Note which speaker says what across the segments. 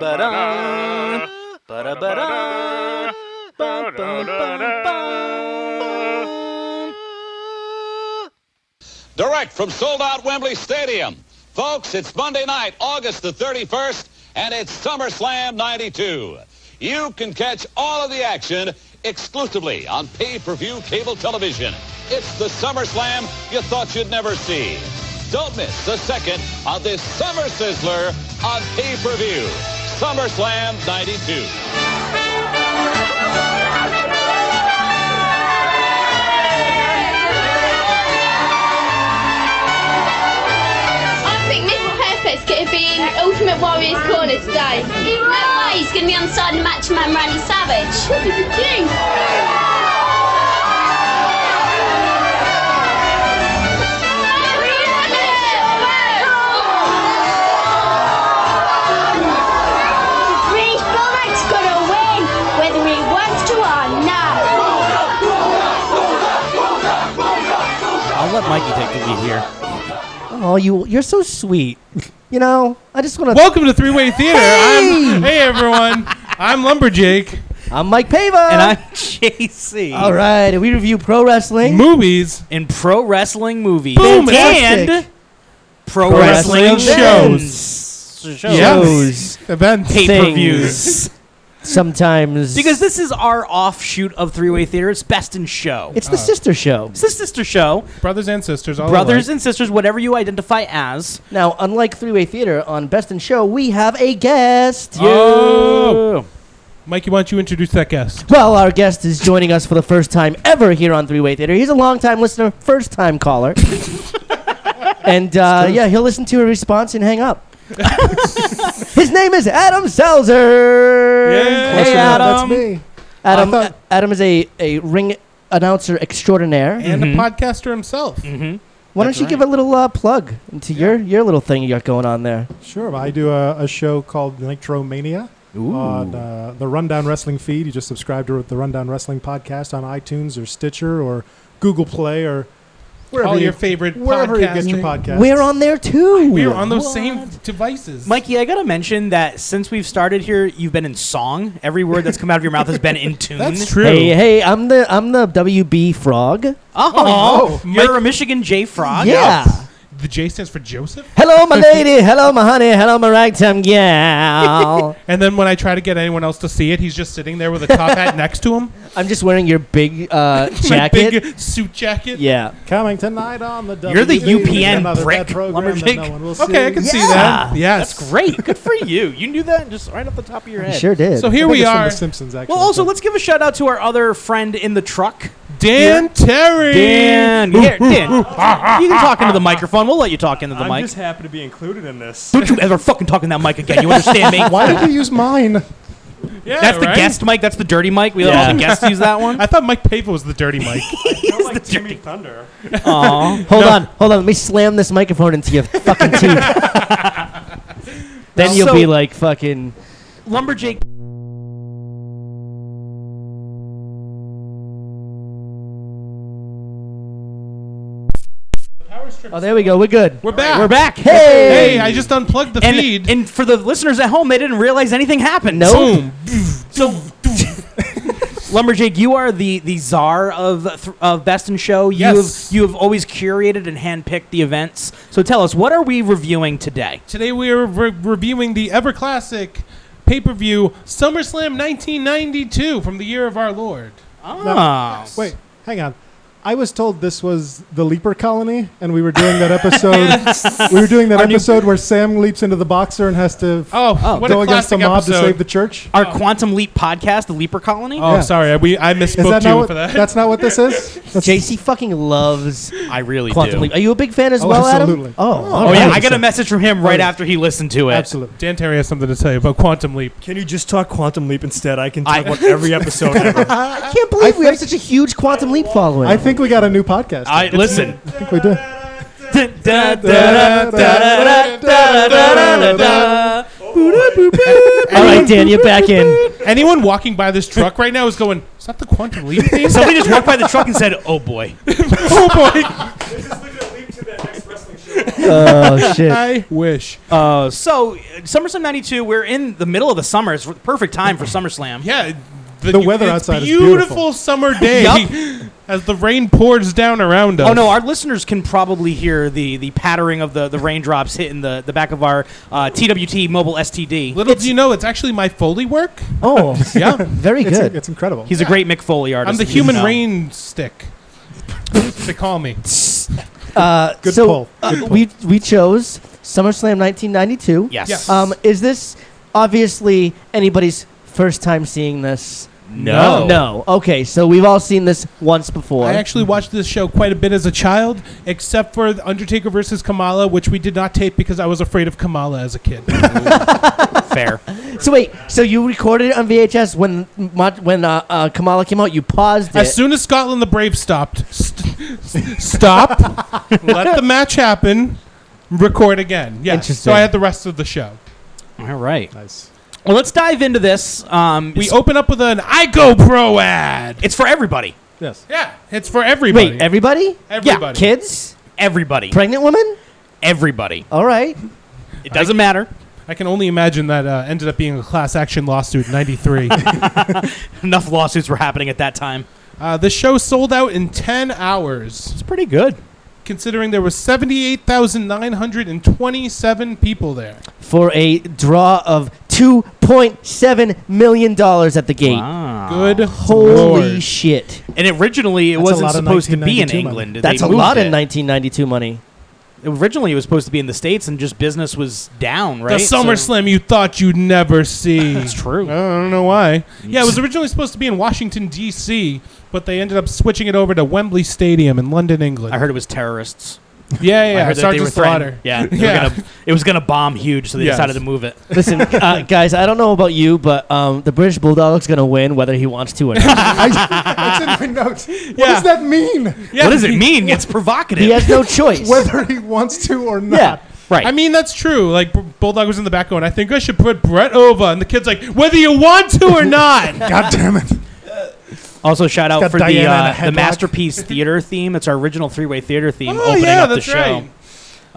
Speaker 1: Ba-da-ba-da. Ba-da-ba-da. Ba-bum-bum-bum.
Speaker 2: direct from sold out Wembley Stadium. Folks, it's Monday night, August the 31st, and it's SummerSlam 92. You can catch all of the action exclusively on pay-per-view cable television. It's the SummerSlam you thought you'd never see. Don't miss the second of this Summer Sizzler on pay-per-view. SummerSlam 92.
Speaker 3: I think Miss Perfect's going to be in Ultimate Warrior's corner today. No way, he's going to be on the side of Macho Man Randy Savage. What did you think? British Bulldog's going to win, whether he wants to or not.
Speaker 4: I'll let Mikey take the lead here.
Speaker 5: Oh, you you're so sweet. You know, I just want to.
Speaker 4: Welcome to Three Way Theater. I'm, hey everyone, I'm Lumberjake.
Speaker 5: I'm Mike Pava,
Speaker 6: And I'm JC.
Speaker 5: all right. and We review pro wrestling.
Speaker 4: Movies,
Speaker 6: In pro wrestling movies.
Speaker 4: Boom,
Speaker 5: Fantastic.
Speaker 6: And pro
Speaker 5: Pro
Speaker 6: wrestling,
Speaker 4: wrestling
Speaker 6: shows. shows.
Speaker 5: Shows.
Speaker 4: events,
Speaker 6: Pay per views.
Speaker 5: Sometimes
Speaker 6: because this is our offshoot of Three Way Theater. It's best in show.
Speaker 5: it's
Speaker 4: Uh.
Speaker 5: the sister show.
Speaker 6: It's the sister show.
Speaker 4: brothers and sisters, all
Speaker 6: Brothers
Speaker 4: alike.
Speaker 6: and sisters, whatever you identify as.
Speaker 5: Now, unlike Three Way Theater on Best in Show, we have a guest.
Speaker 4: Oh. Mikey, why don't you introduce that guest?
Speaker 5: Well, our guest is joining us for the first time ever here on Three Way Theater. He's a longtime listener, first time caller. and uh, yeah, he'll listen to a response and hang up. His name is Adam Selzer.
Speaker 4: Yeah.
Speaker 6: Hey, Adam.
Speaker 7: That's me.
Speaker 5: Adam,
Speaker 7: I thought-
Speaker 5: Adam is a, a ring announcer extraordinaire.
Speaker 4: And
Speaker 6: Mm-hmm.
Speaker 4: a podcaster himself.
Speaker 7: Mm-hmm.
Speaker 5: Why don't you give a little uh, plug into your, your little thing you got going on there?
Speaker 7: Sure, I do a, a show called Nitromania on uh, the Rundown Wrestling feed. You just subscribe to the Rundown Wrestling podcast on iTunes or Stitcher or Google Play or wherever
Speaker 4: All
Speaker 7: you,
Speaker 4: your favorite
Speaker 7: wherever you get your
Speaker 4: podcasting.
Speaker 7: podcast.
Speaker 5: We're on there too.
Speaker 4: We are on those same devices.
Speaker 6: Mikey, I gotta mention that since we've started here, you've been in song. Every word that's come out of your mouth has been in tune.
Speaker 4: that's true.
Speaker 5: Hey, hey, I'm the I'm the WB frog.
Speaker 6: Oh,
Speaker 4: Oh, no.
Speaker 6: you're
Speaker 4: Mike-
Speaker 6: a Michigan J Frog.
Speaker 5: yeah.
Speaker 4: The J stands for Joseph.
Speaker 5: Hello, my lady. Hello, my honey. Hello, my ragtime gal.
Speaker 4: And then when I try to get anyone else to see it, he's just sitting there with a top hat next to him.
Speaker 5: I'm just wearing your big uh,
Speaker 4: My
Speaker 5: jacket.
Speaker 4: big suit jacket.
Speaker 5: yeah.
Speaker 7: Coming tonight on the
Speaker 6: You're the
Speaker 7: WB,
Speaker 6: UPN
Speaker 7: another
Speaker 6: brick,
Speaker 7: bad program that
Speaker 6: lumberjack.
Speaker 7: no one will
Speaker 4: Okay, I
Speaker 7: see.
Speaker 4: can see
Speaker 5: Yeah.
Speaker 4: that. Yes.
Speaker 6: That's great. Good for you. You knew that just right off the top of your
Speaker 5: I
Speaker 6: head.
Speaker 5: sure did.
Speaker 4: So
Speaker 7: I
Speaker 4: here
Speaker 7: think
Speaker 4: we
Speaker 7: it's from
Speaker 4: are.
Speaker 7: The Simpsons, actually.
Speaker 6: Well, also
Speaker 7: so-
Speaker 6: let's give a shout out to our other friend in the truck,
Speaker 4: Dan Terry.
Speaker 6: Dan. Here, Dan, you can talk into the microphone. We'll let you talk into the
Speaker 8: I'm
Speaker 6: mic.
Speaker 8: just happy to be included in this.
Speaker 6: Don't you ever fucking talk in that mic again. You understand me?
Speaker 7: why did you use mine?
Speaker 4: Yeah,
Speaker 6: That's the
Speaker 4: right?
Speaker 6: guest mic. That's the dirty mic. We let all the guests use that one.
Speaker 4: I thought Mike Pava was the dirty Mike.
Speaker 8: You're like Timmy Thunder.
Speaker 6: Aw.
Speaker 5: hold on, hold on. Let me slam this microphone into your fucking teeth. then you'll
Speaker 6: So-
Speaker 5: be like fucking.
Speaker 6: Lumberjake.
Speaker 5: Oh, there we go. We're good.
Speaker 4: We're back.
Speaker 6: We're back.
Speaker 4: Hey, I just unplugged the
Speaker 6: And,
Speaker 4: feed.
Speaker 6: and for the listeners at home, they didn't realize anything happened.
Speaker 5: No.
Speaker 4: Boom.
Speaker 6: So, Lumberjake, you are the, the czar of th- of Best in Show. You
Speaker 4: Yes.
Speaker 6: have you have always curated and handpicked the events. So tell us, what are we reviewing today?
Speaker 4: Today we are re- reviewing the ever classic pay per view SummerSlam 1992 from the year of our Lord.
Speaker 6: Ah.
Speaker 7: Wait, hang on. I was told this was the leaper colony, and we were doing that episode. we were doing that episode where Sam leaps into the boxer and has to
Speaker 4: Oh, what a
Speaker 7: go against the
Speaker 4: classic
Speaker 7: mob to
Speaker 4: episode.
Speaker 7: save the church.
Speaker 6: Our Quantum Leap podcast, the Leaper Colony.
Speaker 4: oh,
Speaker 7: Yeah.
Speaker 4: sorry, I- we I
Speaker 7: Is
Speaker 4: misspoke
Speaker 7: that
Speaker 4: to
Speaker 7: not
Speaker 4: you
Speaker 7: what,
Speaker 4: for that.
Speaker 7: That's not what this is. That's
Speaker 5: JC fucking loves
Speaker 6: I really
Speaker 5: Quantum
Speaker 6: do.
Speaker 5: Leap. Are you a big fan as
Speaker 7: Oh,
Speaker 5: well,
Speaker 7: absolutely.
Speaker 5: Adam? Oh,
Speaker 6: Oh
Speaker 5: all
Speaker 6: yeah,
Speaker 5: right.
Speaker 6: I got a message from him right after he listened to it.
Speaker 7: absolutely.
Speaker 4: Dan Terry has something to tell you about Quantum Leap.
Speaker 8: Can you just talk Quantum Leap instead? I can
Speaker 6: I-
Speaker 8: talk about every episode ever.
Speaker 5: I can't believe we have such a huge Quantum Leap following.
Speaker 7: I think we got a new podcast.
Speaker 6: I listen.
Speaker 7: I think we did.
Speaker 5: all right, Dan, you're back in.
Speaker 4: Anyone walking by this truck right now is going, "Is that the Quantum Leap theme?"
Speaker 6: Somebody just walked by the truck and said, "Oh boy."
Speaker 4: oh boy!
Speaker 5: oh shit!
Speaker 4: I wish.
Speaker 6: Uh, so uh, SummerSlam '92, we're in the middle of the summer. It's the perfect time for SummerSlam.
Speaker 4: Yeah.
Speaker 7: The weather outside is
Speaker 4: beautiful
Speaker 7: beautiful.
Speaker 4: summer day as the rain pours down around us.
Speaker 6: Oh no, our listeners can probably hear the the pattering of the, the raindrops hitting the, the back of our uh, TWT mobile STD.
Speaker 4: Little do you know, it's actually my Foley work.
Speaker 5: Oh,
Speaker 4: Yeah.
Speaker 5: very
Speaker 7: It's,
Speaker 5: good.
Speaker 7: it's incredible.
Speaker 6: He's a great Mick Foley artist.
Speaker 4: I'm the
Speaker 6: if you
Speaker 4: human
Speaker 6: know.
Speaker 4: rain stick. they call me.
Speaker 5: Uh,
Speaker 7: Good
Speaker 5: so
Speaker 7: pull.
Speaker 5: uh, we we chose SummerSlam 1992.
Speaker 6: Yes.
Speaker 4: Yes.
Speaker 5: Um, is this obviously anybody's first time seeing
Speaker 6: Oh.
Speaker 5: this? Oh,
Speaker 4: No.
Speaker 5: No. Okay, so we've all seen this once before.
Speaker 4: I actually watched this show quite a bit as a child, except for The Undertaker versus Kamala, which we did not tape because I was afraid of Kamala as a kid.
Speaker 6: Fair.
Speaker 5: so wait, so you recorded it on VHS when Mo- when uh, uh, Kamala came out? You paused it.
Speaker 4: as soon as Scotland the Brave stopped, st- st- stop, let the match happen, record again. Yes. So
Speaker 5: Interesting.
Speaker 4: I had the rest of the show.
Speaker 6: All right.
Speaker 7: nice.
Speaker 6: Well, let's dive into this. Um,
Speaker 4: We
Speaker 6: it's,
Speaker 4: open up with an I Go Pro ad.
Speaker 6: it's for everybody.
Speaker 7: Yes.
Speaker 4: Yeah, it's for everybody.
Speaker 5: wait, everybody?
Speaker 4: everybody.
Speaker 5: Kids?
Speaker 6: Everybody.
Speaker 5: Pregnant women?
Speaker 6: Everybody.
Speaker 5: All right.
Speaker 6: It doesn't matter.
Speaker 4: I can only imagine that uh, ended up being a class action lawsuit in 93.
Speaker 6: Enough lawsuits were happening at that time.
Speaker 4: uh, the show sold out in 10 hours.
Speaker 6: It's pretty good.
Speaker 4: considering there was 78,927 people there.
Speaker 5: For a draw of two point seven million dollars at the gate.
Speaker 6: Wow.
Speaker 4: Good
Speaker 5: Holy
Speaker 4: lord.
Speaker 5: shit!
Speaker 6: Ah. And originally, it
Speaker 7: That's a
Speaker 6: wasn't
Speaker 7: lot of
Speaker 6: supposed to be in
Speaker 7: 1992 money.
Speaker 6: England. They
Speaker 5: That's a
Speaker 6: moved
Speaker 5: lot
Speaker 6: it.
Speaker 5: in 1992 money.
Speaker 6: Originally, it was supposed to be in the states, and just business was down. Right.
Speaker 4: the
Speaker 6: So-
Speaker 4: SummerSlam you thought you'd never see.
Speaker 6: It's true. Mm.
Speaker 4: I don't know why. Yeah, it was originally supposed to be in Washington D.C., but they ended up switching it over to Wembley Stadium in London, England.
Speaker 6: I heard it was terrorists.
Speaker 4: yeah,
Speaker 6: I
Speaker 4: yeah, yeah.
Speaker 6: heard that they were
Speaker 4: Sergeant Slaughter.
Speaker 6: threatened- Yeah, they were
Speaker 4: Yeah.
Speaker 6: gonna- it was going to bomb huge, so they
Speaker 4: Yes.
Speaker 6: decided to move it.
Speaker 5: Listen, uh, guys, I don't know about you, but um, the British Bulldog's gonna win whether he wants to or not.
Speaker 7: I, it's in my notes. What does that mean?
Speaker 6: what does it mean? It's provocative.
Speaker 5: he has no choice.
Speaker 7: Whether he wants to or not.
Speaker 5: yeah,
Speaker 6: right.
Speaker 4: I mean, that's true. Like, B- Bulldog was in the back going, I think I should put Brett over. And the kid's like, whether you want to or not.
Speaker 7: God damn it.
Speaker 6: Also, shout out
Speaker 7: Got
Speaker 6: for the, uh,
Speaker 7: Diana in a
Speaker 6: the
Speaker 7: headlock.
Speaker 6: masterpiece theater theme. It's our original three-way theater theme
Speaker 4: oh,
Speaker 6: opening
Speaker 4: yeah,
Speaker 6: up the
Speaker 4: that's
Speaker 6: show.
Speaker 4: right.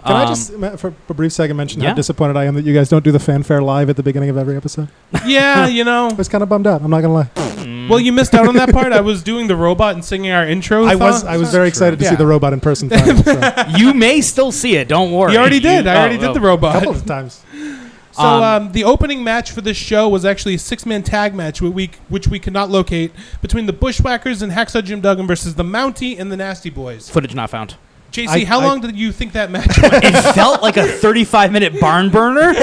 Speaker 7: Can I
Speaker 6: Um,
Speaker 7: just, ma- for a brief second, mention
Speaker 6: Yeah.
Speaker 7: how disappointed I am that you guys don't do the fanfare live at the beginning of every episode?
Speaker 4: Yeah, you know.
Speaker 7: I was kind of bummed out. I'm not going to lie.
Speaker 4: Well, you missed out on that part. I was doing the robot and singing our intro.
Speaker 7: I
Speaker 4: song.
Speaker 7: was, I was very excited to
Speaker 4: Yeah.
Speaker 7: see the robot in person finally, so, a
Speaker 6: you may still see it. Don't worry. Oh,
Speaker 4: You already did. I already did the robot.
Speaker 7: Oh, couple of times.
Speaker 4: So
Speaker 6: Um,
Speaker 4: um, the opening match for this show was actually a six-man tag match, which we which we could not locate between the Bushwhackers and Hacksaw Jim Duggan versus the Mountie and the Nasty Boys.
Speaker 6: Footage not found.
Speaker 4: JC,
Speaker 7: I-
Speaker 4: how
Speaker 7: I-
Speaker 4: long did you think that match? went?
Speaker 6: It felt like a 35-minute barn burner.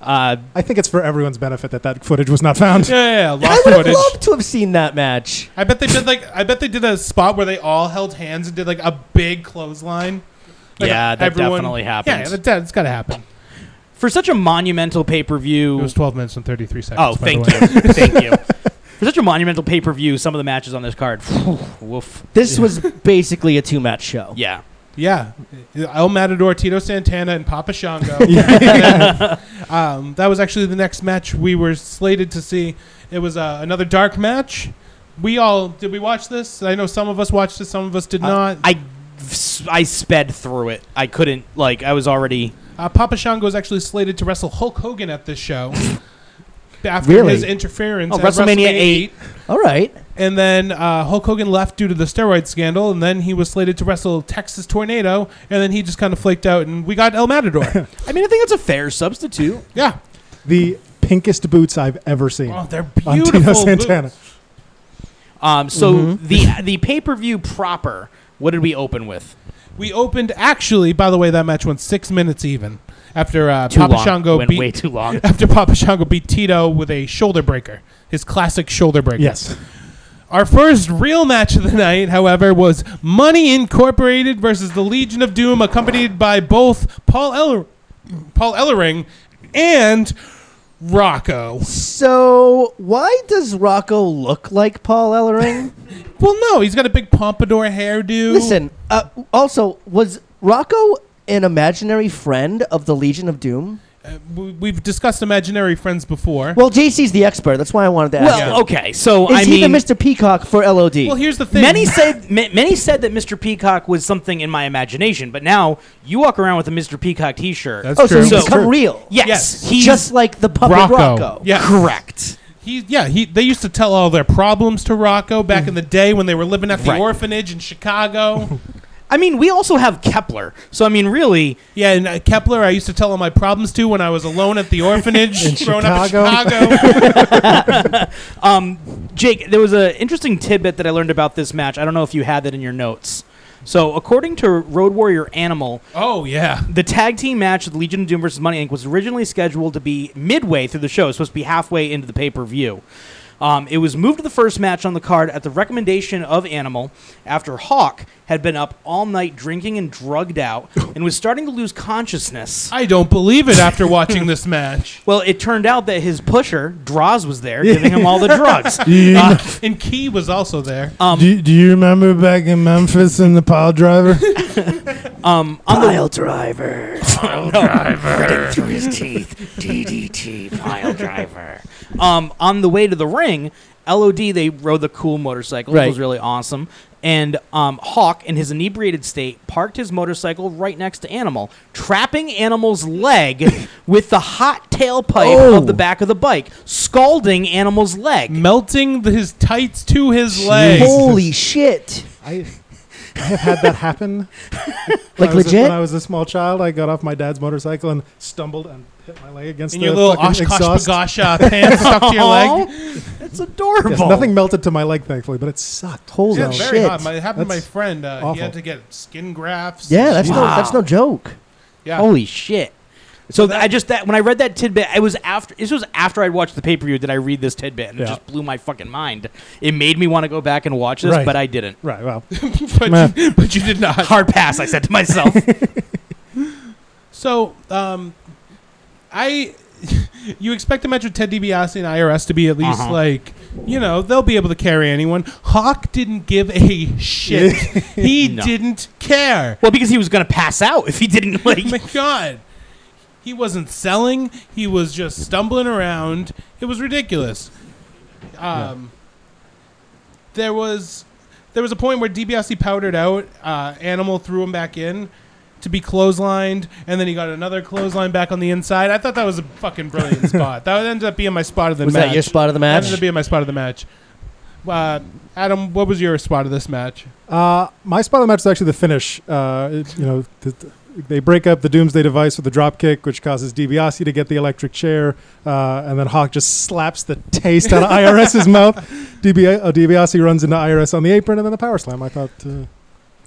Speaker 6: uh,
Speaker 7: I think it's for everyone's benefit that that footage was not found.
Speaker 4: yeah, yeah, yeah,
Speaker 5: I
Speaker 4: lost
Speaker 5: would have
Speaker 4: footage.
Speaker 5: loved to have seen that match.
Speaker 4: I bet they did like I bet they did a spot where they all held hands and did like a big clothesline. Like,
Speaker 6: Yeah, that definitely happened.
Speaker 4: Yeah, that, has got to happen.
Speaker 6: for such a monumental pay-per-view.
Speaker 4: It was 12 minutes and 33 seconds.
Speaker 6: oh,
Speaker 4: by the
Speaker 6: thank
Speaker 4: way.
Speaker 6: you, thank you. For such a monumental pay-per-view, some of the matches on this card. phew, woof.
Speaker 5: This was basically a two-match show.
Speaker 6: Yeah.
Speaker 4: Yeah, Uh, El Matador, Tito Santana, and Papa Shango. um, that was actually the next match we were slated to see. It was uh, another dark match. We all did we watch this? I know some of us watched it, some of us did not.
Speaker 6: Uh, I I sped through it. I couldn't like I was already
Speaker 4: uh, Papa Shango is actually slated to wrestle Hulk Hogan at this show after
Speaker 5: Really?
Speaker 4: his interference.
Speaker 6: Oh,
Speaker 4: at
Speaker 6: WrestleMania 8.
Speaker 5: All right.
Speaker 4: And then uh, Hulk Hogan left due to the steroid scandal, and then he was slated to wrestle Texas Tornado, and then he just kind of flaked out, and we got El Matador.
Speaker 6: I mean, I think it's a fair substitute.
Speaker 4: yeah.
Speaker 7: The pinkest boots I've ever seen.
Speaker 4: Oh, they're
Speaker 7: on
Speaker 4: beautiful.
Speaker 7: Tino
Speaker 4: boots.
Speaker 7: Santana.
Speaker 6: Um, so the the pay per view proper. What did we open with?
Speaker 4: We opened actually. By the way, that match went six minutes even after uh,
Speaker 6: Too
Speaker 4: Papa
Speaker 6: long.
Speaker 4: Shango
Speaker 6: Went
Speaker 4: beat
Speaker 6: way too long.
Speaker 4: after Papa Shango beat Tito with a shoulder breaker, his classic shoulder breaker.
Speaker 7: Yes.
Speaker 4: Our first real match of the night, however, was Money Incorporated versus the Legion of Doom, accompanied by both Paul Eller- Paul Ellering and Rocco.
Speaker 5: So why does Rocco look like Paul Ellering?
Speaker 4: Well, no, he's got a big pompadour hairdo.
Speaker 5: Listen. Uh, also, was Rocco an imaginary friend of the Legion of Doom?
Speaker 4: uh, we- we've discussed imaginary friends before.
Speaker 5: Well, JC's the expert. That's why I wanted to ask. him.
Speaker 6: Well, okay. So
Speaker 5: Is
Speaker 6: I
Speaker 5: he
Speaker 6: mean,
Speaker 5: the Mr. Peacock for LOD?
Speaker 4: Well, here's the thing.
Speaker 6: many said ma- many said that Mr. Peacock was something in my imagination, but now you walk around with a Mr. Peacock T-shirt.
Speaker 4: That's
Speaker 5: oh, so
Speaker 4: true.
Speaker 5: he's
Speaker 6: So-
Speaker 5: become real.
Speaker 6: yes,
Speaker 4: Yes.
Speaker 6: he's
Speaker 5: just like the puppet
Speaker 4: Rocco.
Speaker 5: Rocco.
Speaker 4: Yeah.
Speaker 6: correct.
Speaker 4: He, yeah, he. They used to tell all their problems to Rocco back in the day when they were living at the
Speaker 6: Right.
Speaker 4: orphanage in Chicago.
Speaker 6: I mean, we also have Kepler. So I mean, really,
Speaker 4: yeah, and uh, Kepler, I used to tell all my problems to when I was alone at the orphanage,
Speaker 7: In
Speaker 4: growing up
Speaker 7: Chicago.
Speaker 4: in Chicago.
Speaker 6: Jake, there was an interesting tidbit that I learned about this match. I don't know if you had that in your notes. So according to Road Warrior Animal,
Speaker 4: oh yeah,
Speaker 6: the tag team match of the Legion of Doom versus Money Inc. was originally scheduled to be midway through the show. It was supposed to be halfway into the pay per view. Um, it was moved to the first match on the card at the recommendation of Animal after Hawk had been up all night drinking and drugged out and was starting to lose consciousness.
Speaker 4: I don't believe it after watching this match.
Speaker 6: Well, it turned out that his pusher, Draws, was there giving him all the drugs.
Speaker 9: Do you,
Speaker 7: Uh,
Speaker 4: And Key was also there.
Speaker 7: Um,
Speaker 9: do, do you remember back in Memphis in the pile driver?
Speaker 5: Pile driver.
Speaker 6: through his teeth. DDT pile driver. Um, on the way to the ring, LOD they rode the cool motorcycle. It
Speaker 5: Right.
Speaker 6: was really awesome. And um, Hawk, in his inebriated state, parked his motorcycle right next to Animal, trapping Animal's leg with the hot tailpipe
Speaker 5: Oh.
Speaker 6: of the back of the bike, scalding Animal's leg.
Speaker 4: melting th- his tights to his legs.
Speaker 5: Holy shit.
Speaker 7: I, I have had that happen.
Speaker 5: Like
Speaker 7: When I was a-
Speaker 5: legit?
Speaker 7: when I was a small child, I got off my dad's motorcycle and stumbled and hit my leg against
Speaker 4: And
Speaker 7: the
Speaker 4: your little
Speaker 7: fucking
Speaker 4: Oshkosh
Speaker 7: exhaust.
Speaker 4: Bagosh uh, pants stuck to your leg.
Speaker 6: That's adorable.
Speaker 7: Yes, nothing melted to my leg, thankfully, but it sucked.
Speaker 5: Holy
Speaker 4: Yeah, very
Speaker 5: Oh, shit.
Speaker 4: hot. My, it happened
Speaker 7: That's
Speaker 4: to my friend. Uh, he
Speaker 7: awful.
Speaker 4: had to get skin grafts.
Speaker 5: yeah, that's no
Speaker 6: Wow.
Speaker 5: that's no joke.
Speaker 4: yeah.
Speaker 6: Holy shit. So th- I just that when I read that tidbit, I was after this was after I'd watched the pay per view that I read this tidbit and it
Speaker 7: Yeah.
Speaker 6: just blew my fucking mind. It made me want to go back and watch this,
Speaker 7: Right.
Speaker 6: but I didn't.
Speaker 7: Right. Well,
Speaker 4: but, you, but you did not.
Speaker 6: Hard pass, I said to myself.
Speaker 4: So, um, I, you expect a match with Ted DiBiase and IRS to be at least
Speaker 6: Uh-huh.
Speaker 4: like, you know, they'll be able to carry anyone. Hawk didn't give a shit. he
Speaker 6: No.
Speaker 4: didn't care.
Speaker 6: well, because he was gonna pass out if he didn't like.
Speaker 4: My God. He wasn't selling. He was just stumbling around. It was ridiculous. Um, There was there was a point where DiBiase powdered out. Uh, Animal threw him back in to be clotheslined, and then he got another clothesline back on the inside. I thought that was a fucking brilliant spot. That ended up being my spot of the
Speaker 5: Was
Speaker 4: match.
Speaker 5: that your spot of the
Speaker 4: That
Speaker 5: match?
Speaker 4: ended up being my spot of the match. Uh, Adam, what was your spot of this match?
Speaker 7: uh, my spot of the match is actually the finish. Uh, it- you know, th- th- they break up the Doomsday device with a drop kick, which causes DiBiase to get the electric chair, uh, and then Hawk just slaps the taste out of IRS's mouth. DiBi- uh, DiBiase runs into IRS on the apron, and then a power slam. I thought, uh, good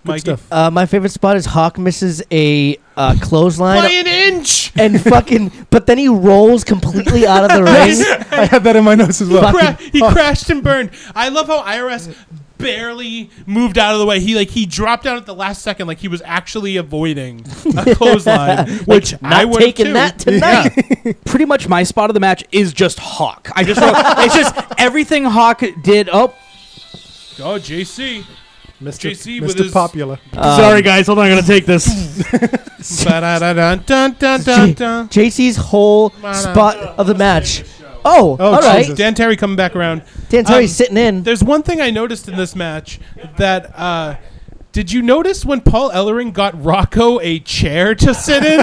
Speaker 4: Mikey?
Speaker 7: stuff.
Speaker 5: Uh, my favorite spot is Hawk misses a uh,
Speaker 4: By
Speaker 5: clothesline
Speaker 4: an inch!
Speaker 5: and fucking, but then he rolls completely out of the ring.
Speaker 7: I had that in my notes as well.
Speaker 4: Cra- he crashed and burned. I love how IRS barely moved out of the way. He like he dropped out at the last second, like he was actually avoiding a clothesline, which I
Speaker 5: Not
Speaker 4: would
Speaker 5: taking
Speaker 4: too.
Speaker 5: that tonight.
Speaker 6: Pretty much my spot of the match is just Hawk. I just wrote, it's just everything Hawk did. Oh,
Speaker 4: Oh, JC.
Speaker 7: Mr.
Speaker 4: JC with
Speaker 7: Mr.
Speaker 4: his-
Speaker 7: Popular.
Speaker 8: Sorry, guys. Hold on. I'm going to take this.
Speaker 4: Ba-da-da-dun, dun, dun, dun, dun.
Speaker 5: JC's whole spot of the match. Oh, all right.
Speaker 7: Jesus.
Speaker 4: Dan Terry coming back around.
Speaker 5: Dan Terry's
Speaker 4: Um,
Speaker 5: sitting in.
Speaker 4: There's one thing I noticed in this match that uh, did you notice when Paul Ellering got Rocco a chair to sit in?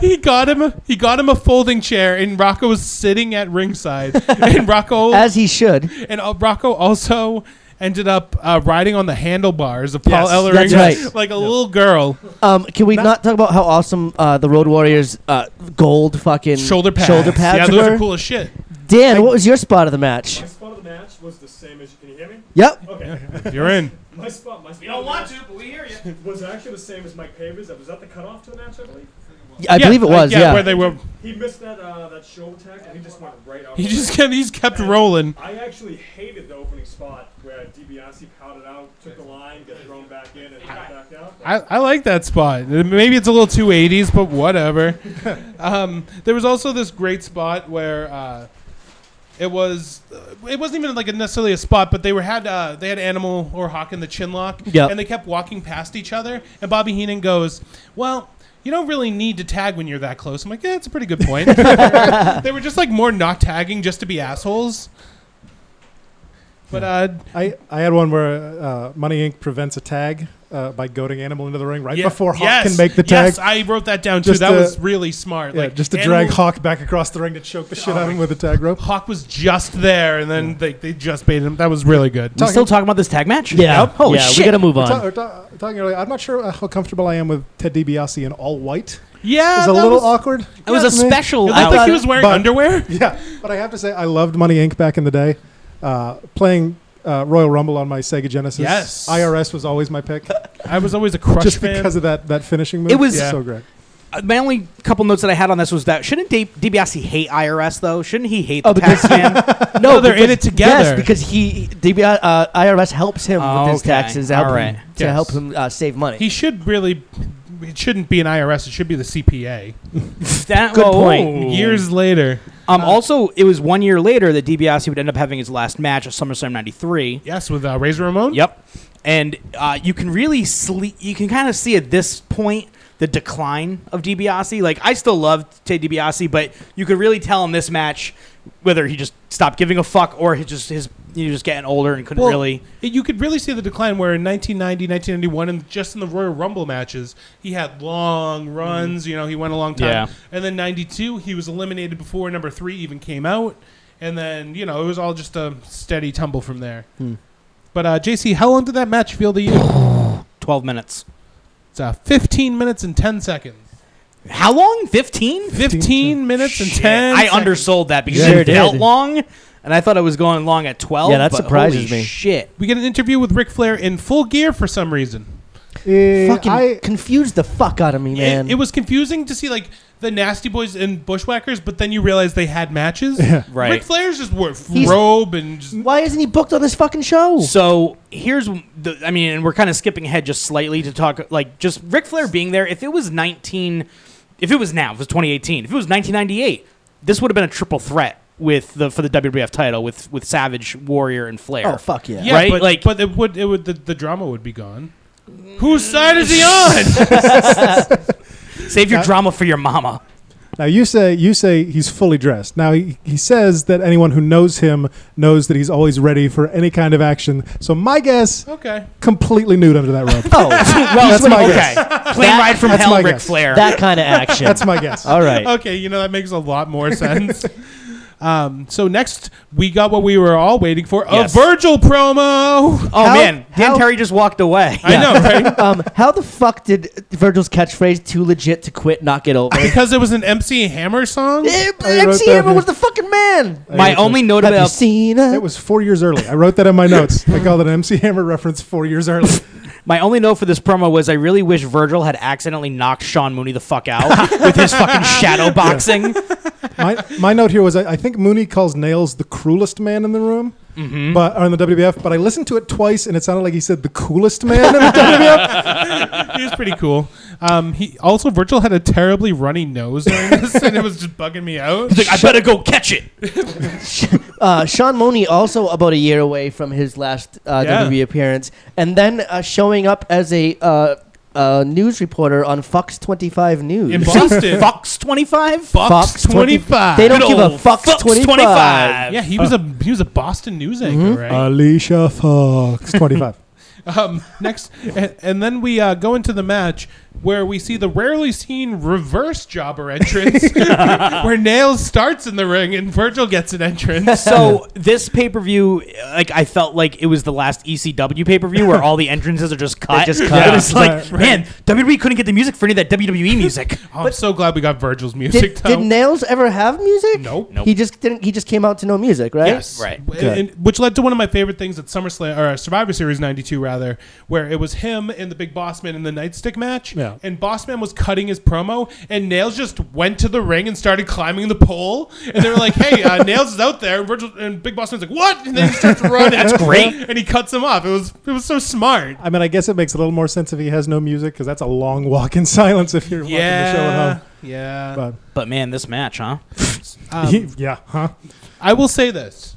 Speaker 4: he got him he got him a folding chair and Rocco was sitting at ringside and Rocco
Speaker 5: As he should.
Speaker 4: and uh, Rocco also ended up uh, riding on the handlebars of Paul
Speaker 7: Yes,
Speaker 4: Ellering
Speaker 5: that's right.
Speaker 4: like a little girl.
Speaker 5: Um, can we not talk about how awesome uh, the Road Warriors uh, gold fucking
Speaker 4: Shoulder pads.
Speaker 5: shoulder pads
Speaker 4: yeah, those
Speaker 5: were?
Speaker 4: are cool as shit.
Speaker 5: Dan, what was your spot of the match?
Speaker 8: My spot of the match was the same as. Can you hear me?
Speaker 5: Yep.
Speaker 8: Okay.
Speaker 4: You're in.
Speaker 8: My spot. My spot. You don't want to, but we hear you. Was actually the same as Mike Paver's. Was that the cutoff to the match? I believe.
Speaker 5: I believe it
Speaker 4: uh,
Speaker 5: was, yeah.
Speaker 4: Where they were
Speaker 8: He missed that uh, that shoulder tackle. He just went right out.
Speaker 4: he just kept, he's kept rolling.
Speaker 8: I actually hated the opening spot where DiBiase pouted out, took the line, got thrown back in, and got back out.
Speaker 4: I, I like that spot. Maybe it's a little too 80s, but whatever. um, there was also this great spot where uh, it was uh, it wasn't even like a necessarily a spot, but they were had uh, they had Animal or Hawk in the chin lock,
Speaker 5: Yep.
Speaker 4: and they kept walking past each other. And Bobby Heenan goes, "Well, you don't really need to tag when you're that close. I'm like, yeah, that's a pretty good point. they were just like more not tagging just to be assholes. But uh,
Speaker 7: I, I had one where uh, Money Inc. prevents a tag uh, by goading Animal into the ring right
Speaker 4: yeah,
Speaker 7: before Hawk
Speaker 4: yes,
Speaker 7: can make the tag.
Speaker 4: Yes, I wrote that down too.
Speaker 7: Just
Speaker 4: that
Speaker 7: to-
Speaker 4: was really smart.
Speaker 7: yeah,
Speaker 4: like
Speaker 7: just to
Speaker 4: animal-
Speaker 7: drag Hawk back across the ring to choke the shit out of him with a tag rope.
Speaker 4: Hawk was just there, and then they, they just baited him. That was really good.
Speaker 6: We still talking about this tag match?
Speaker 5: Yeah.
Speaker 6: Yep. Holy
Speaker 5: yeah,
Speaker 6: shit.
Speaker 5: we gotta move
Speaker 7: Ta-
Speaker 5: on.
Speaker 7: or ta- talking earlier, I'm not sure uh, how comfortable I am with Ted DiBiase in all white.
Speaker 4: Yeah,
Speaker 7: It was a
Speaker 4: that
Speaker 7: little
Speaker 4: was-
Speaker 7: awkward.
Speaker 6: it Uh, was
Speaker 7: Yeah,
Speaker 6: a
Speaker 7: to me.
Speaker 6: special.
Speaker 4: It looked like
Speaker 6: outfit.
Speaker 4: he was wearing
Speaker 7: But-
Speaker 4: underwear.
Speaker 7: Yeah, but I have to say, I loved Money Inc. back in the day. Uh, playing uh, Royal Rumble on my Sega Genesis.
Speaker 4: Yes.
Speaker 7: IRS was always my pick,
Speaker 4: I was always a crush
Speaker 7: just
Speaker 4: fan.
Speaker 7: because of that that finishing move.
Speaker 6: It was-
Speaker 7: so great.
Speaker 6: Uh, my only couple notes that I had on this was that shouldn't D- DiBiase hate IRS though? Shouldn't he hate
Speaker 5: Oh,
Speaker 6: the
Speaker 5: because-
Speaker 6: tax man?
Speaker 4: No, they're in
Speaker 5: because-
Speaker 4: it together.
Speaker 5: Yes, because he DBI, uh, IRS helps him
Speaker 6: Oh,
Speaker 5: with his
Speaker 6: okay.
Speaker 5: taxes, to help
Speaker 6: All
Speaker 5: him-
Speaker 6: right.
Speaker 5: to
Speaker 4: Yes.
Speaker 5: help him uh, save money.
Speaker 4: he should really. It shouldn't be an IRS. It should be the CPA.
Speaker 6: That-
Speaker 4: Oh.
Speaker 6: oh.
Speaker 5: Good
Speaker 6: whoa.
Speaker 5: point.
Speaker 4: Years later.
Speaker 6: Um, also, it was one year later that DiBiase would end up having his last match at SummerSlam '93.
Speaker 4: Yes, with uh, Razor Ramon.
Speaker 6: Yep. And uh, you can really sle- you can kind of see at this point the decline of DiBiase. Like I still love Ted DiBiase, but you could really tell in this match whether he just stopped giving a fuck or he just his you know, just getting older and couldn't
Speaker 4: Well,
Speaker 6: really.
Speaker 4: it- you could really see the decline where in 1990, 1991, and just in the Royal Rumble matches, he had long runs. You know, he went a long time.
Speaker 6: Mm-hmm. Yeah.
Speaker 4: And then 92, he was eliminated before number three even came out. And then, you know, it was all just a steady tumble from there.
Speaker 6: Hmm.
Speaker 4: But, uh, JC, how long did that match feel to you?
Speaker 6: Twelve minutes.
Speaker 4: It's uh, 15 minutes and 10 seconds.
Speaker 6: How long? Fifteen.
Speaker 4: 15 minutes and
Speaker 6: Shit,
Speaker 4: 10
Speaker 6: I
Speaker 4: seconds.
Speaker 6: undersold that because
Speaker 5: You sure
Speaker 6: it felt
Speaker 5: did.
Speaker 6: long, and I thought it was going long at twelve.
Speaker 5: Yeah, that
Speaker 6: but
Speaker 5: surprises
Speaker 6: holy
Speaker 5: me.
Speaker 6: Shit.
Speaker 4: We get an interview with Ric Flair in full gear for some reason.
Speaker 7: Eh,
Speaker 5: Fucking
Speaker 7: I,
Speaker 5: confused the fuck out of me,
Speaker 4: It-
Speaker 5: man.
Speaker 4: It, was confusing to see like the Nasty Boys and Bushwhackers, but then you realize they had matches.
Speaker 6: Right.
Speaker 4: Ric Flair's just wore f-
Speaker 5: He's-
Speaker 4: robe and just
Speaker 5: Why isn't he booked on this fucking show?
Speaker 6: So here's the. I mean, and we're kind of skipping ahead just slightly to talk like just Ric Flair being there. If it was 19, if it was now, if it was 2018, if it was 1998, this would have been a triple threat with the for the WWF title with with Savage, Warrior, and Flair.
Speaker 5: oh fuck yeah.
Speaker 4: yeah,
Speaker 6: Right,
Speaker 4: But,
Speaker 6: like-
Speaker 4: but it would it would the, the drama would be gone. Whose side is he on?
Speaker 6: Save your drama for your mama.
Speaker 7: now you say you say he's fully dressed. Now he, he says that anyone who knows him knows that he's always ready for any kind of action. So my guess,
Speaker 4: okay,
Speaker 7: completely nude under that robe.
Speaker 5: Oh,
Speaker 6: Well,
Speaker 7: That's my
Speaker 6: okay. Plane ride from
Speaker 7: that's
Speaker 6: hell,
Speaker 7: my
Speaker 6: Ric
Speaker 7: guess.
Speaker 6: Flair.
Speaker 5: that kind of action.
Speaker 7: That's my guess.
Speaker 5: All right.
Speaker 4: okay, you know that makes a lot more sense. Um, so next we got what we were all waiting for
Speaker 6: Yes.
Speaker 4: a Virgil promo.
Speaker 6: oh
Speaker 5: How-
Speaker 6: man, Dan
Speaker 5: how-
Speaker 6: Terry just walked away.
Speaker 4: I know, right?
Speaker 5: Um, how the fuck did Virgil's catchphrase "too legit to quit" not get over?
Speaker 4: Because it was an MC Hammer song.
Speaker 5: Eh,
Speaker 7: I wrote
Speaker 5: MC
Speaker 7: that
Speaker 5: Hammer
Speaker 7: here.
Speaker 5: was the fucking man.
Speaker 6: My only note
Speaker 5: Have you
Speaker 6: about
Speaker 5: seen uh,
Speaker 7: It
Speaker 5: it?
Speaker 7: was four years early. I wrote that in my notes. I called it an MC Hammer reference four years early.
Speaker 6: My only note for this promo was I really wish Virgil had accidentally knocked Sean Mooney the fuck out with his fucking shadow boxing.
Speaker 7: my, my note here was I, I think Mooney calls Nails the cruelest man in the room,
Speaker 4: Mm-hmm.
Speaker 7: but or in the WWF. But I listened to it twice, and it sounded like he said the coolest man in the WWF.
Speaker 4: he was pretty cool. Um, he also Virgil had a terribly runny nose during this, and it was just bugging me out.
Speaker 6: He's like, I better go catch it.
Speaker 5: Uh, Sean Money also about a year away from his last uh,
Speaker 4: Yeah.
Speaker 5: WWE appearance, and then uh, showing up as a uh, uh, news reporter on Fox 25 News.
Speaker 4: In Boston,
Speaker 6: Fox 25?
Speaker 4: Fox twenty five.
Speaker 5: They don't Uh. give a fuck.
Speaker 6: Fox
Speaker 5: 25.
Speaker 4: Yeah, he was a he was a Boston news anchor,
Speaker 5: Mm-hmm. Uh.
Speaker 4: right?
Speaker 7: Alicia Fox, twenty-five.
Speaker 4: um, next, and, and then we uh, go into the match where we see the rarely seen reverse jobber entrance, where Nails starts in the ring and Virgil gets an entrance.
Speaker 6: So this pay per view, like I felt like it was the last E ECW pay per view where all the entrances are just cut.
Speaker 5: just cut
Speaker 6: And
Speaker 5: out.
Speaker 6: it's like, man, WWE couldn't get the music for any of that WWE music.
Speaker 4: Oh, I'm so glad we got Virgil's music.
Speaker 5: Did,
Speaker 4: though.
Speaker 5: did Nails ever have music?
Speaker 4: Nope.
Speaker 6: Nope.
Speaker 5: He just didn't. He just came out to no music, right?
Speaker 4: Yes,
Speaker 6: Right.
Speaker 4: W- and- which led to one of my favorite things at SummerSlam or uh, Survivor Series '92, rather, where it was him and the Big Boss Man in the Nightstick match,
Speaker 7: Yeah.
Speaker 4: and Boss Man was cutting his promo, and Nails just went to the ring and started climbing the pole, and they were like, "Hey, uh, Nails is out there," and, Virgil, and Big Boss Man's like, "What?" And then he starts running. That's
Speaker 6: great.
Speaker 4: And he cuts him off. It was it was so smart.
Speaker 7: I mean, I guess it makes a little more sense if he has no music because that's a long walk in silence if you're watching the show at home.
Speaker 4: yeah. Um,
Speaker 7: But
Speaker 6: But man, this match, huh?
Speaker 7: he- yeah, huh?
Speaker 4: I will say this.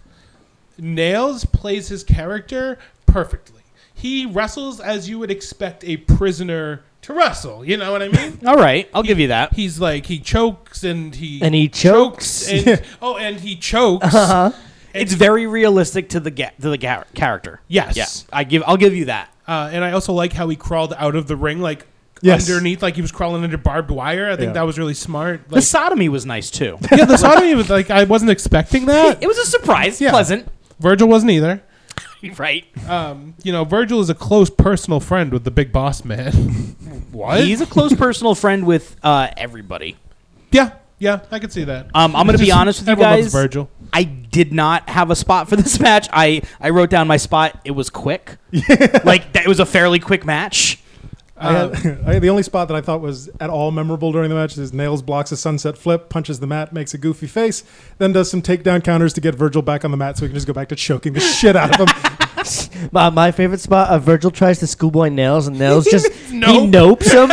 Speaker 4: Nails plays his character perfectly. He wrestles as you would expect a prisoner to wrestle. You know what I mean?
Speaker 6: All right, I'll give you that.
Speaker 4: He's like he chokes and he
Speaker 5: And he chokes.
Speaker 4: and oh and he chokes.
Speaker 6: It's very realistic to the ga- to the ga- character.
Speaker 4: Yes.
Speaker 6: yeah, I give I'll give you that.
Speaker 4: Uh, and I also like how he crawled out of the ring like
Speaker 7: Yes.
Speaker 4: underneath, like he was crawling under barbed wire. I think
Speaker 7: Yeah.
Speaker 4: that was really smart.
Speaker 6: The
Speaker 4: Like,
Speaker 6: sodomy was nice too.
Speaker 4: yeah, the sodomy was like I wasn't expecting that.
Speaker 6: it was a surprise,
Speaker 7: Yeah.
Speaker 6: pleasant,
Speaker 4: Virgil wasn't either.
Speaker 6: right?
Speaker 4: You know, Virgil is a close personal friend with the big boss man. what?
Speaker 6: He's a close personal friend with uh, everybody.
Speaker 4: yeah, yeah, I could see that.
Speaker 6: Um, I'm gonna be honest with you
Speaker 4: everyone loves
Speaker 6: guys.
Speaker 4: Virgil.
Speaker 6: I did not have a spot for this match. I, I wrote down my spot. It was quick. like that, it was a fairly quick match.
Speaker 7: I
Speaker 4: um,
Speaker 7: had, I had the only spot that I thought was at all memorable during the match is Nails blocks a sunset flip, punches the mat, makes a goofy face, then does some takedown counters to get Virgil back on the mat so he can just go back to choking the shit out of him.
Speaker 5: Uh, my favorite spot, uh, Virgil tries to schoolboy Nails, and Nails just he
Speaker 4: Nope.
Speaker 5: nopes him,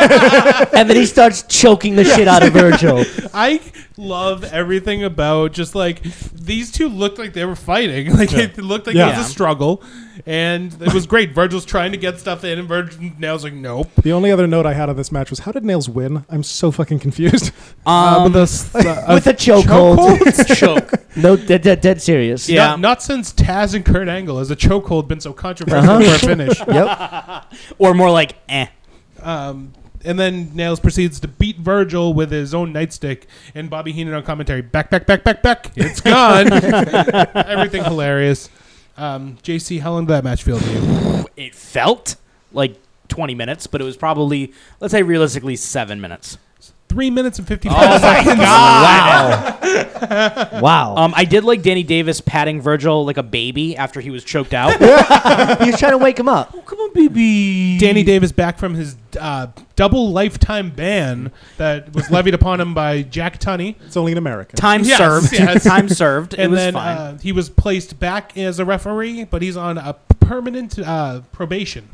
Speaker 5: and then he starts choking the shit out of Virgil.
Speaker 4: I love everything about just like these two looked like they were fighting. Like it looked like it
Speaker 7: Yeah.
Speaker 4: was a struggle, and it was great. Virgil's trying to get stuff in, and Virgil now's like, nope.
Speaker 7: The only other note I had on this match was how did Nails win? I'm so fucking confused.
Speaker 6: Um,
Speaker 4: Uh, but the s- uh,
Speaker 5: with a chokehold. choke. No, dead, dead, dead serious.
Speaker 6: Yeah.
Speaker 4: Not, not since Taz and Kurt Angle has a chokehold been so controversial for a finish.
Speaker 5: Yep.
Speaker 6: Or more like, eh.
Speaker 4: Um, and then Nails proceeds to beat Virgil with his own nightstick, and Bobby Heenan on commentary, back, back, back, back, back. It's gone. Everything hilarious. Um, JC, how long did that match feel to you?
Speaker 6: It felt like 20 minutes, but it was probably, let's say realistically, seven minutes.
Speaker 4: Three minutes and 55
Speaker 6: Oh,
Speaker 4: seconds.
Speaker 5: Wow. wow.
Speaker 6: Um, I did like Danny Davis patting Virgil like a baby after he was choked out.
Speaker 5: he was trying to wake him up.
Speaker 6: Come on, baby.
Speaker 4: Danny Davis back from his uh, double lifetime ban that was levied upon him by Jack Tunney.
Speaker 7: It's only in America.
Speaker 6: Time
Speaker 4: Yes,
Speaker 6: served.
Speaker 4: yes.
Speaker 6: Time served. it
Speaker 4: And
Speaker 6: was
Speaker 4: then
Speaker 6: fine.
Speaker 4: Uh, he was placed back as a referee, but he's on a permanent uh, probation.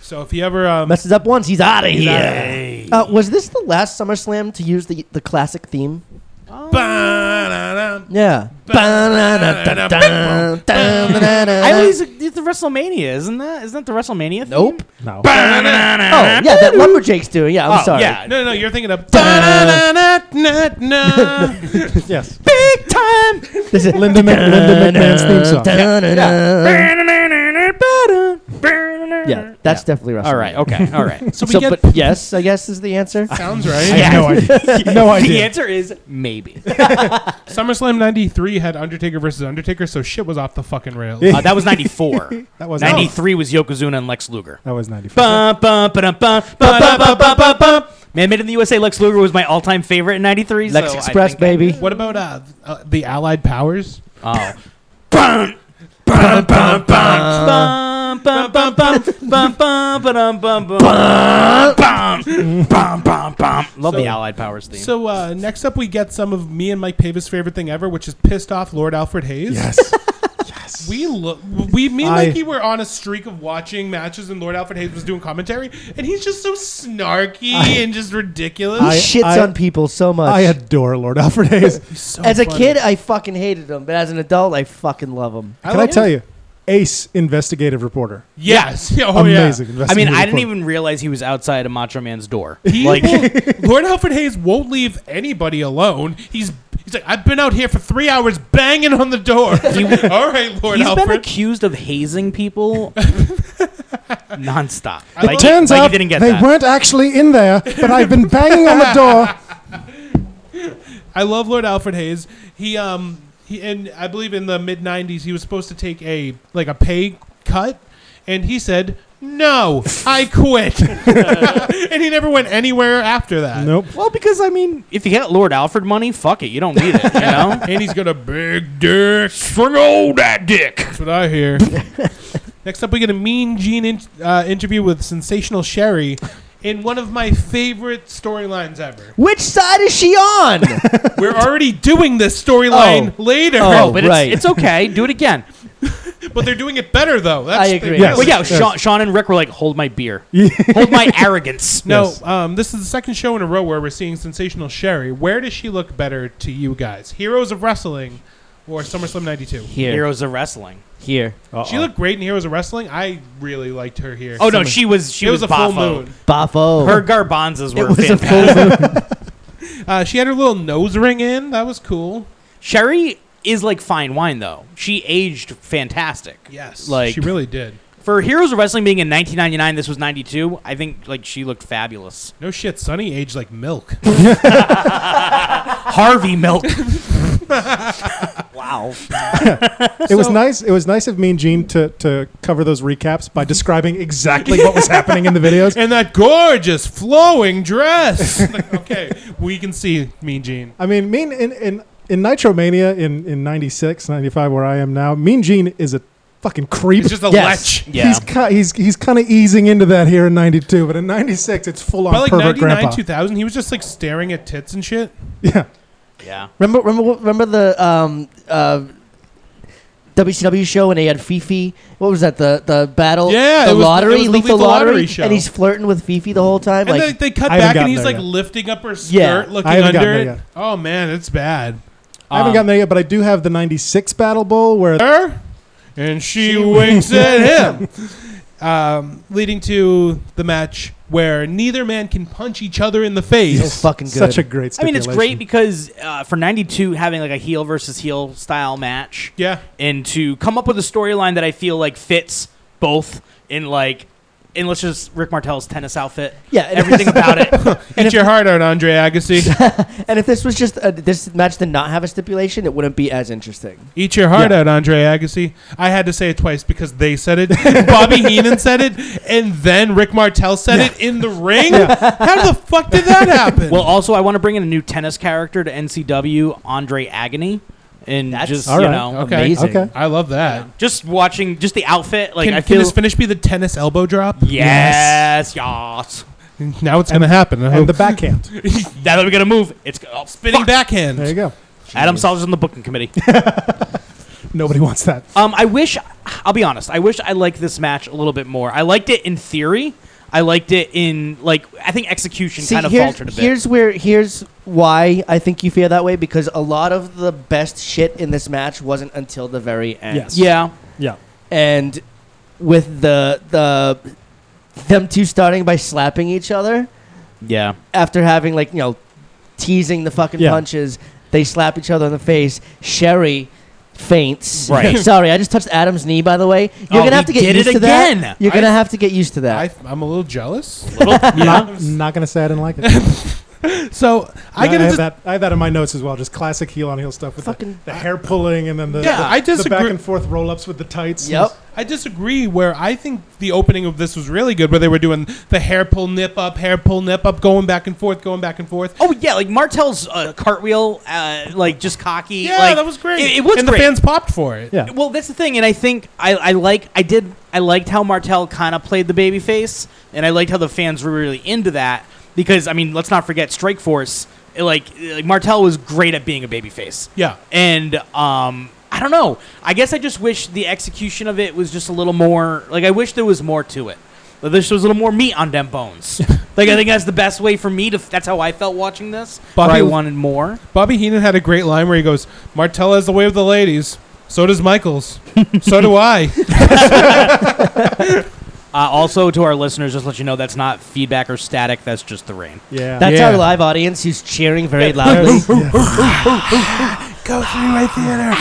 Speaker 4: so if he ever. Um,
Speaker 5: Messes up once, he's out of here.
Speaker 4: outta
Speaker 5: Uh, was this the last SummerSlam to use the the classic theme?
Speaker 4: Ba-na-na.
Speaker 5: Yeah.
Speaker 6: I
Speaker 5: I
Speaker 6: always it's the WrestleMania, isn't that? Isn't that the Wrestlemania? Theme?
Speaker 5: Nope.
Speaker 7: No.
Speaker 5: Oh, yeah, that Lumberjack's doing. Yeah, I'm
Speaker 6: Oh,
Speaker 5: sorry.
Speaker 6: yeah.
Speaker 4: No, no, no. You're thinking of. Ba-na-na-na-na-na.
Speaker 7: Yes.
Speaker 5: Big time. This is
Speaker 7: Linda, Mc, Linda McMahon's theme song.
Speaker 5: Yeah, that's definitely WrestleMania.
Speaker 6: All right. Okay. All right.
Speaker 4: Oh, So we
Speaker 5: So,
Speaker 4: get.
Speaker 5: but yes, I guess is the answer.
Speaker 4: Sounds right.
Speaker 7: I have no idea. No
Speaker 6: the
Speaker 7: idea.
Speaker 6: answer is maybe. Uh,
Speaker 4: SummerSlam 93 had Undertaker versus Undertaker, so shit was off the fucking rails.
Speaker 6: Uh, that was ninety four.
Speaker 7: That was Oh.
Speaker 6: Ninety three was Yokozuna and Lex Luger.
Speaker 7: That was 95.
Speaker 6: Bum, bum, ba-dum, bum, bum, bum, bum, bum, bum, bum. Man, Made in the USA, Lex Luger was my all time favorite in '93.
Speaker 5: Lex Express, baby.
Speaker 4: What about uh, uh, the Allied Powers?
Speaker 6: Oh. Bum, bum, bum, bum, bum, bum, bum, bum, bum, ba-dum, bum, bum, bum, bum, bum, bum. Love the Allied Powers theme.
Speaker 4: So uh, next up, we get some of me and Mike Pavis' favorite thing ever, which is pissed off Lord Alfred Hayes.
Speaker 7: Yes.
Speaker 4: We look, we me and
Speaker 7: I-
Speaker 4: Mikey were on a streak of watching matches, and Lord Alfred Hayes was doing commentary, and he's just so snarky and just ridiculous.
Speaker 5: He
Speaker 7: I-
Speaker 5: shits
Speaker 7: I-
Speaker 5: on people so much.
Speaker 7: I adore Lord Alfred Hayes.
Speaker 4: So
Speaker 5: as a
Speaker 4: funny.
Speaker 5: kid, I fucking hated him, but as an adult, I fucking love him.
Speaker 7: Can I tell you? Ace investigative reporter.
Speaker 4: yes, oh
Speaker 7: Amazing
Speaker 6: I mean,
Speaker 4: yeah.
Speaker 7: investigative
Speaker 6: I didn't
Speaker 7: reporter.
Speaker 6: even realize he was outside of Macho Man's door.
Speaker 4: He
Speaker 6: like,
Speaker 4: won't- Lord Alfred Hayes won't leave anybody alone. He's he's like, I've been out here for three hours banging on the door. It's like, All right, Lord
Speaker 6: he's been
Speaker 4: Alfred.
Speaker 6: accused of hazing people nonstop.
Speaker 4: I
Speaker 6: Like,
Speaker 4: love-
Speaker 7: Turns
Speaker 6: like
Speaker 7: out
Speaker 6: he didn't get
Speaker 7: they
Speaker 6: that.
Speaker 7: weren't actually in there, but I've been banging on the door.
Speaker 4: I love Lord Alfred Hayes. He um he and I believe in the mid '90s he was supposed to take a like a pay cut, and he said no, I quit, and he never went anywhere after that.
Speaker 7: Nope.
Speaker 6: Well, because I mean, if you get Lord Alfred money, fuck it, you don't need it. You know.
Speaker 4: And he's got a big dick. Swing old that dick. That's what I hear. Next up, we get a Mean Gene in, uh, interview with Sensational Sherry in one of my favorite storylines ever.
Speaker 5: Which side is she on?
Speaker 4: We're already doing this storyline later,
Speaker 5: Oh,
Speaker 6: but
Speaker 5: right.
Speaker 6: it's, it's okay. Do it again.
Speaker 4: but they're doing it better though. That's
Speaker 5: I
Speaker 4: the
Speaker 5: agree.
Speaker 4: thing.
Speaker 7: Yes.
Speaker 6: Well, yeah, Sean, Sean and Rick were like, "Hold my beer, hold my arrogance."
Speaker 4: No,
Speaker 7: Yes.
Speaker 4: um, this is the second show in a row where we're seeing Sensational Sherry. Where does she look better to you guys? Heroes of Wrestling or SummerSlam 92.
Speaker 5: Here. Oh.
Speaker 6: Heroes of Wrestling.
Speaker 5: Here.
Speaker 4: She looked great in Heroes of Wrestling. I really liked her here.
Speaker 6: Oh no, she was she
Speaker 4: it
Speaker 6: was,
Speaker 4: was, a full
Speaker 6: boffo.
Speaker 4: moon.
Speaker 5: Bafo.
Speaker 6: Her garbanzas
Speaker 5: it
Speaker 6: were
Speaker 5: was a
Speaker 6: fantastic.
Speaker 5: full moon.
Speaker 4: Uh, she had her little nose ring in. That was cool.
Speaker 6: Sherry is like fine wine though. She aged fantastic.
Speaker 4: Yes,
Speaker 6: Like-
Speaker 4: she really did.
Speaker 6: For Heroes of Wrestling being in 1999, this was 92. I think like she looked fabulous.
Speaker 4: No shit, Sunny aged like milk.
Speaker 6: Harvey Milk. wow.
Speaker 7: It was nice. It was nice of Mean Gene to to cover those recaps by describing exactly what was happening in the videos.
Speaker 4: and that gorgeous flowing dress. Like, okay, we can see Mean Gene.
Speaker 7: I mean, Mean in in in Nitromania in in 96, 95, where I am now, Mean Gene is a fucking creep.
Speaker 4: It's just a
Speaker 5: Yes.
Speaker 4: lech.
Speaker 6: Yeah.
Speaker 7: He's ki- he's he's kind of easing into that here in '92, but in '96 it's full on
Speaker 4: By like
Speaker 7: pervert
Speaker 4: 99,
Speaker 7: grandpa.
Speaker 4: 2000, he was just like staring at tits and shit.
Speaker 7: yeah,
Speaker 6: Yeah.
Speaker 5: Remember, remember, remember the um, uh, WCW show when they had Fifi. What was that? The the battle.
Speaker 4: Yeah,
Speaker 5: the
Speaker 4: it was-
Speaker 5: lottery,
Speaker 4: it was the
Speaker 5: lethal,
Speaker 4: Lethal
Speaker 5: lottery,
Speaker 4: Lottery show.
Speaker 5: and he's flirting with Fifi the whole time.
Speaker 4: And
Speaker 5: like,
Speaker 4: they, they cut
Speaker 7: I haven't
Speaker 4: back and
Speaker 7: gotten
Speaker 4: he's
Speaker 7: there
Speaker 4: like
Speaker 7: yet.
Speaker 4: lifting up her skirt,
Speaker 5: Yeah.
Speaker 4: looking
Speaker 7: I haven't
Speaker 4: under
Speaker 7: gotten
Speaker 4: it.
Speaker 7: there yet.
Speaker 4: Oh man, it's bad.
Speaker 7: I haven't
Speaker 6: Um,
Speaker 7: gotten there yet, but I do have the '96 Battle Bowl where
Speaker 4: Her and she, winks at him. Um, leading to the match where neither man can punch each other in the face.
Speaker 5: so fucking good.
Speaker 7: such a great.
Speaker 6: I mean, it's great
Speaker 7: stipulation.
Speaker 6: because uh, for 92, having like a heel versus heel style match
Speaker 4: Yeah.
Speaker 6: and to come up with a storyline that I feel like fits both in like, and let's just Rick Martel's tennis outfit.
Speaker 5: yeah, and,
Speaker 6: Everything about it.
Speaker 4: Get your heart out, Andre Agassi.
Speaker 5: and if this was just a, this match did not have a stipulation, it wouldn't be as interesting.
Speaker 4: Eat your heart out, Andre Agassi. I had to say it twice because they said it. Bobby Heenan said it, and then Rick Martel said it in the ring. How the fuck did that happen?
Speaker 6: Well, also, I want to bring in a new tennis character to NCW, Andre Agony. And
Speaker 5: That's
Speaker 6: just,
Speaker 7: all
Speaker 6: you
Speaker 7: right.
Speaker 6: know,
Speaker 4: Okay.
Speaker 5: Amazing.
Speaker 7: Okay.
Speaker 4: I love that.
Speaker 6: just watching just the outfit. Like,
Speaker 4: Can,
Speaker 6: I
Speaker 4: can
Speaker 6: feel.
Speaker 4: this finish be the tennis elbow drop?
Speaker 6: yes, yes.
Speaker 4: Now it's going to happen. I hope.
Speaker 7: and the backhand.
Speaker 6: Now that we got to move, it's oh,
Speaker 4: spinning
Speaker 6: spinning back.
Speaker 4: backhand.
Speaker 7: There you go.
Speaker 6: Adam Salzer's on the booking committee.
Speaker 7: Nobody wants that.
Speaker 6: Um, I wish, I'll be honest, I wish I liked this match a little bit more. I liked it in theory. I liked it in, like, I think execution
Speaker 5: See,
Speaker 6: kind of
Speaker 5: here's,
Speaker 6: faltered a bit.
Speaker 5: here's where here's why I think you feel that way because a lot of the best shit in this match wasn't until the very end.
Speaker 7: Yes.
Speaker 6: yeah.
Speaker 7: Yeah.
Speaker 5: and with the the them two starting by slapping each other
Speaker 6: Yeah.
Speaker 5: after having like you know teasing the fucking
Speaker 7: Yeah.
Speaker 5: punches they slap each other in the face sherry faints
Speaker 6: Right.
Speaker 5: sorry i just touched adam's knee by the way you're
Speaker 6: Oh,
Speaker 5: gonna have
Speaker 6: he
Speaker 5: to get
Speaker 6: did it
Speaker 5: used to
Speaker 6: again.
Speaker 5: that you're gonna
Speaker 4: I-
Speaker 5: have to get used to that
Speaker 4: I, I'm a little jealous.
Speaker 7: Not, not gonna say I didn't like it.
Speaker 4: So I
Speaker 7: No,
Speaker 4: get
Speaker 7: I have
Speaker 4: into
Speaker 7: that. I have that in my notes as well. Just classic heel on heel stuff with
Speaker 5: Fucking-
Speaker 7: the, the hair pulling and then the
Speaker 4: Yeah,
Speaker 7: the-
Speaker 4: I
Speaker 7: the back
Speaker 4: disagree-
Speaker 7: and forth roll ups with the tights.
Speaker 5: yep
Speaker 4: I disagree. Where I think the opening of this was really good, where they were doing the hair pull, nip up, hair pull, nip up, going back and forth, going back and forth.
Speaker 6: Oh, yeah, like Martel's uh, cartwheel, uh, like, just cocky.
Speaker 4: Yeah,
Speaker 6: like,
Speaker 4: that was great.
Speaker 6: It, it was
Speaker 4: and
Speaker 6: great.
Speaker 4: the fans popped for it.
Speaker 7: Yeah.
Speaker 6: Well, that's the thing, and I think I, I like I did I liked how Martel kind of played the babyface, and I liked how the fans were really into that because I mean, let's not forget Strike Force. eh, Like, like Martel was great at being a babyface.
Speaker 4: Yeah.
Speaker 6: and um, I don't know. I guess I just wish the execution of it was just a little more. Like, I wish there was more to it. That There was a little more meat on them bones. like, I think that's the best way for me to. That's how I felt watching this. But
Speaker 4: Bobby-
Speaker 6: I wanted more.
Speaker 4: Bobby Heenan had a great line where he goes, "Martella is the way of the ladies. So does Michaels. so do I."
Speaker 6: Uh, also, to our listeners, just let you know that's not feedback or static. That's just the rain.
Speaker 7: Yeah.
Speaker 5: that's
Speaker 4: Yeah.
Speaker 5: our live audience who's cheering very loudly
Speaker 9: Go three-way theater.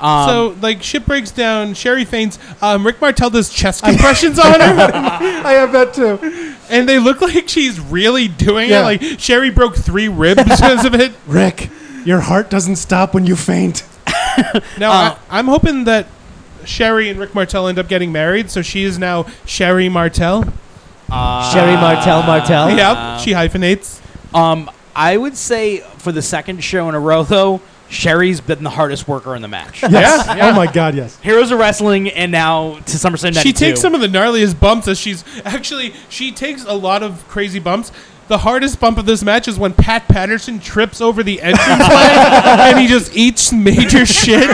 Speaker 6: Um,
Speaker 4: so like shit breaks down. Sherry faints. Um, Rick Martel does chest compressions on her,
Speaker 7: I have that too.
Speaker 4: and they look like she's really doing
Speaker 7: Yeah.
Speaker 4: it. Like Sherry broke three ribs because of it.
Speaker 7: Rick, your heart doesn't stop when you faint.
Speaker 4: Now I, I'm hoping that Sherry and Rick Martel end up getting married, so she is now Sherry Martel.
Speaker 5: sherry martel martel
Speaker 4: yeah, she hyphenates.
Speaker 6: um, I would say for the second show in a row, though, Sherry's been the hardest worker in the match.
Speaker 7: Yes. Oh my God. Yes.
Speaker 6: Heroes of Wrestling, and now to SummerSlam 92.
Speaker 4: She takes some of the gnarliest bumps as she's actually she takes a lot of crazy bumps. The hardest bump of this match is when Pat Patterson trips over the entrance and he just eats major shit.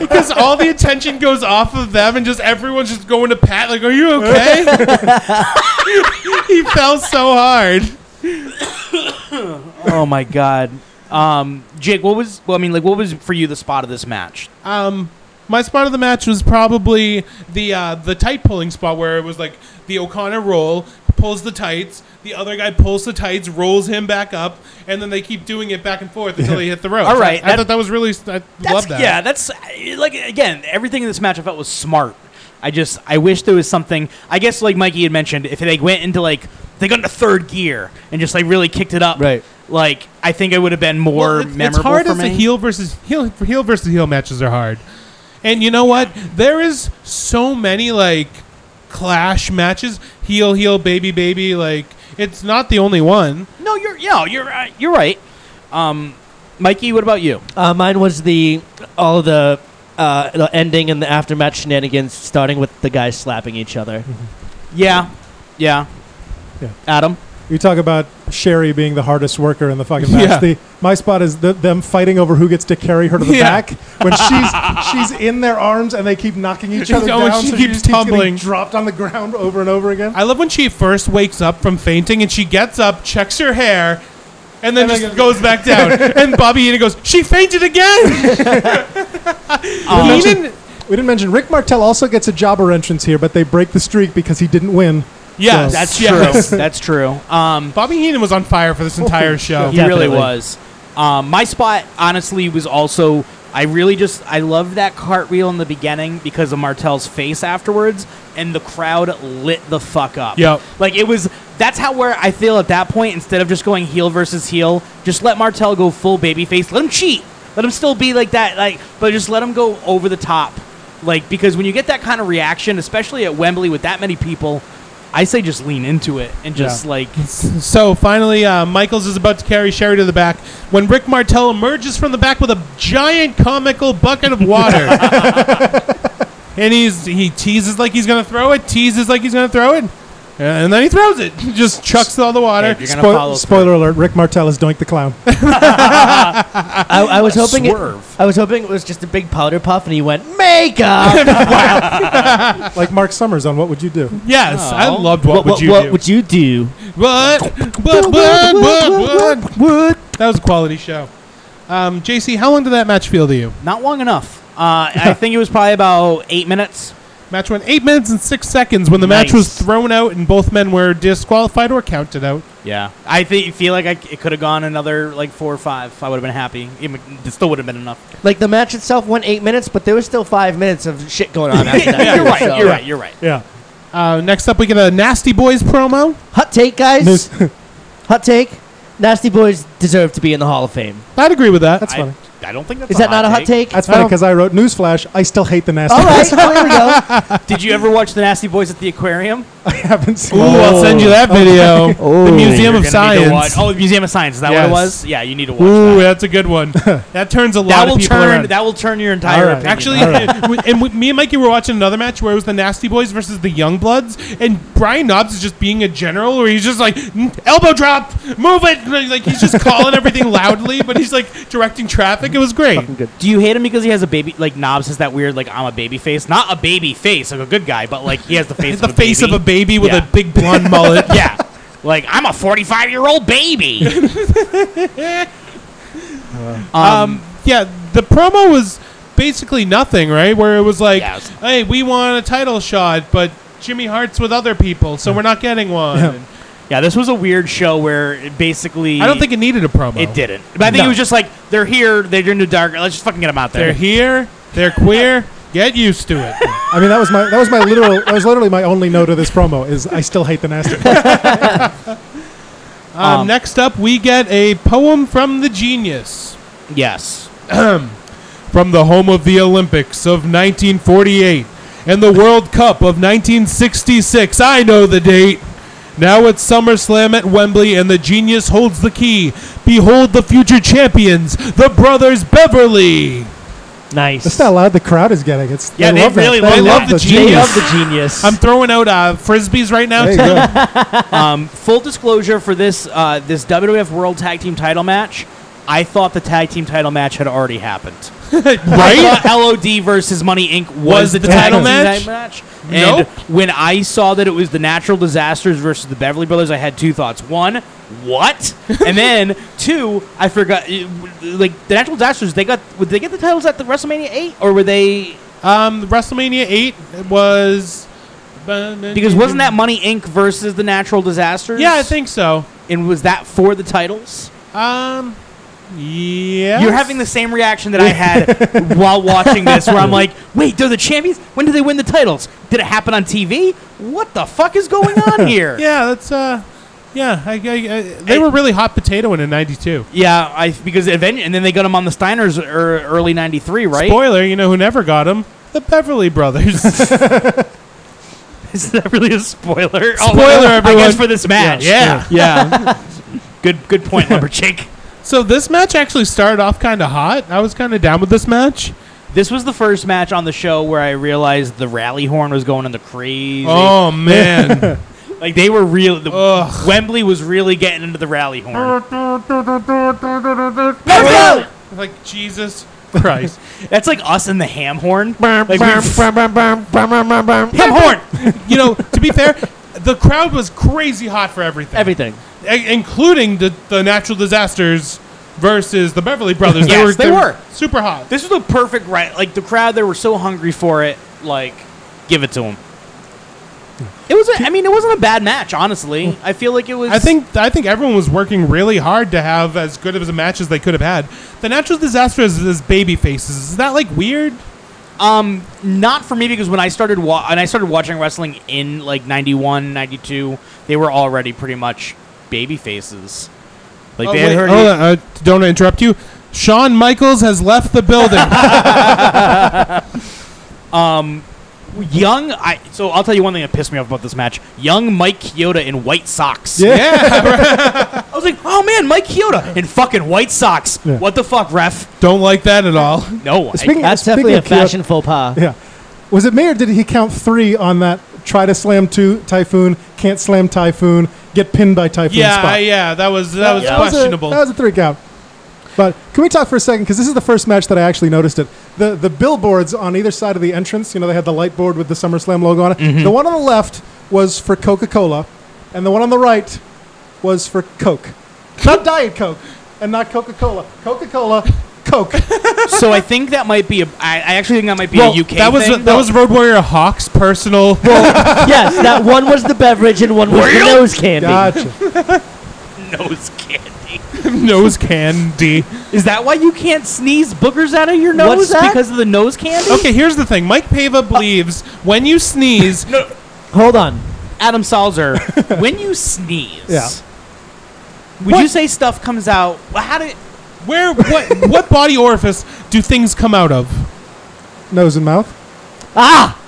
Speaker 4: Because all the attention goes off of them and just everyone's just going to Pat like, "Are you okay?" he fell so hard.
Speaker 6: oh my god. Um, Jake, what was? Well, I mean, like, what was for you the spot of this match?
Speaker 4: Um, my spot of the match was probably the uh, the tight pulling spot where it was like the O'Connor roll pulls the tights, the other guy pulls the tights, rolls him back up, and then they keep doing it back and forth until he hit the ropes.
Speaker 6: All right,
Speaker 4: I, I
Speaker 6: that-
Speaker 4: thought that was really I love that.
Speaker 6: Yeah, that's uh, like again, everything in this match I felt was smart. I just I wish there was something. I guess like Mikey had mentioned, if they went into like they got into third gear and just like really kicked it up,
Speaker 5: Right.
Speaker 6: Like I think it would have been more
Speaker 4: Well, it's,
Speaker 6: memorable
Speaker 4: it's hard
Speaker 6: for
Speaker 4: as
Speaker 6: me.
Speaker 4: a heel versus heel heel versus heel matches are hard. And you know what? There is so many like clash matches, heel heel baby baby like it's not the only one.
Speaker 6: No, you're yeah, you're right. You're right. Um, Mikey, what about you?
Speaker 5: Uh, mine was the all the uh, the ending and the aftermatch shenanigans, starting with the guys slapping each other.
Speaker 6: Yeah, yeah,
Speaker 7: Yeah.
Speaker 6: Adam.
Speaker 7: You talk about Sherry being the hardest worker in the fucking match.
Speaker 4: Yeah.
Speaker 7: The, my spot is the, them fighting over who gets to carry her to the
Speaker 4: Yeah.
Speaker 7: back when she's she's in their arms and they keep knocking each other
Speaker 4: Oh, and
Speaker 7: down.
Speaker 4: she
Speaker 7: so
Speaker 4: keeps
Speaker 7: just getting
Speaker 4: tumbling.
Speaker 7: dropped on the ground over and over again.
Speaker 4: I love when she first wakes up from fainting and she gets up, checks her hair, and then
Speaker 7: And then
Speaker 4: just
Speaker 7: goes-
Speaker 4: goes back down. and Bobby Heenan goes, "She fainted again."
Speaker 6: Um,
Speaker 4: Heenan,
Speaker 7: We didn't mention Rick Martel also gets a jobber entrance here, but they break the streak because he didn't win.
Speaker 4: yes,
Speaker 6: that's
Speaker 4: yes.
Speaker 6: true. That's true. Um,
Speaker 4: Bobby Heenan was on fire for this entire show.
Speaker 6: He
Speaker 5: Definitely.
Speaker 6: really was. Um, my spot, honestly, was also. I really just I loved that cartwheel in the beginning because of Martel's face afterwards, and the crowd lit the fuck up.
Speaker 4: Yep.
Speaker 6: Like it was. That's how where I feel at that point. Instead of just going heel versus heel, just let Martel go full babyface. Let him cheat. Let him still be like that. Like, but just let him go over the top. Like because when you get that kind of reaction, especially at Wembley with that many people, I say just lean into it and just like
Speaker 4: So finally, uh, Michaels is about to carry Sherry to the back when Rick Martel emerges from the back with a giant comical bucket of water. and he's he teases like he's gonna throw it, teases like he's gonna throw it, and then he throws it. He just chucks all the water.
Speaker 6: Hey, you're gonna
Speaker 7: Spoil-
Speaker 6: follow through.
Speaker 7: spoiler alert: Rick Martel is Doink the Clown.
Speaker 5: I, I was hoping it,
Speaker 6: swerve.
Speaker 5: I was hoping it was just a big powder puff, and he went makeup.
Speaker 7: like Mark Summers on What Would You Do?
Speaker 4: yes, I loved what, would you do?
Speaker 5: would you do?
Speaker 4: What? What? What? What? What? That was a quality show. Um, JC, how long did that match feel to you?
Speaker 6: Not long enough. Uh, I think it was probably about eight minutes.
Speaker 4: Match went eight minutes and six seconds when the match
Speaker 6: Nice.
Speaker 4: was thrown out and both men were disqualified or counted out.
Speaker 6: Yeah, I think feel like I, c- it could have gone another like four or five. I would have been happy. Even- It still would have been enough.
Speaker 5: Like the match itself went eight minutes, but there was still five minutes of shit going on. After that.
Speaker 6: you're right.
Speaker 5: So-
Speaker 6: You're right. You're right.
Speaker 7: Yeah,
Speaker 4: Uh, next up, we get a Nasty Boys promo.
Speaker 5: Hot take, guys.
Speaker 7: There's-
Speaker 5: Hot take. Nasty boys deserve to be in the Hall of Fame.
Speaker 4: I'd agree with that.
Speaker 7: that's funny.
Speaker 6: I don't think that's.
Speaker 5: Is that not a hot take? Oh,
Speaker 7: That's funny because I wrote newsflash. I still hate the nasty.
Speaker 5: All right, well, here we go.
Speaker 6: Did you ever watch the Nasty Boys at the aquarium?
Speaker 7: I haven't seen.
Speaker 4: Ooh, I'll send you that video. The Museum
Speaker 6: You're
Speaker 4: of
Speaker 6: gonna need to
Speaker 4: Science.
Speaker 6: watch- Oh, the Museum of Science. Is that what it
Speaker 4: Yes.
Speaker 6: was? Yeah, you need to watch
Speaker 4: Ooh,
Speaker 6: that.
Speaker 4: that's a good one. That turns a lot
Speaker 6: That will
Speaker 4: of people
Speaker 6: turn.
Speaker 4: around.
Speaker 6: That will turn your entire.
Speaker 7: All right.
Speaker 6: Opinion.
Speaker 4: Actually,
Speaker 6: All right.
Speaker 4: we- and we, me and Mikey were watching another match where it was the Nasty Boys versus the Young Bloods, and Brian Knobs is just being a general, where he's just like "Mm, elbow drop, move it, like he's just calling everything loudly, but he's like directing traffic. It was great.
Speaker 6: do you hate him because he has a baby? Like Knobs has that weird like I'm a baby face, not a baby face, like a good guy, but like he has the face.
Speaker 4: The
Speaker 6: of a
Speaker 4: face
Speaker 6: baby.
Speaker 4: of a baby with
Speaker 6: Yeah.
Speaker 4: a big blonde mullet.
Speaker 6: yeah. Like I'm a 45 year old baby. um,
Speaker 4: Um, yeah, the promo was basically nothing, right? Where it was like,
Speaker 6: Yeah, it was-
Speaker 4: "Hey, we want a title shot, but Jimmy Hart's with other people, so we're not getting one."
Speaker 6: yeah, this was a weird show where it basically
Speaker 4: I don't think it needed a promo.
Speaker 6: it didn't. But I think it
Speaker 4: No.
Speaker 6: was just like they're here, they're in the dark. Let's just fucking get them out there.
Speaker 4: They're here. They're queer. Get used to it.
Speaker 7: I mean, that was my that was my literal that was literally my only note of this promo is I still hate the nasty. Boys.
Speaker 4: Um,
Speaker 6: Um,
Speaker 4: next up, we get a poem from the genius.
Speaker 6: Yes.
Speaker 4: From the home of the Olympics of 1948 and the World Cup of 1966. I know the date. Now it's SummerSlam at Wembley, and the genius holds the key. Behold the future champions, the Brothers Beverly.
Speaker 5: Nice.
Speaker 7: That's how loud the crowd is getting. It's
Speaker 6: Yeah, they
Speaker 7: love that.
Speaker 6: really
Speaker 7: they
Speaker 4: love
Speaker 7: love
Speaker 4: that.
Speaker 7: the
Speaker 4: They
Speaker 5: They
Speaker 7: genius.
Speaker 5: love the genius.
Speaker 4: I'm throwing out uh, frisbees right now.
Speaker 7: There you
Speaker 4: too.
Speaker 7: go.
Speaker 6: Um, full disclosure for this uh, this WWF World Tag Team Title match, I thought the tag team title match had already happened. I
Speaker 4: right?
Speaker 6: thought LOD versus Money Inc. was,
Speaker 4: Was
Speaker 6: the,
Speaker 4: the
Speaker 6: title,
Speaker 4: title
Speaker 6: match.
Speaker 4: match?
Speaker 6: match. And
Speaker 4: Nope.
Speaker 6: when I saw that it was the Natural Disasters versus the Beverly Brothers, I had two thoughts. One, what? and then two, I forgot. uh, Like the Natural Disasters, they got did they get the titles at the WrestleMania eight or were they?
Speaker 4: Um, WrestleMania eight was
Speaker 6: Because wasn't that Money Inc. versus the Natural Disasters?
Speaker 4: Yeah, I think so.
Speaker 6: And was that for the titles?
Speaker 4: Um, yeah.
Speaker 6: You're having the same reaction that I had while watching this, where I'm like, wait, they're the champions? When did they win the titles? Did it happen on TV? What the fuck is going on here?
Speaker 4: Yeah, that's uh, yeah. I, I, I, they were really hot potato in '92.
Speaker 6: Yeah, I because eventually, and then they got him on the Steiners er, early '93, right?
Speaker 4: Spoiler, you know who never got them? The Beverly Brothers.
Speaker 6: Oh, Is that really a spoiler? Spoiler, Oh,
Speaker 4: Spoiler,
Speaker 6: I
Speaker 4: everyone.
Speaker 6: guess for this match.
Speaker 4: Yeah,
Speaker 6: yeah. good, good point, Lumberjack.
Speaker 4: so this match actually started off kind of hot. I was kind of down with this match.
Speaker 6: This was the first match on the show where I realized the rally horn was going into crazy.
Speaker 4: Oh man.
Speaker 6: Like they were real. The,
Speaker 4: Ugh.
Speaker 6: Wembley was really getting into the rally horn.
Speaker 4: like Jesus Christ.
Speaker 6: That's like us and the ham horn. Like we- ham horn.
Speaker 4: you know, to be fair, the crowd was crazy hot for everything,
Speaker 5: Everything.
Speaker 4: I- including the, the natural disasters versus the Beverly Brothers.
Speaker 6: Yes, they were.
Speaker 4: super hot.
Speaker 6: This was a perfect right. Like the crowd, they were so hungry for it. Like, give it to them. It was. A, I mean, it wasn't a bad match, honestly. I feel like it was.
Speaker 4: I think I think everyone was working really hard to have as good of a match as they could have had. The natural disasters is baby faces. Is that like weird?
Speaker 6: not for me because when I started wa- and I started watching wrestling in like 91, 92, they were already pretty much baby faces. Like they had heard.
Speaker 4: hold on, uh, don't interrupt you. Shawn Michaels has left the building.
Speaker 6: Young, I so I'll tell you one thing that pissed me off about this match. Young Mike Kyoto in white socks.
Speaker 4: yeah,
Speaker 6: I was like, oh man, Mike Kyoto in fucking white socks.
Speaker 7: Yeah.
Speaker 6: What the fuck, ref?
Speaker 4: don't like that at all.
Speaker 6: No, I-
Speaker 7: Speaking-
Speaker 5: That's
Speaker 7: speaking
Speaker 5: definitely a
Speaker 7: of Kyoto-
Speaker 5: fashion faux pas.
Speaker 7: Yeah. Was it me or did he count three on that try to slam two typhoon, can't slam typhoon, get pinned by typhoon
Speaker 4: Yeah,
Speaker 7: spot?
Speaker 4: I- yeah, that was that was
Speaker 7: That was a-
Speaker 4: questionable.
Speaker 7: that was a three count. But can we talk for a second? Because this is the first match that I actually noticed it. The the billboards on either side of the entrance, you know, they had the light board with the SummerSlam logo on it.
Speaker 4: Mm-hmm.
Speaker 7: The one on the left was for Coca Cola, and the one on the right was for Coke. Not Diet Coke, and not Coca Cola. Coca Cola, Coke.
Speaker 6: so I think that might be a. I, I actually think that might be
Speaker 4: Well,
Speaker 6: a UK.
Speaker 4: that was
Speaker 6: thing.
Speaker 4: that was Road Warrior Hawk's personal.
Speaker 5: yes, that one was the beverage and one was the nose candy.
Speaker 7: Gotcha.
Speaker 6: nose candy.
Speaker 4: nose candy.
Speaker 6: Is that why you can't sneeze boogers out of your nose?
Speaker 5: What's that?
Speaker 6: Because of the nose candy.
Speaker 4: Okay, here's the thing. Mike Pava believes when you sneeze,
Speaker 5: Hold on.
Speaker 6: Adam Salzer, when you sneeze,
Speaker 7: Yeah.
Speaker 6: would you say stuff comes out? Well, how did?
Speaker 4: where what what body orifice do things come out of?
Speaker 7: Nose and mouth.
Speaker 5: Ah!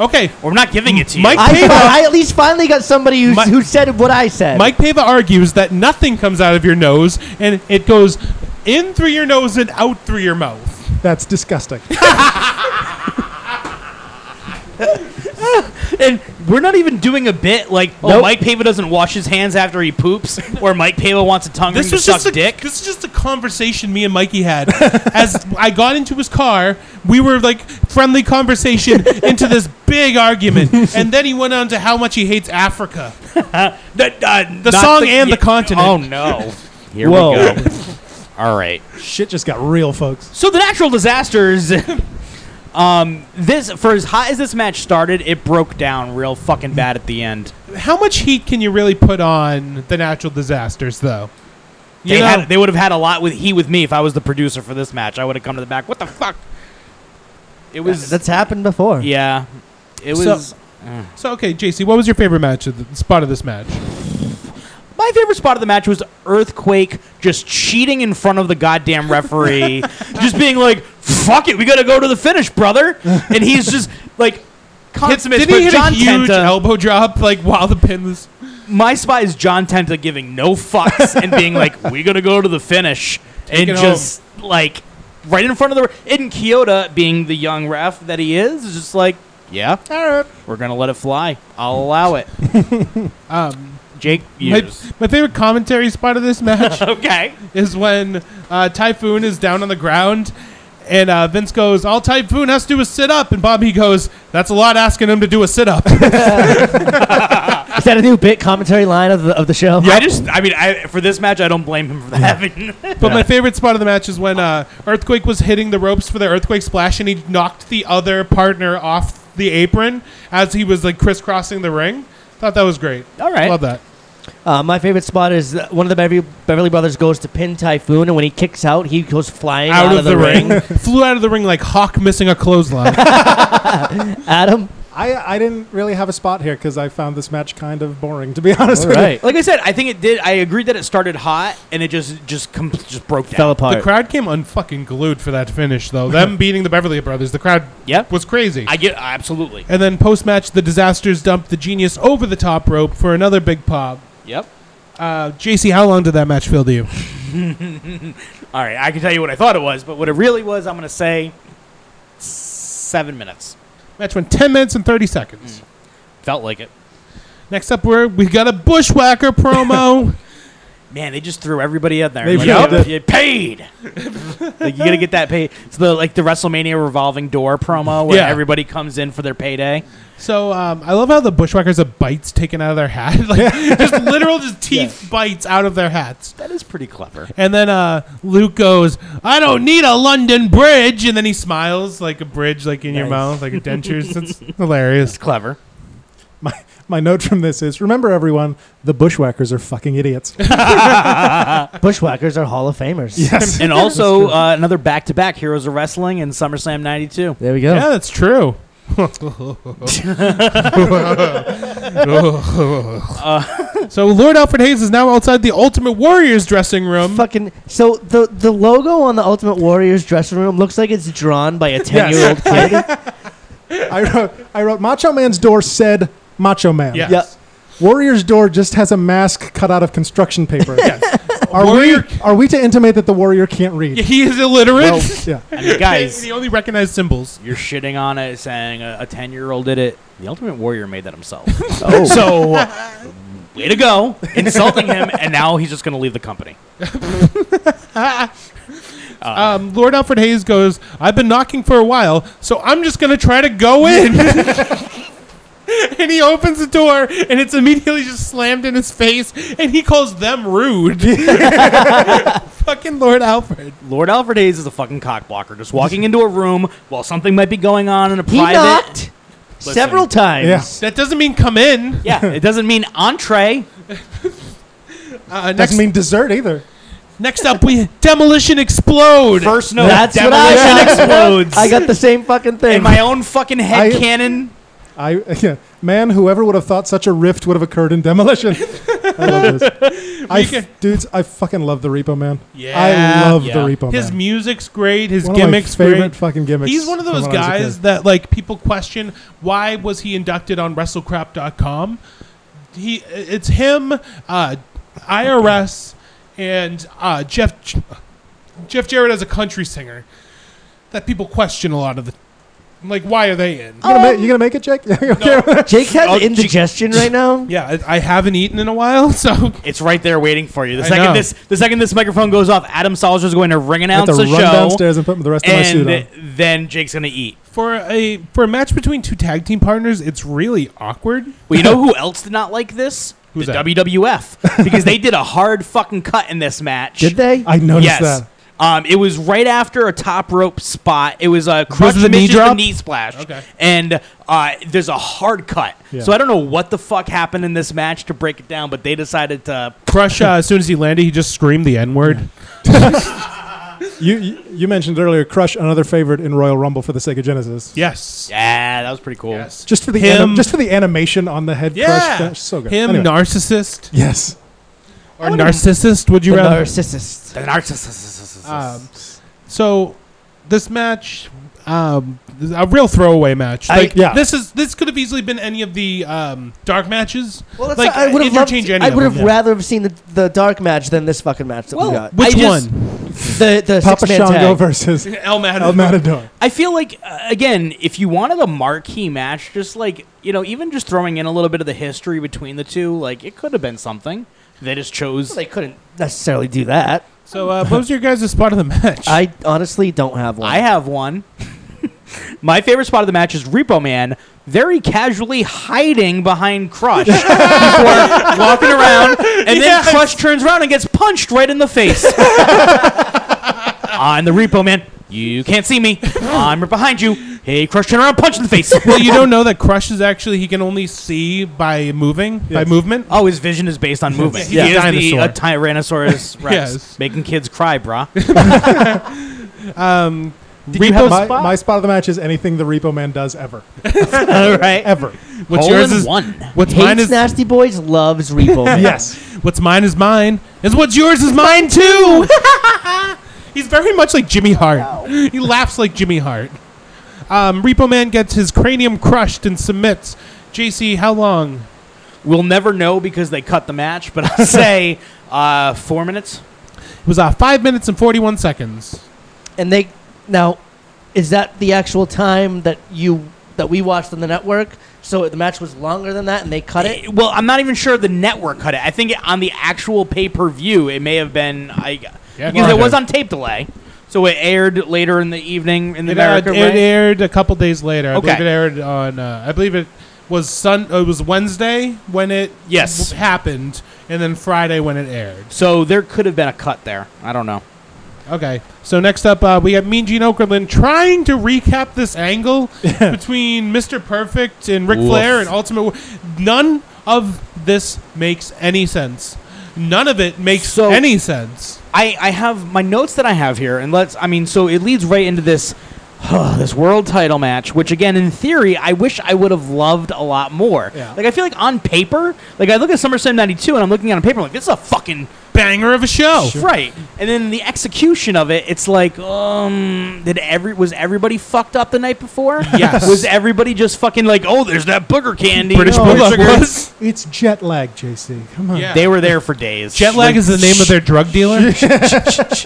Speaker 4: Okay,
Speaker 6: We're not giving it to you.
Speaker 4: Mike
Speaker 5: I,
Speaker 4: Pava.
Speaker 5: fi- I at least finally got somebody who,
Speaker 4: Mi-
Speaker 5: who said what I said.
Speaker 4: Mike Pava argues that nothing comes out of your nose and it goes in through your nose and out through your mouth.
Speaker 7: That's disgusting.
Speaker 6: and we're not even doing a bit like, oh,
Speaker 5: Nope.
Speaker 6: Mike Pava doesn't wash his hands after he poops, or Mike Pava wants a tongue ring
Speaker 4: This
Speaker 6: to
Speaker 4: was
Speaker 6: suck
Speaker 4: just a,
Speaker 6: dick.
Speaker 4: this is just a conversation me and Mikey had. As I got into his car, we were like friendly conversation into this big argument, and then he went on to how much he hates Africa.
Speaker 6: The, uh,
Speaker 4: The
Speaker 6: not
Speaker 4: song and the
Speaker 6: yeah.
Speaker 4: continent.
Speaker 6: Oh no! Here
Speaker 5: Whoa.
Speaker 6: we go. All right.
Speaker 7: Shit just got real, folks.
Speaker 6: So the natural disasters. Um, this for as hot as this match started, it broke down real fucking bad at the end.
Speaker 4: How much heat can you really put on the natural disasters, though? You
Speaker 6: They,
Speaker 4: know?
Speaker 6: had, they would have had a lot with he with me if I was the producer for this match. I would have come to the back. What the fuck? It was
Speaker 5: That's happened before.
Speaker 6: yeah. It
Speaker 4: So-
Speaker 6: was
Speaker 4: so okay, JC, what was your favorite match of the spot of this match?
Speaker 6: my favorite spot of the match was earthquake just cheating in front of the goddamn referee, just being like, "Fuck it, we gotta go to the finish, brother," and he's just like. Consummate,
Speaker 4: Did he hit
Speaker 6: John
Speaker 4: a huge
Speaker 6: Tenta,
Speaker 4: elbow drop like while the pin was?
Speaker 6: my spot is John Tenta giving no fucks and being like, "We gonna go to the finish,"
Speaker 4: it
Speaker 6: and
Speaker 4: home.
Speaker 6: just like right in front of the in Kyoto being the young ref that he is, is just like, "Yeah, we're gonna let it fly. I'll allow it."
Speaker 4: Um,
Speaker 6: Jake,
Speaker 4: my,
Speaker 6: views.
Speaker 4: my favorite commentary spot of this match
Speaker 6: okay,
Speaker 4: is when uh, Typhoon is down on the ground, and uh, Vince goes, "All Typhoon has to do is sit up," and Bobby goes, "That's a lot asking him to do a sit up."
Speaker 5: Is that a new bit commentary line of the, of the show?
Speaker 6: I just, I mean, I, for this match, I don't blame him for that happening.
Speaker 4: But my favorite spot of the match is when uh, Earthquake was hitting the ropes for the Earthquake splash, and he knocked the other partner off the apron as he was like crisscrossing the ring. Thought that was great.
Speaker 6: All right.
Speaker 4: love that.
Speaker 5: Uh, my favorite spot is uh, one of the Beverly, Beverly Brothers goes to pin Typhoon, and when he kicks out, he goes flying out,
Speaker 4: Out, of the, ring, flew out of the ring like Hawk missing a clothesline.
Speaker 5: Adam,
Speaker 7: I, I didn't really have a spot here because I found this match kind of boring, to be honest
Speaker 5: all
Speaker 7: with
Speaker 5: right,
Speaker 6: Like I said, I think it did. I agreed that it started hot and it just just com- just broke down.
Speaker 5: fell
Speaker 4: the
Speaker 5: apart.
Speaker 4: crowd came unfucking glued for that finish, though. Them beating the Beverly Brothers, the crowd
Speaker 6: Yeah.
Speaker 4: was crazy.
Speaker 6: I get absolutely.
Speaker 4: and then post match, the disasters dumped the genius over the top rope for another big pop.
Speaker 6: Yep.
Speaker 4: Uh, JC, how long did that match feel to you?
Speaker 6: All right, I can tell you what I thought it was, but what it really was, I'm gonna say seven minutes.
Speaker 4: Match went 10 minutes and 30 seconds.
Speaker 6: Felt like it.
Speaker 4: Next up, we're, we got a Bushwhacker promo.
Speaker 6: Man, they just threw everybody out there.
Speaker 7: They
Speaker 6: Like,
Speaker 7: really
Speaker 6: "Yep,
Speaker 7: did.
Speaker 6: you paid. like you gotta get that paid. It's the like the WrestleMania revolving door promo where
Speaker 4: Yeah.
Speaker 6: everybody comes in for their payday.
Speaker 4: so um, I love how the Bushwhackers have bites taken out of their hat. like, just literal just teeth bites out of their hats.
Speaker 6: That is pretty clever.
Speaker 4: And then uh, Luke goes, I don't need a London bridge. And then he smiles like a bridge, like in your mouth, like a dentures. It's hilarious.
Speaker 6: Clever.
Speaker 7: My note from this is remember, everyone, the bushwhackers are fucking idiots.
Speaker 5: Bushwhackers are Hall of Famers.
Speaker 7: yes.
Speaker 6: And also uh, another back to back Heroes of Wrestling and SummerSlam '92.
Speaker 5: There we go.
Speaker 4: Yeah, that's true. so Lord Alfred Hayes is now outside the Ultimate Warriors dressing room.
Speaker 5: Fucking so the the logo on the Ultimate Warriors dressing room looks like it's drawn by a ten year old kid.
Speaker 7: I wrote, I wrote Macho Man's door said Macho Man.
Speaker 4: Yes.
Speaker 5: Yeah.
Speaker 7: Warrior's door just has a mask cut out of construction paper. Are
Speaker 4: Warrior-
Speaker 7: we are we to intimate that the warrior can't read?
Speaker 4: Yeah, He is illiterate.
Speaker 7: Well, yeah.
Speaker 6: I mean, guys,
Speaker 4: he only recognized symbols.
Speaker 6: you're shitting on it, saying a- a ten year old did it. The Ultimate Warrior made that himself.
Speaker 7: Oh.
Speaker 6: So. Way to go, insulting him, and now he's just going to leave the company.
Speaker 4: Um, Lord Alfred Hayes goes, I've been knocking for a while, so I'm just going to try to go in. and he opens the door, and it's immediately just slammed in his face, and he calls them rude. Fucking Lord Alfred.
Speaker 6: Lord Alfred Hayes is a fucking cock blocker, just walking into a room while something might be going on in a
Speaker 5: He
Speaker 6: private.
Speaker 5: knocked several times.
Speaker 7: Yeah.
Speaker 4: That doesn't mean come in.
Speaker 6: Yeah, it doesn't mean entree.
Speaker 4: Uh, next,
Speaker 7: Doesn't mean dessert either.
Speaker 4: next up, we Demolition Explode.
Speaker 6: First note,
Speaker 5: That's what I
Speaker 6: demolition
Speaker 5: got.
Speaker 6: explodes.
Speaker 5: I got the same fucking thing.
Speaker 6: in my own fucking head
Speaker 7: I-
Speaker 6: cannon.
Speaker 7: I yeah. Man, whoever would have thought such a rift would have occurred in demolition. I love this. I
Speaker 4: We can-
Speaker 7: f- dudes, I fucking love the Repo Man.
Speaker 4: Yeah.
Speaker 7: I love
Speaker 6: Yeah.
Speaker 7: the Repo
Speaker 4: his
Speaker 7: Man.
Speaker 4: music's great. His
Speaker 7: One of my
Speaker 4: gimmicks
Speaker 7: favorite
Speaker 4: great.
Speaker 7: fucking gimmicks.
Speaker 4: He's one of
Speaker 7: from
Speaker 4: those
Speaker 7: when I was a
Speaker 4: guys
Speaker 7: kid.
Speaker 4: that like people question why was he inducted on WrestleCrap.com. He it's him, uh, IRS, and uh, Jeff Jeff Jarrett as a country singer that people question a lot of the like why are they in?
Speaker 7: You gonna, make, you gonna make it, Jake?
Speaker 5: Jake has
Speaker 6: Oh,
Speaker 5: indigestion right now.
Speaker 4: Yeah, I, I haven't eaten in a while, so
Speaker 6: It's right there waiting for you. The
Speaker 4: I
Speaker 6: second
Speaker 4: know.
Speaker 6: this, the second this microphone goes off, Adam Salzer is going to ring
Speaker 7: I have
Speaker 6: announce
Speaker 7: to
Speaker 6: the
Speaker 7: run
Speaker 6: show,
Speaker 7: downstairs and put the rest of my suit on.
Speaker 6: and then Jake's gonna eat.
Speaker 4: for a for a match between two tag team partners, it's really awkward.
Speaker 6: Well, you know who else did not like this?
Speaker 4: Who's
Speaker 6: the
Speaker 4: that?
Speaker 6: WWF because they did a hard fucking cut in this match.
Speaker 5: Did they?
Speaker 7: I
Speaker 6: yes.
Speaker 7: noticed that.
Speaker 6: Um, it was right after a top rope spot. It was a crutch
Speaker 4: the knee
Speaker 6: misses the
Speaker 4: drop?
Speaker 6: knee splash,
Speaker 4: Okay.
Speaker 6: and uh, there's a hard cut.
Speaker 7: Yeah.
Speaker 6: So I don't know what the fuck happened in this match to break it down, but they decided to.
Speaker 4: Crush, uh, as soon as he landed, he just screamed the N word.
Speaker 7: You you you mentioned earlier Crush, another favorite in Royal Rumble for the Sega Genesis.
Speaker 4: Yes.
Speaker 6: Yeah, that was pretty cool.
Speaker 4: Yes.
Speaker 7: Just for the
Speaker 4: Him.
Speaker 7: anim- just for the animation on the head
Speaker 4: Yeah.
Speaker 7: Crush, that's so good.
Speaker 4: Him,
Speaker 7: Anyway.
Speaker 4: narcissist.
Speaker 7: yes.
Speaker 4: Or narcissist, would
Speaker 5: The
Speaker 4: you rather?
Speaker 5: narcissist.
Speaker 6: The narcissist.
Speaker 4: Um, so this match, um, is a real throwaway match.
Speaker 5: I-
Speaker 4: Like
Speaker 7: yeah.
Speaker 4: this is this could have easily been any of the um, dark matches.
Speaker 5: Well, that's
Speaker 4: like
Speaker 5: not- I would have
Speaker 4: interchange any
Speaker 5: I
Speaker 4: of
Speaker 5: would have
Speaker 4: them.
Speaker 5: rather have seen the, the dark match than this fucking match that we got.
Speaker 4: Which
Speaker 6: I just-
Speaker 4: one?
Speaker 5: The the
Speaker 7: Papa
Speaker 5: six man
Speaker 7: Shango
Speaker 5: tag.
Speaker 7: versus
Speaker 4: El Matador.
Speaker 7: El Matador.
Speaker 6: I feel like uh, again, if you wanted a marquee match, just like you know, even just throwing in a little bit of the history between the two, like it could have been something. They just chose.
Speaker 5: Well, they couldn't necessarily do that.
Speaker 4: So uh, what was your guys' spot of the match?
Speaker 5: I honestly don't have one.
Speaker 6: I have one. My favorite spot of the match is Repo Man very casually hiding behind Crush before walking around, and then Crush turns around and gets punched right in the face. I'm the Repo Man. You can't see me. I'm right behind you. Hey, Crush, turn around, punch in the face.
Speaker 4: Well, you don't know that Crush is actually he can only see by moving by
Speaker 7: Yes.
Speaker 4: movement.
Speaker 5: Uh,
Speaker 6: Oh, his vision is based on movement.
Speaker 4: Yeah.
Speaker 6: He
Speaker 4: He's a
Speaker 6: is the
Speaker 4: dinosaur.
Speaker 6: uh, Tyrannosaurus Rex,
Speaker 4: Yes.
Speaker 6: making kids cry, brah.
Speaker 4: Repo
Speaker 7: my,
Speaker 6: spot?
Speaker 7: my spot of the match is anything the Repo Man does ever,
Speaker 6: All right.
Speaker 7: ever.
Speaker 4: What's
Speaker 6: Hole
Speaker 4: yours
Speaker 6: in
Speaker 4: is
Speaker 6: one.
Speaker 4: what's mine
Speaker 5: Hates
Speaker 4: is
Speaker 5: Nasty Boys, loves Repo Man.
Speaker 7: yes,
Speaker 4: what's mine is mine is what's yours is mine too. He's very much like
Speaker 6: Oh,
Speaker 4: Jimmy Hart. He laughs like Jimmy Hart. Um, Repo Man gets his cranium crushed and submits. JC, how long?
Speaker 6: We'll never know because they cut the match, but I'll say uh, four minutes.
Speaker 4: It was uh, five minutes and forty-one seconds.
Speaker 5: And they now, is that the actual time that you that we watched on the network? So the match was longer than that, and they cut it.
Speaker 6: Eh, well, I'm not even sure the network cut it. I think on the actual pay per view, it may have been I
Speaker 4: Yeah,
Speaker 6: because it
Speaker 4: probably.
Speaker 6: was on tape delay, so it aired later in the evening in
Speaker 4: It,
Speaker 6: America.
Speaker 4: aired-
Speaker 6: right?
Speaker 4: it aired a couple days later. I
Speaker 6: Okay.
Speaker 4: believe it aired on. Uh, I believe it was Sun. It was Wednesday when it
Speaker 6: Yes.
Speaker 4: w- happened, and then Friday when it aired.
Speaker 6: so there could have been a cut there. I don't know.
Speaker 4: Okay. So next up, uh, we have Mean Gene Okerlund trying to recap this angle between Mr. Perfect and Ric Flair and Ultimate. War- None of this makes any sense. None of it makes
Speaker 6: So-
Speaker 4: any sense.
Speaker 6: I, I have my notes that I have here, and let's. I mean, so it leads right into this this world title match, which again, in theory, I wish I would have loved a lot more.
Speaker 4: Yeah.
Speaker 6: Like I feel like on paper, like I look at SummerSlam '92, and I'm looking at it on paper, like this is a fucking
Speaker 4: Banger of a show.
Speaker 6: right. And then the execution of it, it's like, um, did every was everybody fucked up the night before?
Speaker 4: Yes.
Speaker 6: was everybody just fucking like, oh, there's that booger candy?
Speaker 4: British
Speaker 6: Oh,
Speaker 4: Bulldog
Speaker 6: sugar.
Speaker 4: was.
Speaker 7: it's jet lag, JC. Come on.
Speaker 4: Yeah.
Speaker 6: They were there for days.
Speaker 4: Jet lag is the name of their drug dealer.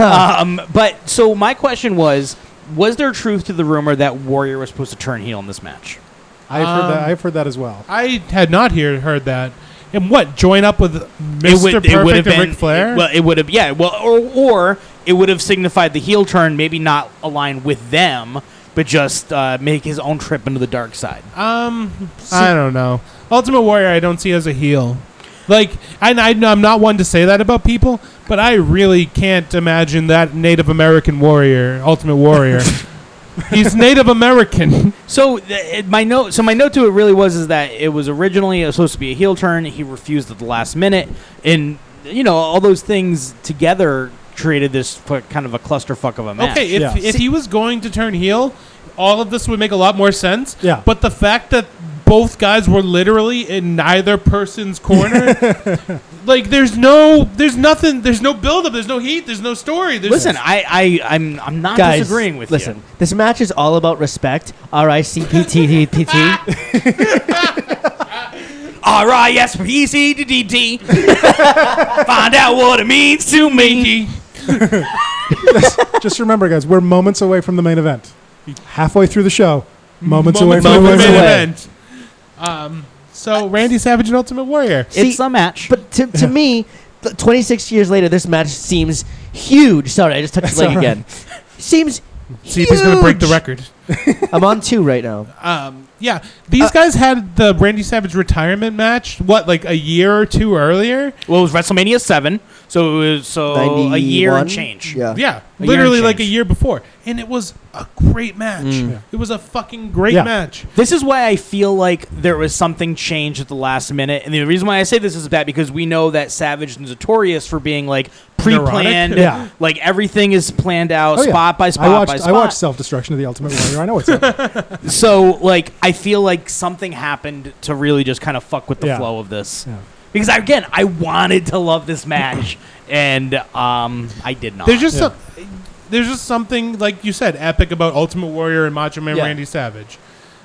Speaker 6: Um, but so my question was, was there truth to the rumor that Warrior was supposed to turn heel in this match?
Speaker 7: I've heard
Speaker 6: um,
Speaker 7: that. I've heard that as well.
Speaker 4: I had not hear, heard that. And what? Join up with
Speaker 6: It
Speaker 4: Mr.
Speaker 6: would- it would have
Speaker 4: Perfect and
Speaker 6: been
Speaker 4: Ric Flair?
Speaker 6: it- well, it would have yeah. Well, or or it would have signified the heel turn, maybe not align with them, but just uh, make his own trip into the dark side.
Speaker 4: Um, I don't know. Ultimate Warrior, I don't see as a heel. Like, and I, I'm not one to say that about people, but I really can't imagine that Native American warrior, Ultimate Warrior. He's Native American.
Speaker 6: So th- it- my note, so my note to it really was is that it was originally supposed to be a heel turn. He refused at the last minute, and you know all those things together created this fu- kind of a clusterfuck of a match.
Speaker 4: Okay, if,
Speaker 7: Yeah.
Speaker 4: if he was going to turn heel, all of this would make a lot more sense.
Speaker 7: Yeah.
Speaker 4: But the fact that both guys were literally in neither person's corner, like there's no, there's nothing, there's no buildup, there's no heat, there's no story. There's
Speaker 6: listen, I, I I'm I'm not
Speaker 5: Guys,
Speaker 6: disagreeing with
Speaker 5: listen,
Speaker 6: you.
Speaker 5: this match is all about respect. R I C P T T T T.
Speaker 6: R I S P C D D D. Find out what it means to me.
Speaker 7: Just remember, guys, we're moments away from the main event. Halfway through the show, moments, away
Speaker 4: moments
Speaker 7: from the
Speaker 4: away
Speaker 7: main
Speaker 4: from the
Speaker 7: event.
Speaker 4: event. Um, so Randy Savage and Ultimate Warrior.
Speaker 5: See,
Speaker 6: It's a match.
Speaker 5: But to, to me, th- 26 years later, this match seems huge. Sorry, I just touched his leg again. Seems
Speaker 4: See if he's going to break the
Speaker 5: huge.
Speaker 4: record.
Speaker 5: I'm on two right now.
Speaker 4: Um, yeah, these guys had the Randy Savage retirement match. What, like a year or two earlier?
Speaker 6: well, it was WrestleMania seven, so it was so
Speaker 4: Oh,
Speaker 6: a year and
Speaker 5: 91?
Speaker 6: change.
Speaker 5: Yeah.
Speaker 4: Yeah,
Speaker 6: A year
Speaker 4: literally
Speaker 6: and
Speaker 4: like a
Speaker 6: change.
Speaker 4: year before, and it was a great match. It was a fucking great
Speaker 7: Yeah.
Speaker 4: match.
Speaker 6: This is why I feel like there was something changed at the last minute. And the reason why I say this is bad because we know that Savage is notorious for being like pre planned.
Speaker 4: Neurotic?
Speaker 7: Yeah.
Speaker 6: Like everything is planned out
Speaker 7: Oh, yeah.
Speaker 6: spot by spot
Speaker 7: I watched,
Speaker 6: by
Speaker 7: I watched
Speaker 6: spot.
Speaker 7: Self Destruction of the Ultimate Warrior. I know what's up.
Speaker 6: so like I feel like something happened to really just kind of fuck with the
Speaker 7: Yeah.
Speaker 6: flow of this.
Speaker 7: Yeah.
Speaker 6: Because again, I wanted to love this match and um I did not.
Speaker 4: There's just some- there's just something like you said, epic about Ultimate Warrior and Macho Man
Speaker 6: Yeah.
Speaker 4: Randy Savage.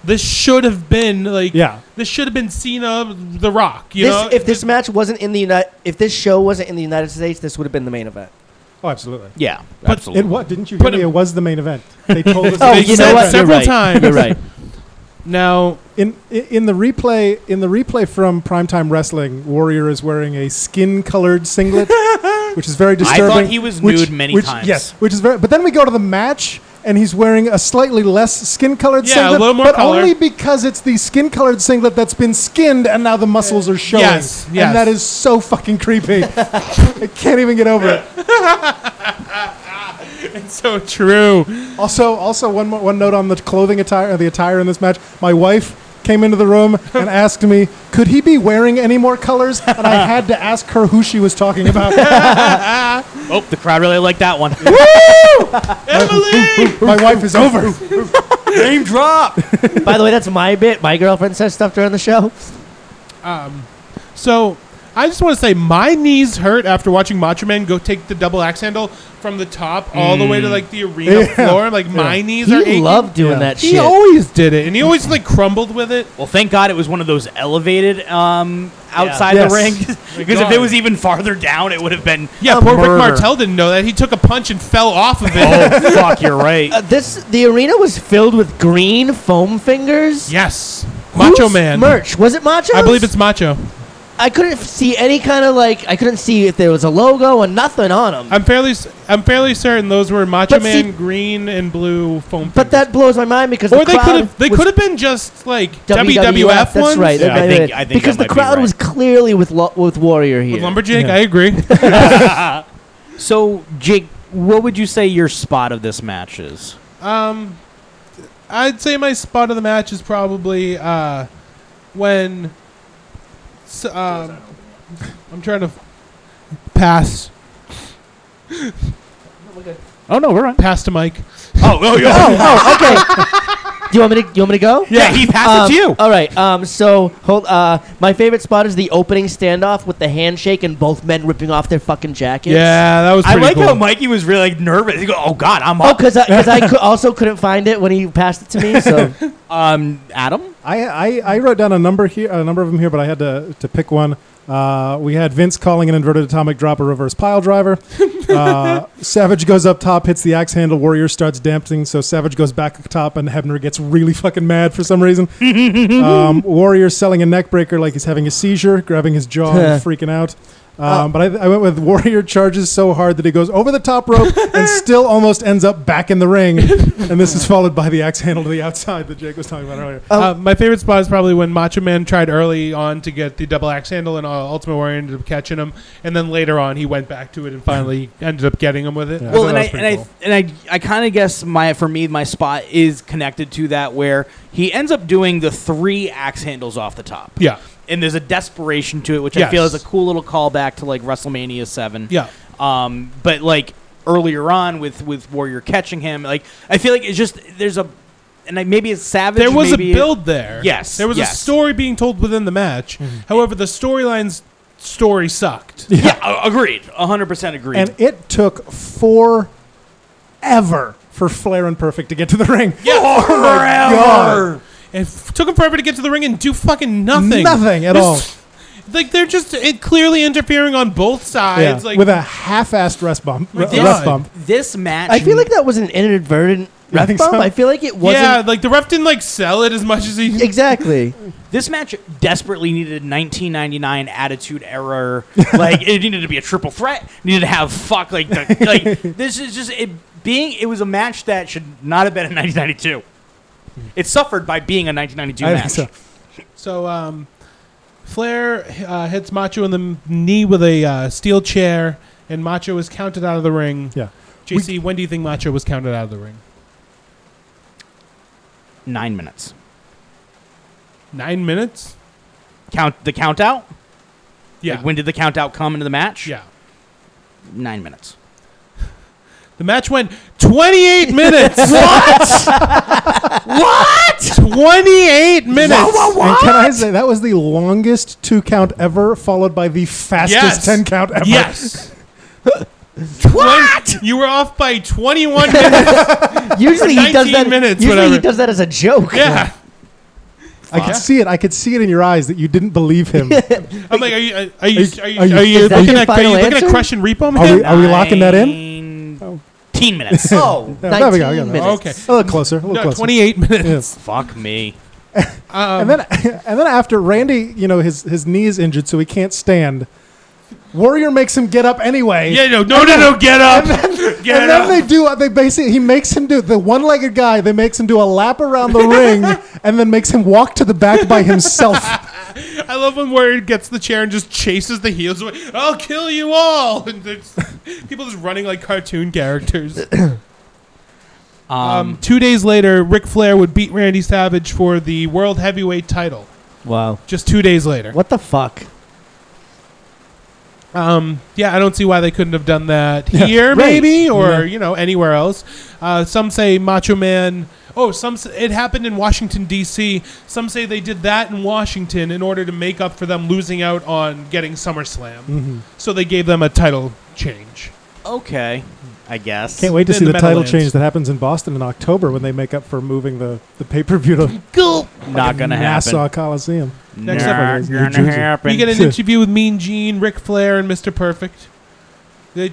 Speaker 4: This should have been like
Speaker 7: Yeah.
Speaker 4: This should have been Cena, The Rock. You
Speaker 5: this,
Speaker 4: know,
Speaker 5: if this match wasn't in the United, if this show wasn't in the United States, this would have been the main event.
Speaker 7: Oh, absolutely.
Speaker 6: yeah,
Speaker 4: But
Speaker 6: absolutely.
Speaker 7: It what? Didn't you
Speaker 4: Put
Speaker 7: give me?
Speaker 4: him-
Speaker 7: It was the main event. They told us.
Speaker 5: Oh,
Speaker 7: the main
Speaker 5: you know
Speaker 7: event.
Speaker 5: what? You're
Speaker 4: several
Speaker 5: right.
Speaker 4: times.
Speaker 5: You're right.
Speaker 4: Now,
Speaker 7: In i- in the replay in the replay from Primetime Wrestling, Warrior is wearing a skin-colored singlet, which is very
Speaker 6: thought
Speaker 7: disturbing.
Speaker 6: he was
Speaker 7: which-
Speaker 6: nude many
Speaker 7: which-
Speaker 6: times.
Speaker 7: Yes, which is very. But then we go to the match, and he's wearing a slightly less skin-colored
Speaker 4: Yeah, a
Speaker 7: singlet,
Speaker 4: little more
Speaker 7: but
Speaker 4: color.
Speaker 7: only because it's the skin-colored singlet that's been skinned and now the muscles are showing.
Speaker 4: yes, yes.
Speaker 7: And that is so fucking creepy. I can't even get over it.
Speaker 4: so true.
Speaker 5: Oh.
Speaker 7: Also, also one more, one note on the clothing attire, the attire in this match. My wife came into the room and asked me, "Could he be wearing any more colors?" And I had to ask her who she was talking about.
Speaker 6: Oh, the crowd really liked that one.
Speaker 7: My wife is over.
Speaker 6: Name drop.
Speaker 5: By the way, that's my bit. My girlfriend says stuff during the show.
Speaker 4: So I just want to say my knees hurt after watching Macho Man go take the double axe handle from the top all the way to like the arena floor. Like my knees are.
Speaker 5: Mm. He
Speaker 4: aching.
Speaker 5: loved doing that
Speaker 4: He
Speaker 5: shit.
Speaker 4: always did it, and he always like crumbled with it.
Speaker 6: Well, thank God it was one of those elevated um, outside
Speaker 7: Yes.
Speaker 6: the ring because if
Speaker 4: God.
Speaker 6: it was even farther down, it would have been um,
Speaker 4: Yeah,
Speaker 6: a
Speaker 4: poor Rick
Speaker 6: murder.
Speaker 4: Martel didn't know that. He took a punch and fell off of it.
Speaker 6: Oh fuck, you're right.
Speaker 5: Uh, this the arena was filled with green foam fingers.
Speaker 4: yes,
Speaker 5: Whose
Speaker 4: Macho Man.
Speaker 5: merch was it Macho?
Speaker 4: I believe it's Macho.
Speaker 5: I couldn't f- see any kind of like. I couldn't see if there was a logo or nothing on them.
Speaker 4: I'm fairly, s- I'm fairly certain those were Macho
Speaker 5: But see-
Speaker 4: Man green and blue foam.
Speaker 5: but
Speaker 4: fingers.
Speaker 5: that blows my mind because
Speaker 4: or
Speaker 5: the
Speaker 4: they could
Speaker 5: crowd
Speaker 4: have, they
Speaker 5: was
Speaker 4: could have been just like WWF,
Speaker 5: WWF.
Speaker 4: ones.
Speaker 5: That's right.
Speaker 6: Yeah, I
Speaker 5: That-
Speaker 6: think- I think
Speaker 5: because
Speaker 6: that
Speaker 5: the
Speaker 6: might be
Speaker 5: crowd was clearly with lo- with Warrior here.
Speaker 4: With Lumberjack, I agree.
Speaker 6: So, Jake, what would you say your spot of this match is?
Speaker 4: Um, I'd say my spot of the match is probably uh, when. s um, I'm trying to pass
Speaker 6: Oh no, we're on.
Speaker 4: pass to Mike.
Speaker 6: Oh, oh, yeah.
Speaker 5: Oh, oh, okay. Do you want me to? You want me to go?
Speaker 6: yeah, he passed
Speaker 5: Um,
Speaker 6: it to you.
Speaker 5: All right. Um, so hold. Uh, my favorite spot is the opening standoff with the handshake and both men ripping off their fucking jackets.
Speaker 4: Yeah, that was.
Speaker 6: I
Speaker 4: Pretty
Speaker 6: like
Speaker 4: cool.
Speaker 6: how Mikey was really like, nervous. He go, "Oh God, I'm
Speaker 5: Oh,
Speaker 6: up."
Speaker 5: because I, cause I cou- also couldn't find it when he passed it to me. So
Speaker 6: Um, Adam.
Speaker 7: I, I, I wrote down a number here, a number of them here, but I had to, to pick one. Uh, we had Vince calling an inverted atomic drop a reverse pile driver. Uh, Savage goes up top, hits the axe handle. Warrior starts damping, so Savage goes back up top, and Hebner gets really fucking mad for some reason. um, Warrior selling a neck breaker like he's having a seizure, grabbing his jaw and freaking out. Um, But I, I went with Warrior charges so hard that he goes over the top rope and still almost ends up back in the ring. and this is followed by the axe handle to the outside that Jake was talking about earlier.
Speaker 4: Uh, my favorite spot is probably when Macho Man tried early on to get the double axe handle, and uh, Ultimate Warrior ended up catching him. And then later on, he went back to it and finally ended up getting him with it.
Speaker 6: well,
Speaker 4: thought
Speaker 6: and
Speaker 4: that
Speaker 6: I,
Speaker 4: was
Speaker 6: and,
Speaker 4: pretty
Speaker 6: I
Speaker 4: cool.
Speaker 6: and I I kind of guess my for me my spot is connected to that where he ends up doing the three axe handles off the top.
Speaker 4: yeah,
Speaker 6: And there's a desperation to it, which I
Speaker 4: Yes.
Speaker 6: feel is a cool little callback to like WrestleMania Seven.
Speaker 4: yeah.
Speaker 6: Um, but like earlier on with with Warrior catching him, like I feel like it's just there's a and I, maybe it's savage.
Speaker 4: There was a
Speaker 6: maybe it-
Speaker 4: build there.
Speaker 6: Yes,
Speaker 4: There was a
Speaker 6: yes.
Speaker 4: story being told within the match. However, the storyline's story sucked.
Speaker 6: Yeah, a- agreed. hundred percent agreed.
Speaker 7: And it took forever for Flair and Perfect to get to the ring.
Speaker 4: Yeah.
Speaker 6: Oh
Speaker 7: God.
Speaker 4: It f- took him forever to get to the ring and do fucking nothing.
Speaker 7: Nothing at
Speaker 4: There's-
Speaker 7: all.
Speaker 4: Like they're just it clearly interfering on both
Speaker 7: Yeah,
Speaker 4: sides. Like
Speaker 7: with a half-assed rest bump. re-
Speaker 4: Ridiculous.
Speaker 7: rest bump.
Speaker 6: this match,
Speaker 5: I feel like that was an inadvertent
Speaker 7: You
Speaker 5: ref
Speaker 7: think
Speaker 5: bump.
Speaker 7: so?
Speaker 5: I feel like it wasn't
Speaker 4: yeah, like the ref didn't like sell it as much as he.
Speaker 5: exactly.
Speaker 6: this match desperately needed 1999 attitude error. like it needed to be a triple threat. Needed to have fuck like the, like this is just it being. It was a match that should not have been in 1992. It suffered by being a 1992
Speaker 7: I think
Speaker 6: match.
Speaker 7: so.
Speaker 4: So um, Flair uh, hits Macho in the knee with a uh, steel chair, and Macho is counted out of the ring.
Speaker 7: Yeah.
Speaker 4: JC, when do you think Macho was counted out of the ring?
Speaker 6: Nine minutes.
Speaker 4: Nine minutes.
Speaker 6: Count the count out.
Speaker 4: Yeah.
Speaker 6: Like when did the count out come into the match?
Speaker 4: yeah.
Speaker 6: Nine minutes.
Speaker 4: The match went 28 minutes. what? what? 28 minutes.
Speaker 7: And can I say that was the longest two count ever, followed by the fastest
Speaker 4: Yes.
Speaker 7: ten count ever.
Speaker 4: Yes. what? You were off by 21 minutes.
Speaker 5: Usually he does
Speaker 4: 19
Speaker 5: that.
Speaker 4: minutes,
Speaker 5: usually he
Speaker 4: whatever.
Speaker 5: does that as a joke.
Speaker 4: Yeah.
Speaker 7: I could see it. I could see it in your eyes that you didn't believe him.
Speaker 4: I'm like, are you are you are you,
Speaker 7: Are you-
Speaker 4: are you
Speaker 5: is that
Speaker 4: looking
Speaker 5: your
Speaker 4: at are you
Speaker 5: final
Speaker 4: looking at
Speaker 5: answer?
Speaker 4: Crush and Repo
Speaker 7: Are we,
Speaker 4: Man?
Speaker 7: are we locking that in?
Speaker 6: Nine- Teen minutes.
Speaker 5: Oh,
Speaker 7: Yeah,
Speaker 5: 19
Speaker 7: there we go, yeah,
Speaker 5: minutes.
Speaker 4: okay.
Speaker 7: A little closer. A little
Speaker 4: No,
Speaker 7: closer.
Speaker 4: 28 minutes.
Speaker 6: Fuck me.
Speaker 7: and then, and then after Randy, you know, his his knee is injured, so he can't stand. Warrior makes him get up anyway.
Speaker 4: Yeah, no, no, no, no, get up. get
Speaker 7: and then
Speaker 4: up.
Speaker 7: they do. uh, They basically he makes him do the one-legged guy. They makes him do a lap around the ring, and then makes him walk to the back by himself.
Speaker 4: I love when Warrior gets the chair and just chases the heels away. I'll kill you all. And there's people just running like cartoon characters. Um, two days later, Ric Flair would beat Randy Savage for the World Heavyweight title.
Speaker 5: Wow.
Speaker 4: Just two days later.
Speaker 5: What the fuck?
Speaker 4: Um, yeah, I don't see why they couldn't have done that here, maybe, or you know, anywhere else. Uh, some say Macho Man. Oh, some s it happened in Washington D.C. Some say they did that in Washington in order to make up for them losing out on getting SummerSlam. So they gave them a title change.
Speaker 6: Okay, I guess.
Speaker 7: Can't wait to
Speaker 4: In
Speaker 7: see
Speaker 4: the
Speaker 7: the title
Speaker 4: Meadowlands.
Speaker 7: change that happens in Boston in October when they make up for moving the, the pay per view to
Speaker 6: Not gonna
Speaker 7: Nassau
Speaker 6: happen.
Speaker 7: Coliseum.
Speaker 4: Next
Speaker 6: Not
Speaker 7: up is New
Speaker 6: gonna
Speaker 7: Jersey.
Speaker 6: happen.
Speaker 4: We get an interview with Mean Gene, Ric Flair, and Mr. Perfect. They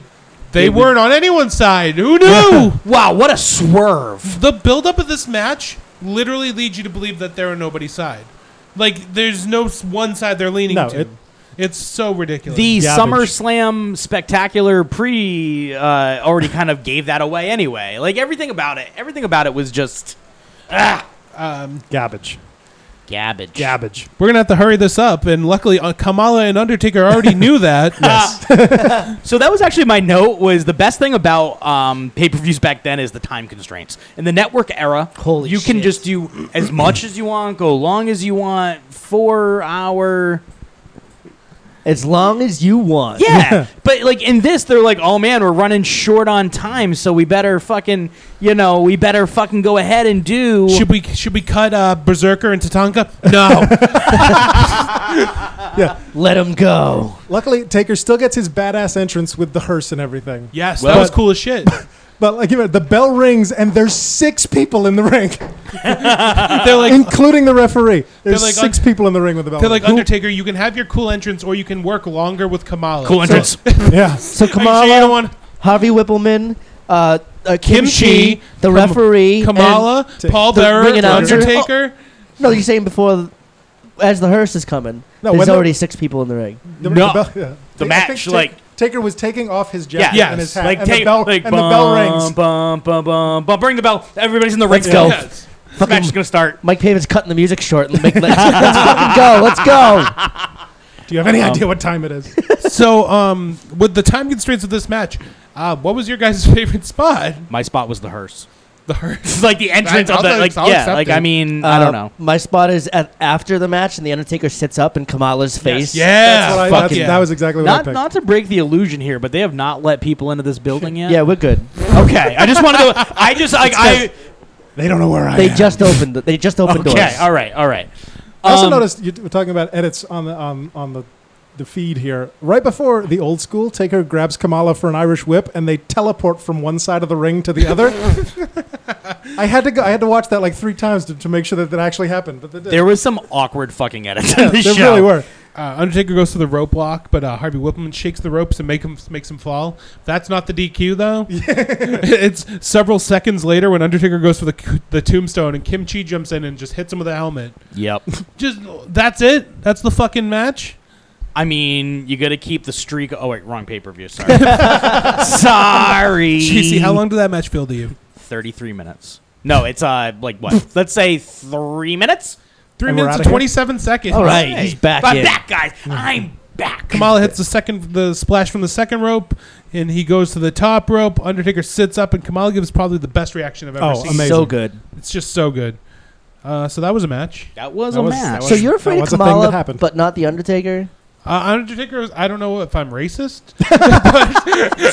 Speaker 4: they weren't on anyone's side. Who knew?
Speaker 6: wow, what a swerve!
Speaker 4: the buildup of this match literally leads you to believe that they're on nobody's side. Like, there's no s- one side they're leaning
Speaker 7: No,
Speaker 4: to.
Speaker 7: it-
Speaker 4: it's so ridiculous.
Speaker 6: The
Speaker 7: Garbage.
Speaker 6: SummerSlam spectacular pre uh, already kind of gave that away anyway. Like everything about it, everything about it was just
Speaker 7: Garbage.
Speaker 6: garbage.
Speaker 7: Garbage.
Speaker 4: We're gonna have to hurry this up, and luckily uh, Kamala and Undertaker already knew that. yes.
Speaker 6: So that was actually my note. Was the best thing about um, pay per views back then is the time constraints in the network era.
Speaker 5: Holy
Speaker 6: you can
Speaker 5: shit.
Speaker 6: just do as much as you want, go long as you want, four hour.
Speaker 5: As long as you want.
Speaker 6: Yeah, but like in this, they're like, oh man, we're running short on time, so we better fucking, you know, we better fucking go ahead and do.
Speaker 4: Should we should we cut uh, Berserker and Tatanka? No.
Speaker 5: Let him go.
Speaker 7: Luckily, Taker still gets his badass entrance with the hearse and everything.
Speaker 4: yes,
Speaker 6: Well-
Speaker 4: that was cool as shit.
Speaker 7: But like, you know, the bell rings and there's six people in the ring,
Speaker 6: uh,
Speaker 4: they're like
Speaker 7: including the referee. There's
Speaker 4: like
Speaker 7: six people in the ring with the bell.
Speaker 4: they're like
Speaker 7: ring.
Speaker 4: Undertaker. You can have your cool entrance, or you can work longer with Kamala.
Speaker 6: Cool entrance.
Speaker 7: yeah.
Speaker 5: So
Speaker 4: Kamala, you
Speaker 5: Kamala,
Speaker 4: want
Speaker 5: Harvey Whippleman, uh, uh, Kim,
Speaker 4: Kim
Speaker 5: Chi,
Speaker 4: Chi,
Speaker 5: the
Speaker 4: Kam-
Speaker 5: referee,
Speaker 4: Kamala,
Speaker 7: and-
Speaker 4: Paul
Speaker 5: The
Speaker 4: Bearer,
Speaker 5: ring announcer.
Speaker 4: Undertaker.
Speaker 5: and- no, you're saying before, as the hearse is coming.
Speaker 7: No, when
Speaker 5: there's
Speaker 7: the-
Speaker 5: already six people in the ring.
Speaker 7: The,
Speaker 6: No.
Speaker 7: bell- yeah.
Speaker 6: The
Speaker 7: I
Speaker 6: match,
Speaker 7: think Taker-
Speaker 6: like-
Speaker 7: Taker was taking off his jacket
Speaker 6: Yeah.
Speaker 7: and his
Speaker 6: Yes.
Speaker 7: hat,
Speaker 6: Like
Speaker 7: and,
Speaker 6: take
Speaker 7: the bell,
Speaker 6: like
Speaker 7: and the bell
Speaker 6: bum,
Speaker 7: rings.
Speaker 6: Bum, bum, bum, bum. Bring the bell. Everybody's in the ring.
Speaker 5: Let's go.
Speaker 4: Yes.
Speaker 6: This match is gonna start.
Speaker 5: Mike Pavin's cutting the music short. And make, let's, let's fucking go. Let's go.
Speaker 7: Do you have any idea what time it is?
Speaker 4: So, um, with the time constraints of this match, uh, what was your guys' favorite spot?
Speaker 6: My spot was the hearse.
Speaker 4: The hearse.
Speaker 6: This is like the entrance
Speaker 4: I'll-
Speaker 6: of the
Speaker 4: I'll
Speaker 6: like yeah.
Speaker 4: accept
Speaker 6: Like
Speaker 4: it.
Speaker 6: I mean, I
Speaker 5: Uh,
Speaker 6: don't know.
Speaker 5: My spot is at, after the match, and the Undertaker sits up in Kamala's face.
Speaker 4: Yeah,
Speaker 7: That's what I-
Speaker 4: fuck
Speaker 7: that's-
Speaker 4: yeah.
Speaker 7: That was exactly what I
Speaker 6: Not
Speaker 7: picked.
Speaker 6: not to break the illusion here, but they have not let people into this building yet.
Speaker 5: Yeah, we're good.
Speaker 6: Okay. I just wanted to. I just like I.
Speaker 7: they don't know where I
Speaker 5: They
Speaker 7: am.
Speaker 5: just opened. They just opened
Speaker 6: Okay.
Speaker 5: doors.
Speaker 6: All right. All right.
Speaker 7: I also
Speaker 6: Um,
Speaker 7: noticed you were talking about edits on the on, on the the feed here. Right before the old school, Taker grabs Kamala for an Irish whip, and they teleport from one side of the ring to the other. I had to go. I had to watch that like three times to, to make sure that that actually happened. But they did.
Speaker 6: There was some awkward fucking edits in
Speaker 7: There
Speaker 6: this show.
Speaker 7: really were.
Speaker 4: Uh, Undertaker goes to the rope lock, but uh, Harvey Whippleman shakes the ropes and make him, makes him fall. That's not the DQ, though. it's several seconds later when Undertaker goes for the, c- the tombstone and Kim Chi jumps in and just hits him with a helmet.
Speaker 6: Yep.
Speaker 4: Just That's it? That's the fucking match?
Speaker 6: I mean, you got to keep the streak. Oh wait, wrong pay per view. Sorry. sorry.
Speaker 4: GC, how long did that match feel to you?
Speaker 6: 33 minutes. No, it's uh like what? Let's say three minutes.
Speaker 4: Three
Speaker 7: And we're
Speaker 4: minutes
Speaker 7: outta
Speaker 4: and
Speaker 7: here?
Speaker 4: 27 seconds.
Speaker 5: All right, he's back
Speaker 6: I'm
Speaker 5: in.
Speaker 6: back, Mm-hmm. guys. I'm back.
Speaker 4: Kamala hits the second the splash from the second rope, and he goes to the top rope. Undertaker sits up, and Kamala gives probably the best reaction I've ever
Speaker 7: Oh,
Speaker 4: seen.
Speaker 7: amazing.
Speaker 5: So good.
Speaker 4: It's just so good. Uh, so that was a match.
Speaker 6: That was
Speaker 7: That
Speaker 6: a
Speaker 7: was-
Speaker 6: match.
Speaker 7: that
Speaker 5: So
Speaker 7: was-
Speaker 5: you're
Speaker 7: that
Speaker 5: afraid of
Speaker 7: was a thing that
Speaker 5: Kamala,
Speaker 7: happened.
Speaker 5: but not the Undertaker.
Speaker 4: Uh, Undertaker, was, I don't know if I'm racist.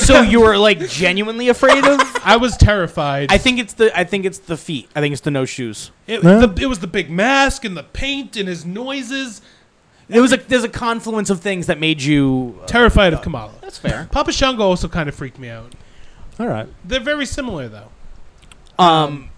Speaker 6: so you were like genuinely afraid of?
Speaker 4: I was terrified.
Speaker 6: I think it's the I think it's the feet. I think it's the no shoes.
Speaker 4: it,
Speaker 7: Yeah.
Speaker 4: the, it was the big mask and the paint and his noises.
Speaker 6: There was a there's a confluence of things that made you. uh,
Speaker 4: Terrified of Kamala.
Speaker 6: That's fair.
Speaker 4: Papa Shango also kind of freaked me out.
Speaker 7: All right.
Speaker 4: They're very similar though.
Speaker 6: Um,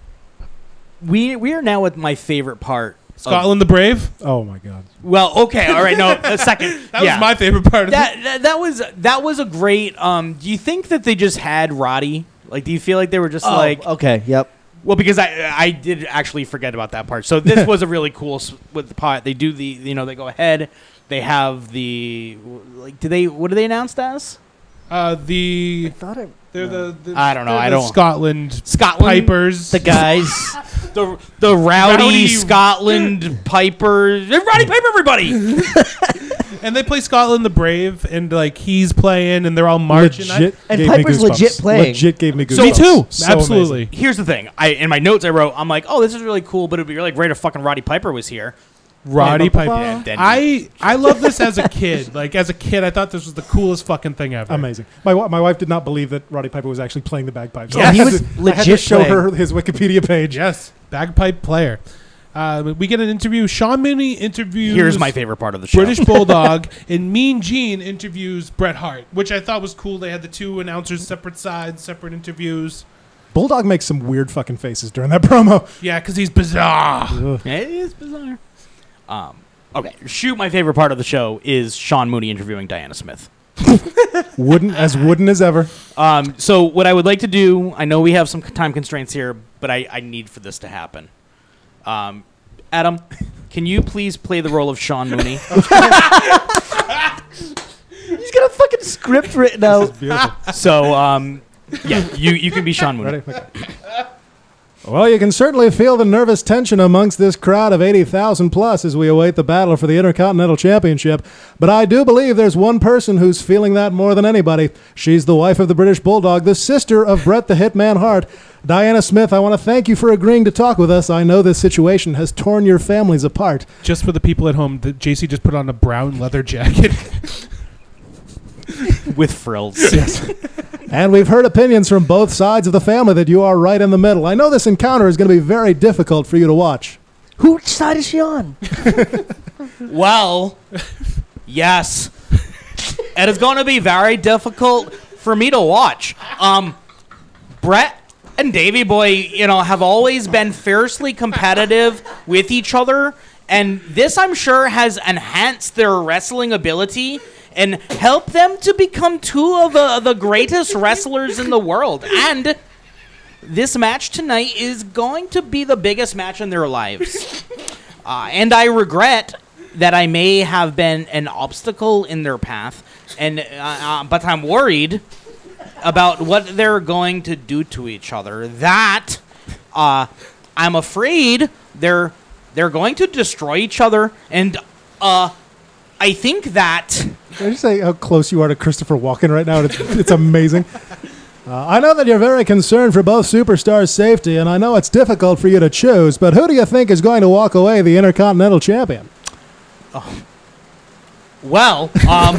Speaker 6: we we are now at my favorite part. of-
Speaker 4: Scotland the Brave.
Speaker 7: Oh my God.
Speaker 6: well, okay, all right. No, a second.
Speaker 4: That
Speaker 6: yeah.
Speaker 4: was my favorite part. Of
Speaker 6: that, that that was that was a great. Um, do you think that they just had Roddy? Like, do you feel like they were just like
Speaker 5: Oh. okay, yep.
Speaker 6: Well, because I I did actually forget about that part. So this was a really cool s- with the pot. They do the you know they go ahead. They have the like. Do they what do they announce as?
Speaker 4: Uh, the
Speaker 5: Thought it,
Speaker 4: they're the, the
Speaker 6: I don't know,
Speaker 4: they're
Speaker 6: I
Speaker 4: the
Speaker 6: don't-
Speaker 4: Scotland
Speaker 6: Scotland
Speaker 4: pipers.
Speaker 5: the guys.
Speaker 6: the the rowdy,
Speaker 4: Rowdy-
Speaker 6: Scotland Piper. Rowdy Piper, everybody.
Speaker 4: and they play Scotland the Brave, and like he's playing, and they're all marching.
Speaker 7: legit
Speaker 5: And
Speaker 7: gave
Speaker 5: Piper's
Speaker 7: me goosebumps.
Speaker 5: legit playing.
Speaker 7: Legit gave me goosebumps.
Speaker 4: me too,
Speaker 7: So
Speaker 4: absolutely.
Speaker 7: amazing.
Speaker 6: Here's the thing. I in my notes I wrote I'm like, oh, this is really cool, but it'd be really great if fucking Roddy Piper was here.
Speaker 4: Roddy Piper.
Speaker 6: And then-
Speaker 4: I I love this as a kid. Like as a kid, I thought this was the coolest fucking thing ever.
Speaker 7: Amazing. My, wa- my wife did not believe that Roddy Piper was actually playing the bagpipes.
Speaker 5: Yeah,
Speaker 7: I
Speaker 5: he
Speaker 7: had
Speaker 5: was
Speaker 7: to- I had to
Speaker 5: legit
Speaker 7: show
Speaker 5: playing.
Speaker 7: her his Wikipedia page.
Speaker 4: Yes, bagpipe player. Uh, we get an interview. Sean Minnie interviews.
Speaker 6: Here's my favorite part of the show.
Speaker 4: British Bulldog and Mean Gene interviews Bret Hart, which I thought was cool. They had the two announcers, separate sides, separate interviews.
Speaker 7: Bulldog makes some weird fucking faces during that promo.
Speaker 4: Yeah, because he's bizarre.
Speaker 6: It is bizarre. Um, okay, shoot. My favorite part of the show is Sean Mooney interviewing Diana Smith.
Speaker 7: Wooden as wooden as ever.
Speaker 6: Um, so what I would like to do, I know we have some time constraints here, but I, I need for this to happen. Um, Adam, can you please play the role of Sean Mooney?
Speaker 5: He's got a fucking script written out.
Speaker 7: Beautiful.
Speaker 6: so um, yeah, you you can be Sean Mooney.
Speaker 7: Ready? Okay. Well, you can certainly feel the nervous tension amongst this crowd of 80,000 plus as we await the battle for the Intercontinental Championship. But I do believe there's one person who's feeling that more than anybody. She's the wife of the British Bulldog, the sister of Brett the Hitman Hart. Diana Smith, I want to thank you for agreeing to talk with us. I know this situation has torn your families apart.
Speaker 4: Just for the people at home, the, JC just put on a brown leather jacket.
Speaker 6: with frills.
Speaker 7: And we've heard opinions from both sides of the family that you are right in the middle. I know this encounter is going to be very difficult for you to watch.
Speaker 5: Who side is she on?
Speaker 6: well, yes, it is going to be very difficult for me to watch. Um, Brett and Davy Boy, you know, have always been fiercely competitive with each other, and this, I'm sure, has enhanced their wrestling ability and helped them to become two of uh, the greatest wrestlers in the world. And this match tonight is going to be the biggest match in their lives. Uh, and I regret that I may have been an obstacle in their path, and uh, uh, but I'm worried about what they're going to do to each other. That uh, I'm afraid they're they're going to destroy each other, and uh, I think that
Speaker 7: Can I just say how close you are to Christopher Walken right now? It's, it's amazing. Uh, I know that you're very concerned for both superstars' safety, and I know it's difficult for you to choose, but who do you think is going to walk away the Intercontinental Champion?
Speaker 6: Well, um,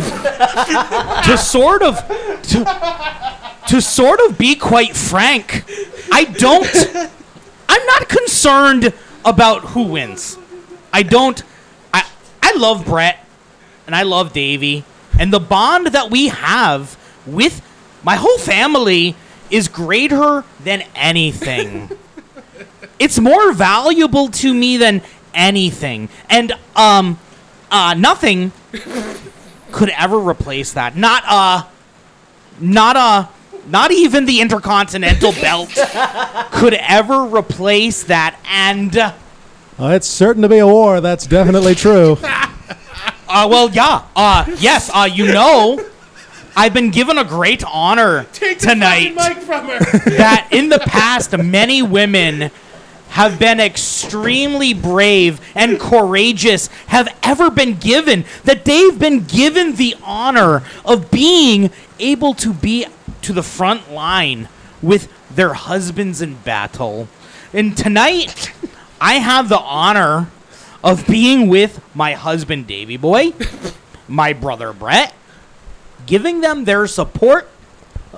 Speaker 6: to sort of to, to sort of be quite frank, I don't. I'm not concerned about who wins. I don't. I I love Brett and I love Davey and the bond that we have with my whole family is greater than anything. it's more valuable to me than anything, and um, uh, nothing could ever replace that. Not uh not uh not even the Intercontinental belt could ever replace that and uh
Speaker 7: Uh, it's certain to be a war, that's definitely true.
Speaker 6: well yeah. Uh yes, uh you know I've been given a great honor tonight
Speaker 4: from her.
Speaker 6: that in the past many women have been extremely brave and courageous have ever been given that they've been given the honor of being able to be to the front line with their husbands in battle and tonight i have the honor of being with my husband davy boy my brother brett giving them their support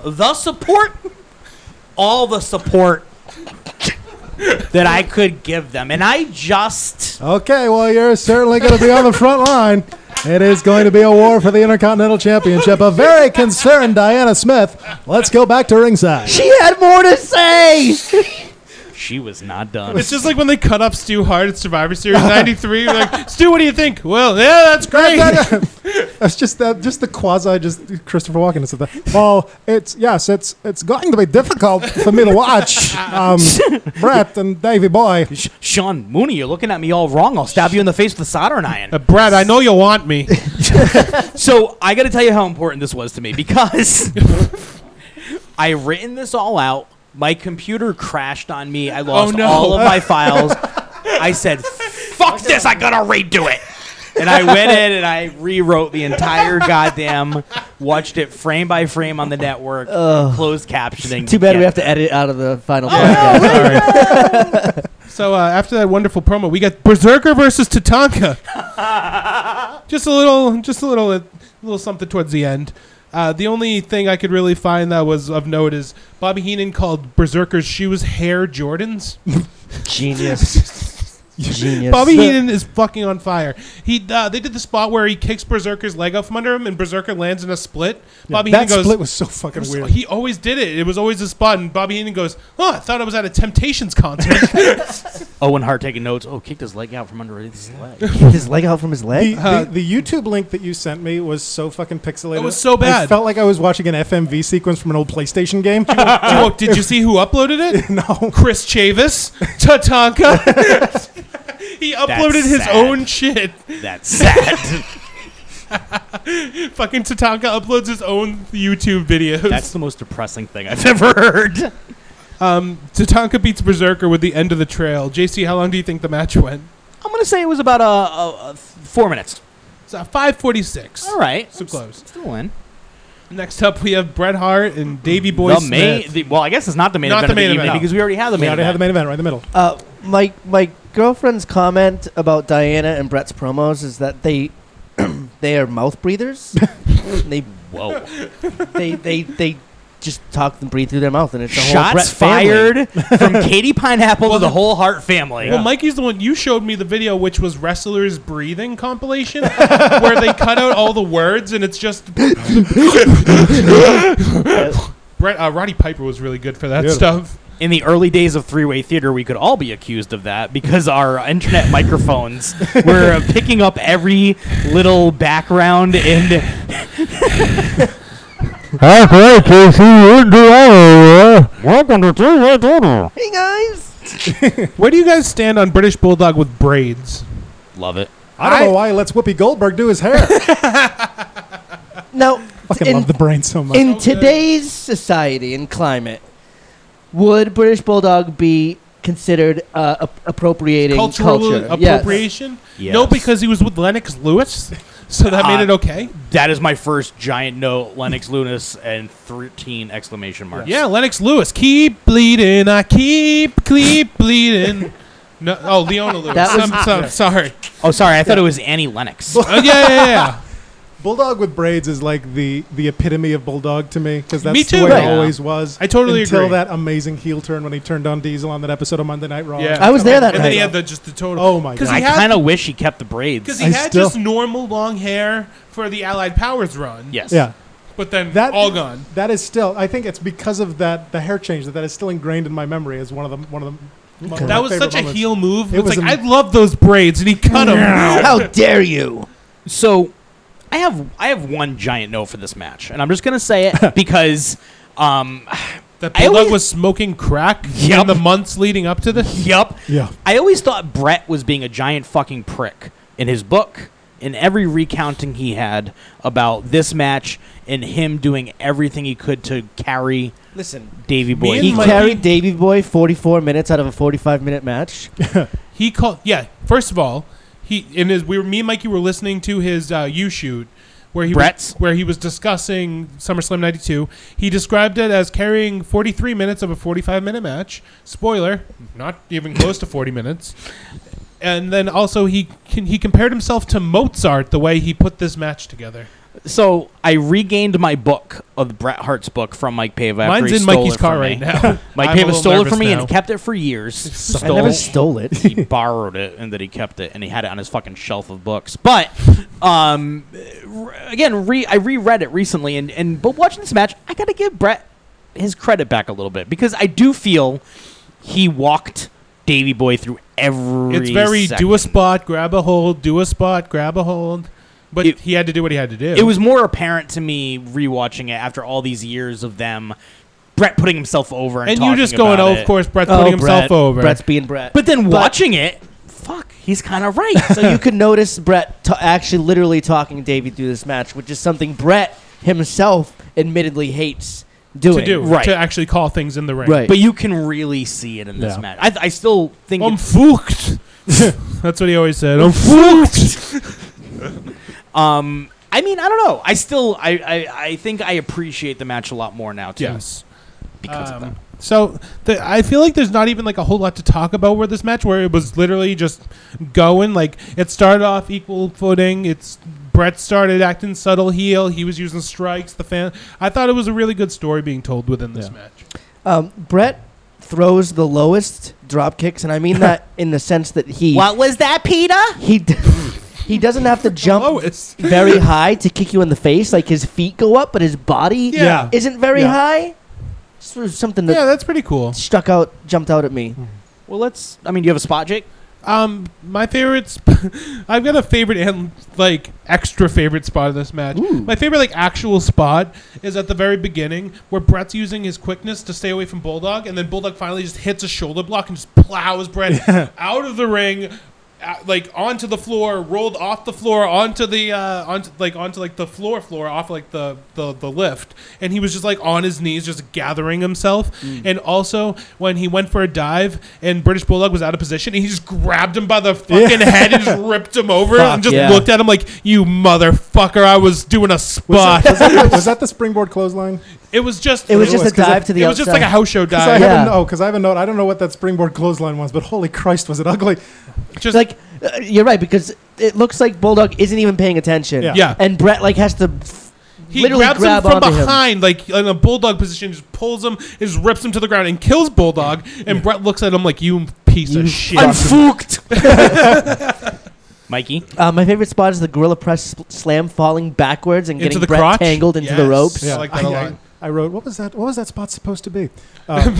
Speaker 6: the support all the support that I could give them. And I just
Speaker 7: Okay, well, you're certainly going to be on the front line. It is going to be a war for the Intercontinental Championship. A very concerned Diana Smith. Let's go back to ringside.
Speaker 5: She had more to say.
Speaker 6: she was not done.
Speaker 4: It's just like when they cut up Stu Hart at Survivor Series '93. Like, Stu, what do you think? Well, yeah, that's great.
Speaker 7: That's just that, just the quasi, just Christopher Walken and stuff. Well, it's yes, it's it's going to be difficult for me to watch um, Brett and Davy Boy.
Speaker 6: Sh- Sean Mooney, you're looking at me all wrong. I'll stab you in the face with a soldering iron.
Speaker 4: Uh, Brad, I know you want me.
Speaker 6: So I got to tell you how important this was to me because I written this all out. My computer crashed on me. I lost
Speaker 4: Oh, no.
Speaker 6: all of my files. I said, "Fuck this! I gotta redo it." And I went in and I rewrote the entire goddamn, watched it frame by frame on the network, closed captioning.
Speaker 5: Too bad we
Speaker 6: Yeah.
Speaker 5: have to edit out of the final podcast.
Speaker 4: So uh, after that wonderful promo, we got Berserker versus Tatanka. just a little, just a little, a little something towards the end. Uh, the only thing I could really find that was of note is Bobby Heenan called Berserker's shoes hair Jordans.
Speaker 5: Genius. Genius.
Speaker 4: Bobby Heenan is fucking on fire. He uh, they did the spot where he kicks Berserker's leg out from under him, and Berserker lands in a split. Bobby Heenan
Speaker 7: that
Speaker 4: goes. uh,
Speaker 7: split was so fucking weird.
Speaker 4: He always did it. It was always a spot, and Bobby Heenan goes, "Oh, I thought I was at a Temptations concert."
Speaker 6: Owen Hart taking notes. Oh, kicked his leg out from under his leg.
Speaker 5: Kicked his leg out from his
Speaker 7: The,
Speaker 5: leg.
Speaker 7: the, the YouTube link that you sent me was so fucking pixelated.
Speaker 4: It uh, was so
Speaker 7: I
Speaker 4: bad.
Speaker 7: felt like I was watching an FMV sequence from an old PlayStation game.
Speaker 4: Oh, did you see who uploaded it?
Speaker 7: no.
Speaker 4: Chris Chavis, Tatanka. he uploaded his
Speaker 6: sad.
Speaker 4: own shit.
Speaker 6: That's sad.
Speaker 4: Fucking Tatanka uploads his own YouTube videos.
Speaker 6: That's the most depressing thing I've ever heard.
Speaker 4: Tatanka beats Berserker with the end of the trail. JC, how long do you think the match went?
Speaker 6: I'm gonna say it was about uh, uh, uh, four minutes.
Speaker 4: It's uh, 546.
Speaker 6: All right,
Speaker 4: So close.
Speaker 6: Still in.
Speaker 4: Next up, we have Bret Hart and Davey Boy
Speaker 6: the
Speaker 4: Smith.
Speaker 6: main, the, well, I guess it's not the main
Speaker 4: Not
Speaker 6: event
Speaker 4: the main
Speaker 6: of the
Speaker 4: event.
Speaker 6: evening
Speaker 4: No.
Speaker 6: because we already had the
Speaker 7: we
Speaker 6: main
Speaker 7: already
Speaker 6: event.
Speaker 7: had the main event right in the middle.
Speaker 5: Uh, my my girlfriend's comment about Diana and Brett's promos is that they they are mouth breathers. they
Speaker 6: Whoa!
Speaker 5: they they they just talk and breathe through their mouth, and it's a whole Brett
Speaker 6: Shots
Speaker 5: family.
Speaker 6: fired from Katie Pineapple to the whole Hart family.
Speaker 4: Well, Mikey's the one you showed me the video, which was wrestlers breathing compilation, where they cut out all the words and it's just. Brett, uh, Roddy Piper was really good for that
Speaker 7: Beautiful.
Speaker 4: stuff.
Speaker 6: In the early days of three-way theater, we could all be accused of that because our internet microphones were picking up every little background and
Speaker 9: That's right, Casey. You're the Welcome to TV Dinner.
Speaker 5: Hey guys,
Speaker 4: Where do you guys stand on British Bulldog with braids?
Speaker 6: love it.
Speaker 7: I don't
Speaker 4: I-
Speaker 7: know why he lets Whoopi Goldberg do his hair.
Speaker 5: now
Speaker 7: fucking
Speaker 5: in,
Speaker 7: love the brain so much.
Speaker 5: in today's society and climate, would British Bulldog be considered uh, ap- appropriating
Speaker 4: Cultural
Speaker 5: culture? Yes.
Speaker 4: appropriation?
Speaker 6: Yes.
Speaker 4: No, because he was with Lennox Lewis, so that made
Speaker 6: Uh,
Speaker 4: it okay.
Speaker 6: That is my first giant no, Lennox Lunas, and 13 exclamation marks.
Speaker 4: Yeah, Lennox Lewis. Keep bleeding, I keep, keep bleeding. No, oh, Leona Lewis.
Speaker 5: That was-
Speaker 4: I'm so- sorry.
Speaker 6: Oh, sorry. I thought it was Annie Lennox.
Speaker 4: Uh, yeah, yeah, yeah.
Speaker 7: Bulldog with braids is like the the epitome of Bulldog to me because that's
Speaker 4: Me too.
Speaker 7: the way
Speaker 6: Right.
Speaker 7: it always was.
Speaker 4: I totally
Speaker 7: until
Speaker 4: agree.
Speaker 7: that amazing heel turn when he turned on Diesel on that episode of Monday Night Raw.
Speaker 4: Yeah.
Speaker 5: I was there that
Speaker 4: And then he
Speaker 5: night.
Speaker 4: had the just the total.
Speaker 7: Oh my
Speaker 4: 'Cause
Speaker 7: God.
Speaker 6: I
Speaker 4: he had
Speaker 6: kind of wish he kept the
Speaker 4: Because
Speaker 6: braids.
Speaker 4: he
Speaker 7: I
Speaker 4: had
Speaker 7: still-
Speaker 4: just normal long hair for the Allied Powers run.
Speaker 6: Yes.
Speaker 7: Yeah,
Speaker 4: But then
Speaker 7: that
Speaker 4: all gone.
Speaker 7: That is still. I think it's because of that the hair change that that is still ingrained in my memory as one of the one of the. one of my
Speaker 4: That was
Speaker 7: favorite
Speaker 4: such a
Speaker 7: moments.
Speaker 4: heel move.
Speaker 7: It
Speaker 4: It's
Speaker 7: was
Speaker 4: like, I
Speaker 7: am-
Speaker 4: love those braids. And he cut them.
Speaker 5: How dare you?
Speaker 6: So I have I have one giant no for this match, and I'm just gonna say it because um
Speaker 4: That
Speaker 6: I
Speaker 4: Bulldog
Speaker 6: always-
Speaker 4: was smoking crack
Speaker 6: Yup.
Speaker 4: in the months leading up to this.
Speaker 6: yup.
Speaker 7: Yeah.
Speaker 6: I always thought Brett was being a giant fucking prick in his book, in every recounting he had about this match and him doing everything he could to carry
Speaker 5: Listen,
Speaker 6: Davy Boy.
Speaker 4: and
Speaker 5: he
Speaker 4: my-
Speaker 5: carried Davy Boy 44 minutes out of a 45 minute match.
Speaker 4: He called. Yeah. First of all, he in his we were me and Mikey were listening to his uh, U shoot. Where he
Speaker 6: Brett's?
Speaker 4: was, where he was discussing SummerSlam '92, he described it as carrying 43 minutes of a 45-minute match. Spoiler: not even close to 40 minutes. And then also he can, he compared himself to Mozart the way he put this match together.
Speaker 6: so I regained my book of Bret Hart's book from Mike Pava. after
Speaker 4: Mine's
Speaker 6: he
Speaker 4: in
Speaker 6: stole
Speaker 4: Mikey's
Speaker 6: it from
Speaker 4: car
Speaker 6: me.
Speaker 4: right now.
Speaker 6: Mike
Speaker 4: I'm a
Speaker 6: Pava
Speaker 4: little
Speaker 6: stole it from
Speaker 4: nervous
Speaker 6: me
Speaker 4: now.
Speaker 6: and kept it for years.
Speaker 5: I
Speaker 6: Stole.
Speaker 5: never stole it.
Speaker 6: he borrowed it and that he kept it and he had it on his fucking shelf of books. But um, r- again, re- I reread it recently and, and but watching this match, I gotta give Brett his credit back a little bit because I do feel he walked Davy Boy through every.
Speaker 4: It's very do a
Speaker 6: second.
Speaker 4: spot, grab a hold, do a spot, grab a hold. But
Speaker 6: It-
Speaker 4: he had to do what he had to do.
Speaker 6: It was more apparent to me rewatching it after all these years of them, Brett putting himself over and,
Speaker 4: and you
Speaker 6: talking
Speaker 4: just going,
Speaker 6: about
Speaker 4: oh,
Speaker 6: it.
Speaker 4: of course, Brett's putting himself
Speaker 5: Brett.
Speaker 4: over.
Speaker 5: Brett's being Brett.
Speaker 6: But then watching it, fuck, he's kind of right.
Speaker 5: so you could notice Brett t- actually literally talking to Davey through this match, which is something Brett himself admittedly hates doing.
Speaker 4: to do
Speaker 6: Right.
Speaker 4: to actually call things in the ring.
Speaker 5: Right.
Speaker 6: but you can really see it in this
Speaker 7: Yeah.
Speaker 6: match. I, I still think
Speaker 4: I'm
Speaker 6: it's-
Speaker 4: fucked. That's what he always said. I'm fucked.
Speaker 6: Um, I mean, I don't know. I still, I, I, I think I appreciate the match a lot more now too.
Speaker 4: Yes.
Speaker 6: because of
Speaker 4: Um, so the, I feel like there's not even like a whole lot to talk about with this match, where it was literally just going. Like it started off equal footing. It's Brett started acting subtle heel. He was using strikes. The fan. I thought it was a really good story being told within this
Speaker 7: Yeah.
Speaker 4: match.
Speaker 5: Um, Brett throws the lowest drop kicks, and I mean that in the sense that he
Speaker 6: was that, Peter?
Speaker 5: he d- he doesn't have to jump
Speaker 4: Lowest.
Speaker 5: very high to kick you in the face. Like his feet go up, but his body
Speaker 4: Yeah.
Speaker 5: isn't very
Speaker 7: Yeah.
Speaker 5: high. This was something that
Speaker 4: Yeah, that's pretty cool.
Speaker 5: struck out, jumped out at me.
Speaker 6: Well, let's. I mean, do you have a spot, Jake?
Speaker 4: Um, my favorite. Sp- I've got a favorite and like extra favorite spot of this match. My favorite like actual spot is at the very beginning where Brett's using his quickness to stay away from Bulldog, and then Bulldog finally just hits a shoulder block and just plows Brett out of the ring. uh, Like onto the floor, rolled off the floor onto the uh, onto like onto like the floor floor off like the the, the lift, and he was just like on his knees, just gathering himself.
Speaker 5: Mm.
Speaker 4: And also when he went for a dive, and British Bulldog was out of position, and he just grabbed him by the fucking head and just ripped him over,
Speaker 5: Fuck,
Speaker 4: and just
Speaker 5: yeah.
Speaker 4: looked at him like, "You motherfucker! I was doing a
Speaker 7: Was,
Speaker 4: spot."
Speaker 7: that, was, that, was that the springboard clothesline?
Speaker 4: it was just
Speaker 5: It was just
Speaker 7: was,
Speaker 5: a
Speaker 7: 'cause
Speaker 5: dive
Speaker 7: it-
Speaker 5: to the
Speaker 4: it
Speaker 5: outside.
Speaker 4: was just like a house show
Speaker 7: Because I,
Speaker 4: dive.
Speaker 5: Yeah.
Speaker 7: have a no, 'cause I have a note. I don't know what that springboard clothesline was, but holy Christ, was it ugly?
Speaker 4: Just
Speaker 5: like uh, you're right because it looks like Bulldog isn't even paying attention.
Speaker 7: Yeah.
Speaker 4: Yeah.
Speaker 5: and Brett like has to f-
Speaker 4: He
Speaker 5: literally
Speaker 4: grabs
Speaker 5: grab
Speaker 4: him from
Speaker 5: onto him.
Speaker 4: behind, like in a bulldog position, just pulls him, just rips him to the ground, and kills Bulldog. And Brett looks at him like, "You piece
Speaker 5: You
Speaker 4: of shit."
Speaker 5: fucked.
Speaker 6: Mikey.
Speaker 5: Uh, my favorite spot is the gorilla press sl- slam, falling backwards and
Speaker 4: Into
Speaker 5: getting
Speaker 4: the
Speaker 5: Brett
Speaker 4: crotch?
Speaker 5: tangled into the
Speaker 4: Yes.
Speaker 5: ropes.
Speaker 4: Yeah. I like that a
Speaker 7: I,
Speaker 4: lot.
Speaker 7: I wrote, what was that? What was that spot supposed to be? Um,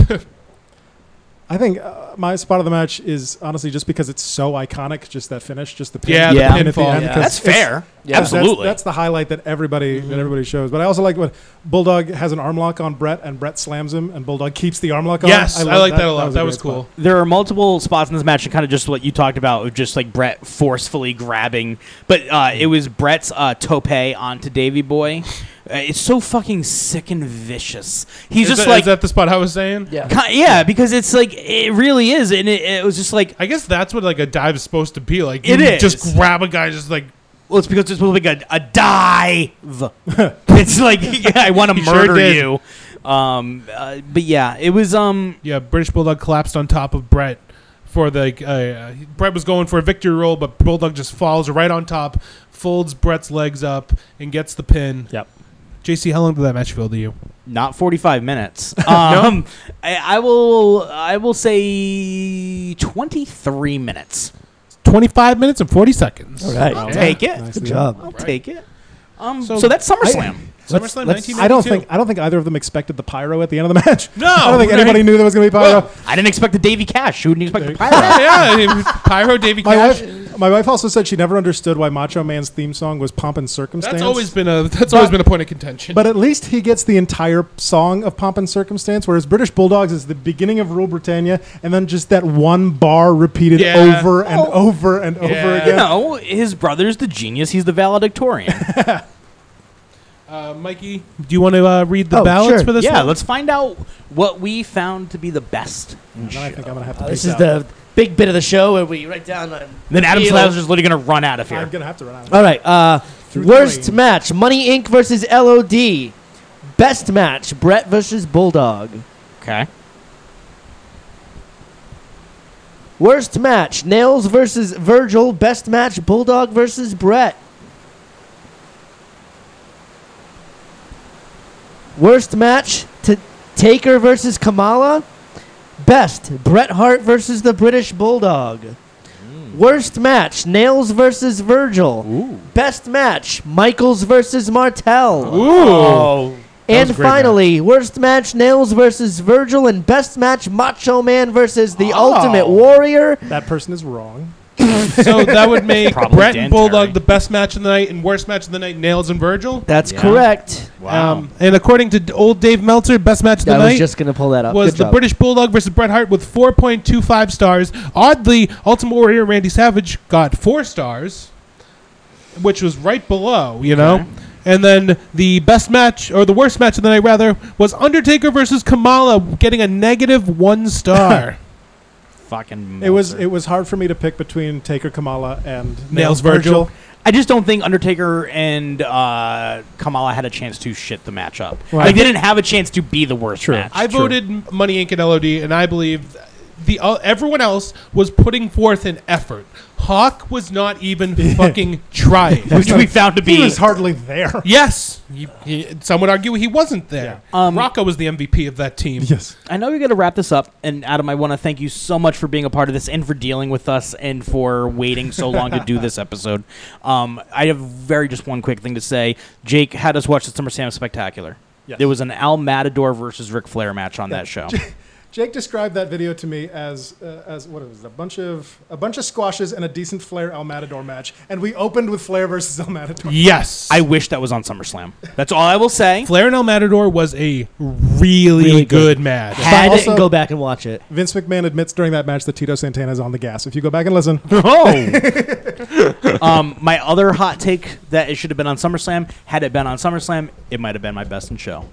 Speaker 7: I think uh, my spot of the match is honestly just because it's so iconic. Just that finish, just the pin,
Speaker 4: Yeah,
Speaker 5: the
Speaker 7: pin at the
Speaker 4: pinfall.
Speaker 7: end,
Speaker 5: Yeah.
Speaker 7: 'cause
Speaker 6: That's
Speaker 7: it's-
Speaker 6: fair.
Speaker 5: Yeah.
Speaker 7: That's-
Speaker 6: Absolutely.
Speaker 7: That's, the highlight that everybody
Speaker 4: Mm-hmm.
Speaker 7: that everybody shows. But I also like when Bulldog has an arm lock on Brett, and Brett slams him, and Bulldog keeps the arm lock on.
Speaker 4: Yes, I,
Speaker 7: love
Speaker 4: like that, a lot. That was,
Speaker 7: a great
Speaker 4: cool.
Speaker 7: spot.
Speaker 6: there are multiple spots in this match, and kind of just what you talked about, of just like Brett forcefully grabbing. But uh, it was Brett's uh, tope onto Davy Boy. Uh, it's so fucking sick and vicious. He's
Speaker 4: Is
Speaker 6: just
Speaker 4: that-
Speaker 6: like,
Speaker 4: is that the spot I was saying?
Speaker 5: Yeah.
Speaker 6: ki- yeah, because it's like it really is, and it, it was just like
Speaker 4: I guess that's what like a dive is supposed to be like. You
Speaker 6: It is.
Speaker 4: just grab a guy, just like
Speaker 6: well, it's because it's like a, a dive. it's like yeah, I want to
Speaker 4: He sure
Speaker 6: murder
Speaker 4: did.
Speaker 6: you. Um, uh, but yeah, it was um.
Speaker 4: yeah. British Bulldog collapsed on top of Brett for the uh, uh, Brett was going for a victory roll, but Bulldog just falls right on top, folds Brett's legs up, and gets the pin.
Speaker 6: Yep.
Speaker 4: JC, how long did that match feel to you?
Speaker 6: not 45 minutes um I, I will i will say 23 minutes
Speaker 4: Twenty five minutes and forty seconds.
Speaker 5: All right.
Speaker 6: i'll take it
Speaker 7: Nice
Speaker 5: Good
Speaker 7: deal.
Speaker 5: job.
Speaker 6: i'll take it um so,
Speaker 4: So-
Speaker 6: that's summerslam
Speaker 5: Let's-
Speaker 4: SummerSlam
Speaker 5: let's-
Speaker 7: I don't think
Speaker 4: 1992.
Speaker 7: I don't think either of them expected the pyro at the end of the match.
Speaker 4: No,
Speaker 7: I don't think
Speaker 4: right?
Speaker 7: anybody knew there was going to be pyro.
Speaker 4: Well,
Speaker 6: I, didn't expect the davy cash who didn't expect the
Speaker 7: There-
Speaker 6: pirate
Speaker 4: yeah, I mean, Pyro Davy
Speaker 7: my
Speaker 4: Cash.
Speaker 7: wife, my wife also said she never understood why Macho Man's theme song was "Pomp and Circumstance."
Speaker 4: That's always been a that's always been a point of contention.
Speaker 7: But at least he gets the entire song of Pomp and Circumstance, whereas British Bulldogs is the beginning of Rule Britannia, and then just that one bar repeated
Speaker 4: Yeah.
Speaker 7: over and
Speaker 6: Oh.
Speaker 7: over and over
Speaker 4: Yeah.
Speaker 7: again.
Speaker 6: you know his brother's the genius he's the valedictorian
Speaker 4: uh, Mikey, do you want to uh, read the
Speaker 5: Oh,
Speaker 4: ballots
Speaker 5: sure.
Speaker 4: for this?
Speaker 6: yeah
Speaker 4: one?
Speaker 6: let's find out what we found to be the best
Speaker 7: And then I think I'm gonna have to.
Speaker 5: Uh,
Speaker 7: peace
Speaker 5: this is
Speaker 7: out.
Speaker 5: the big bit of the show where we write down. uh,
Speaker 6: then adam
Speaker 5: Deal.
Speaker 6: Slater's just literally gonna run out of
Speaker 7: I'm
Speaker 6: here
Speaker 7: gonna have to run out.
Speaker 5: All right. Uh,
Speaker 7: Through
Speaker 5: worst
Speaker 7: three.
Speaker 5: match: Money Inc. versus LOD. Best match: Brett versus Bulldog.
Speaker 7: Um,
Speaker 6: okay
Speaker 5: Worst match: Nails versus Virgil. Best match: Bulldog versus Brett. Worst match: T- Taker versus Kamala. Best: Bret Hart versus the British Bulldog.
Speaker 4: Hmm.
Speaker 5: Worst match: Nails versus Virgil. Best match: Michaels versus Martel.
Speaker 4: Ooh.
Speaker 6: oh
Speaker 5: and
Speaker 4: was a great
Speaker 5: finally, worst match: Nails versus Virgil, and best match: Macho Man versus the
Speaker 6: Oh.
Speaker 5: Ultimate Warrior.
Speaker 7: That person is wrong.
Speaker 4: so that would make
Speaker 6: Probably
Speaker 4: Brett
Speaker 6: Dan
Speaker 4: and Bulldog
Speaker 6: Terry.
Speaker 4: the best match of the night and worst match of the night, Nails and Virgil.
Speaker 5: That's
Speaker 6: Yeah.
Speaker 5: correct.
Speaker 6: Wow.
Speaker 4: Um, and according to d- old Dave Meltzer, best match of the
Speaker 5: I
Speaker 4: night
Speaker 5: was just gonna pull that up.
Speaker 4: was
Speaker 5: Uh, Good
Speaker 4: the
Speaker 5: job.
Speaker 4: British Bulldog versus Bret Hart with 4.25 stars. Oddly, Ultimate Warrior Randy Savage got four stars, which was right below, you know. And then the best match, or the worst match of the night, rather, was Undertaker versus Kamala, getting a negative one star.
Speaker 6: Fucking.
Speaker 7: It was
Speaker 6: Meltzer.
Speaker 7: it was hard for me to pick between Taker Kamala and Nails,
Speaker 4: Nails Virgil.
Speaker 7: Virgil.
Speaker 6: I just don't think Undertaker and uh, Kamala had a chance to shit the matchup.
Speaker 7: Well,
Speaker 6: like,
Speaker 7: I
Speaker 6: they didn't have a chance to be the worst match.
Speaker 4: I voted Money Inc. and LOD, and I believe the uh, everyone else was putting forth an effort. Hawk was not even fucking trying.
Speaker 6: which we found to be
Speaker 7: He was hardly there.
Speaker 4: Yes, he, he, some would argue he wasn't there.
Speaker 6: Um,
Speaker 4: Rocco was the MVP of that team.
Speaker 7: Yes.
Speaker 6: I know we got to wrap this up, and Adam, I want to thank you so much for being a part of this and for dealing with us and for waiting so long to do this episode. Um, I have very just one quick thing to say. Jake had us watch the SummerSlam Spectacular.
Speaker 7: Yes.
Speaker 6: There was an Al Matador versus Ric Flair match on that show.
Speaker 7: Jake described that video to me as uh, as what it was a bunch of a bunch of squashes and a decent Flair El Matador match, and we opened with Flair versus El Matador.
Speaker 4: Yes,
Speaker 6: I wish that was on SummerSlam. That's all I will say.
Speaker 4: Flair and El Matador was a really,
Speaker 5: Really good.
Speaker 4: good, match.
Speaker 5: But I didn't
Speaker 7: Also-
Speaker 5: go back and watch it.
Speaker 7: Vince McMahon admits during that match that Tito Santana is on the gas. If you go back and listen,
Speaker 6: Oh. um, my other hot take that it should have been on SummerSlam. Had it been on SummerSlam, it might have been my best in show.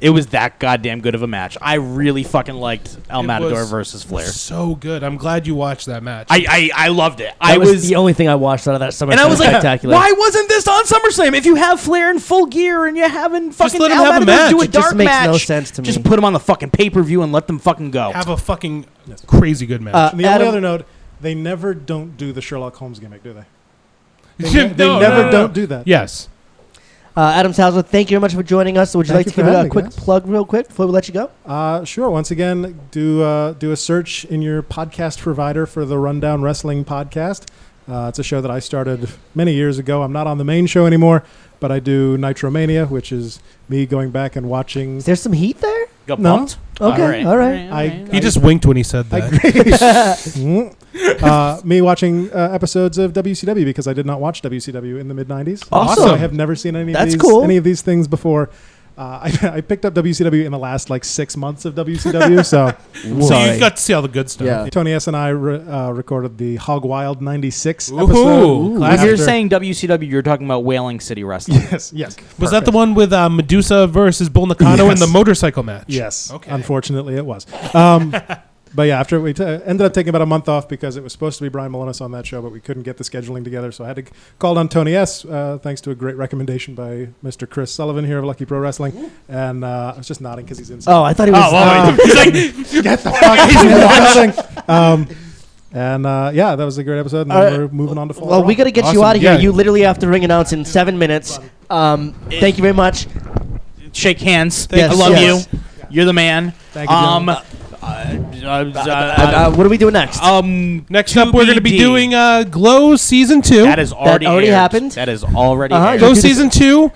Speaker 6: It was that goddamn good of a match. I really fucking liked El
Speaker 4: It
Speaker 6: Matador
Speaker 4: was
Speaker 6: versus Flair.
Speaker 4: So good. I'm glad you watched that match.
Speaker 6: I, I I loved it.
Speaker 5: That
Speaker 6: I
Speaker 5: was,
Speaker 6: was,
Speaker 5: the only thing I watched out of that summer.
Speaker 6: and I was like,
Speaker 5: spectacular.
Speaker 6: why wasn't this on SummerSlam? If you have Flair in full gear and you're having fucking
Speaker 4: let 'em
Speaker 6: El
Speaker 4: have a
Speaker 6: Matador
Speaker 4: match.
Speaker 6: do a
Speaker 5: It
Speaker 6: dark
Speaker 5: just makes
Speaker 6: match,
Speaker 5: no sense to
Speaker 6: Just
Speaker 5: me.
Speaker 6: put him on the fucking pay per view and let them fucking go.
Speaker 4: have a fucking crazy good match.
Speaker 5: Uh,
Speaker 7: and the
Speaker 5: Adam-
Speaker 7: only other note, they never don't do the Sherlock Holmes gimmick, do they?
Speaker 4: No,
Speaker 7: They
Speaker 4: no,
Speaker 7: never
Speaker 4: no, no.
Speaker 7: don't do that.
Speaker 4: Yes.
Speaker 5: Uh, Adam Salzman, thank you very much for joining us. Would you like
Speaker 7: Thank you
Speaker 5: to
Speaker 7: for
Speaker 5: give it a
Speaker 7: having me,
Speaker 5: quick
Speaker 7: guys.
Speaker 5: plug, real quick, before we let you go?
Speaker 7: Uh, sure. Once again, do uh, do a search in your podcast provider for the Rundown Wrestling podcast. Uh, it's a show that I started many years ago. I'm not on the main show anymore, but I do Nitromania, which is me going back and watching.
Speaker 5: Is there some heat there?
Speaker 6: Got
Speaker 7: No.
Speaker 6: bumped.
Speaker 5: Okay, all right.
Speaker 6: right.
Speaker 7: I,
Speaker 4: He
Speaker 7: I-
Speaker 4: just winked when he said
Speaker 7: I
Speaker 4: that.
Speaker 7: Mm. uh, me watching uh, episodes of WCW because I did not watch WCW in the mid '90s.
Speaker 5: Awesome.
Speaker 7: So I have never seen any of
Speaker 5: That's
Speaker 7: these
Speaker 5: cool.
Speaker 7: any of these things before. Uh, I, I picked up WCW in the last like six months of WCW, so
Speaker 4: So
Speaker 5: Sorry.
Speaker 4: you got to see all the good stuff.
Speaker 5: Yeah.
Speaker 7: Tony S and I re- uh, recorded the Hog Wild '96
Speaker 4: Ooh,
Speaker 7: episode.
Speaker 4: classic.
Speaker 6: When you're
Speaker 7: after-
Speaker 6: saying WCW, you're talking about Whaling City Wrestling.
Speaker 7: yes, yes,
Speaker 4: Was that the one with uh, Medusa versus Bull Nakano in
Speaker 7: Yes.
Speaker 4: the motorcycle match?
Speaker 7: yes.
Speaker 4: Okay.
Speaker 7: Unfortunately, it was. Um, but yeah, after we t- uh, ended up taking about a month off because it was supposed to be Brian Molinas on that show, but we couldn't get the scheduling together, so I had to c- call on Tony S. Uh, thanks to a great recommendation by Mr. Chris Sullivan here of Lucky Pro Wrestling, and uh, I was just nodding because he's inside.
Speaker 5: Oh, I thought he was.
Speaker 7: Get the fuck out of here. Um, and uh, yeah, that was a great episode. And then
Speaker 5: All right.
Speaker 7: we're moving on to fall.
Speaker 5: well, we got to get you
Speaker 4: Awesome.
Speaker 5: out of here.
Speaker 4: Yeah.
Speaker 5: You literally have to ring announce in seven minutes. Um, thank you very much.
Speaker 6: Shake hands.
Speaker 5: Thank
Speaker 6: I
Speaker 5: you.
Speaker 6: love
Speaker 5: Yes.
Speaker 6: you. You're the man.
Speaker 7: Thank you,
Speaker 6: um, uh,
Speaker 7: gentlemen.
Speaker 5: Uh,
Speaker 6: uh,
Speaker 5: what do we do next?
Speaker 6: uh, um,
Speaker 4: Next up, we're going to be
Speaker 6: TBD.
Speaker 4: doing uh, Glow Season 2.
Speaker 6: That is already,
Speaker 5: already
Speaker 6: aired.
Speaker 5: happened.
Speaker 6: That is already
Speaker 5: Uh-huh.
Speaker 6: aired.
Speaker 5: Go
Speaker 4: Glow
Speaker 5: Dude,
Speaker 4: Season 2.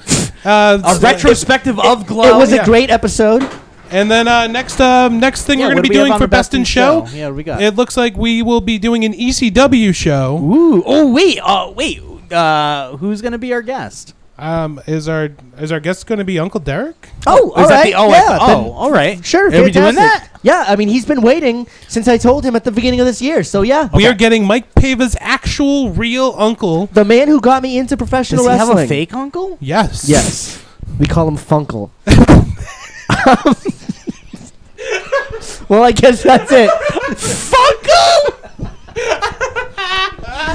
Speaker 4: Uh,
Speaker 6: a retrospective of Glow.
Speaker 5: it was
Speaker 4: yeah.
Speaker 5: a great episode.
Speaker 4: And then uh, next uh, next thing
Speaker 6: Yeah, what
Speaker 4: we're going
Speaker 6: do
Speaker 4: to be
Speaker 6: we have
Speaker 4: doing
Speaker 6: on
Speaker 4: for
Speaker 6: the Best
Speaker 4: Best in
Speaker 6: in
Speaker 4: Show,
Speaker 6: Show? Yeah,
Speaker 5: we got-
Speaker 4: it looks like we will be doing an ECW show.
Speaker 6: Ooh. Oh wait. Uh, wait. Uh, who's gonna be our guest?
Speaker 4: Um, is our is our guest going to be Uncle Derek?
Speaker 5: Oh, all
Speaker 6: Is that
Speaker 5: right.
Speaker 6: the, oh, I-
Speaker 5: yeah,
Speaker 6: oh,
Speaker 5: been-
Speaker 6: all right.
Speaker 5: sure.
Speaker 6: Are we doing that?
Speaker 5: fantastic. Yeah, I mean, he's been waiting since I told him at the beginning of this year. So yeah,
Speaker 4: We are getting Mike Pava's actual real uncle.
Speaker 5: the man who got me into professional
Speaker 6: Does he have
Speaker 5: wrestling.
Speaker 6: a fake uncle?
Speaker 4: Yes.
Speaker 5: Yes. We call him Funkle. well, I guess that's it. Funkle!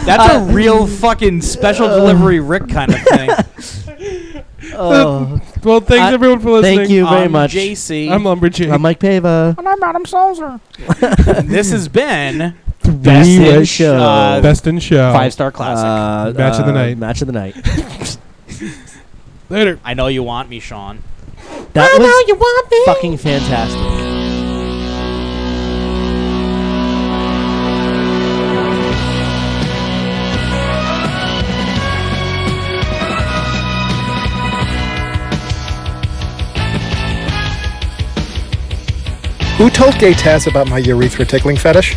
Speaker 6: That's a real fucking special
Speaker 5: Uh.
Speaker 6: delivery Rick kind of thing.
Speaker 5: Oh,
Speaker 4: Well, thanks
Speaker 6: Uh,
Speaker 5: I-
Speaker 4: everyone for listening.
Speaker 5: thank you very
Speaker 6: I'm
Speaker 5: much.
Speaker 6: JC.
Speaker 4: I'm Lumberjack.
Speaker 5: I'm Mike Pava.
Speaker 6: And I'm Adam Salzer. this has been
Speaker 5: Best in
Speaker 4: Three-way
Speaker 5: show.
Speaker 6: Uh,
Speaker 4: Best in show.
Speaker 6: Five Star Classic.
Speaker 5: Uh,
Speaker 4: Match of the
Speaker 5: uh,
Speaker 4: night.
Speaker 5: Match of the night.
Speaker 4: Later.
Speaker 6: I know you want me, Sean.
Speaker 5: That was fucking fantastic.
Speaker 10: Who told Gay Taz about my urethra tickling fetish?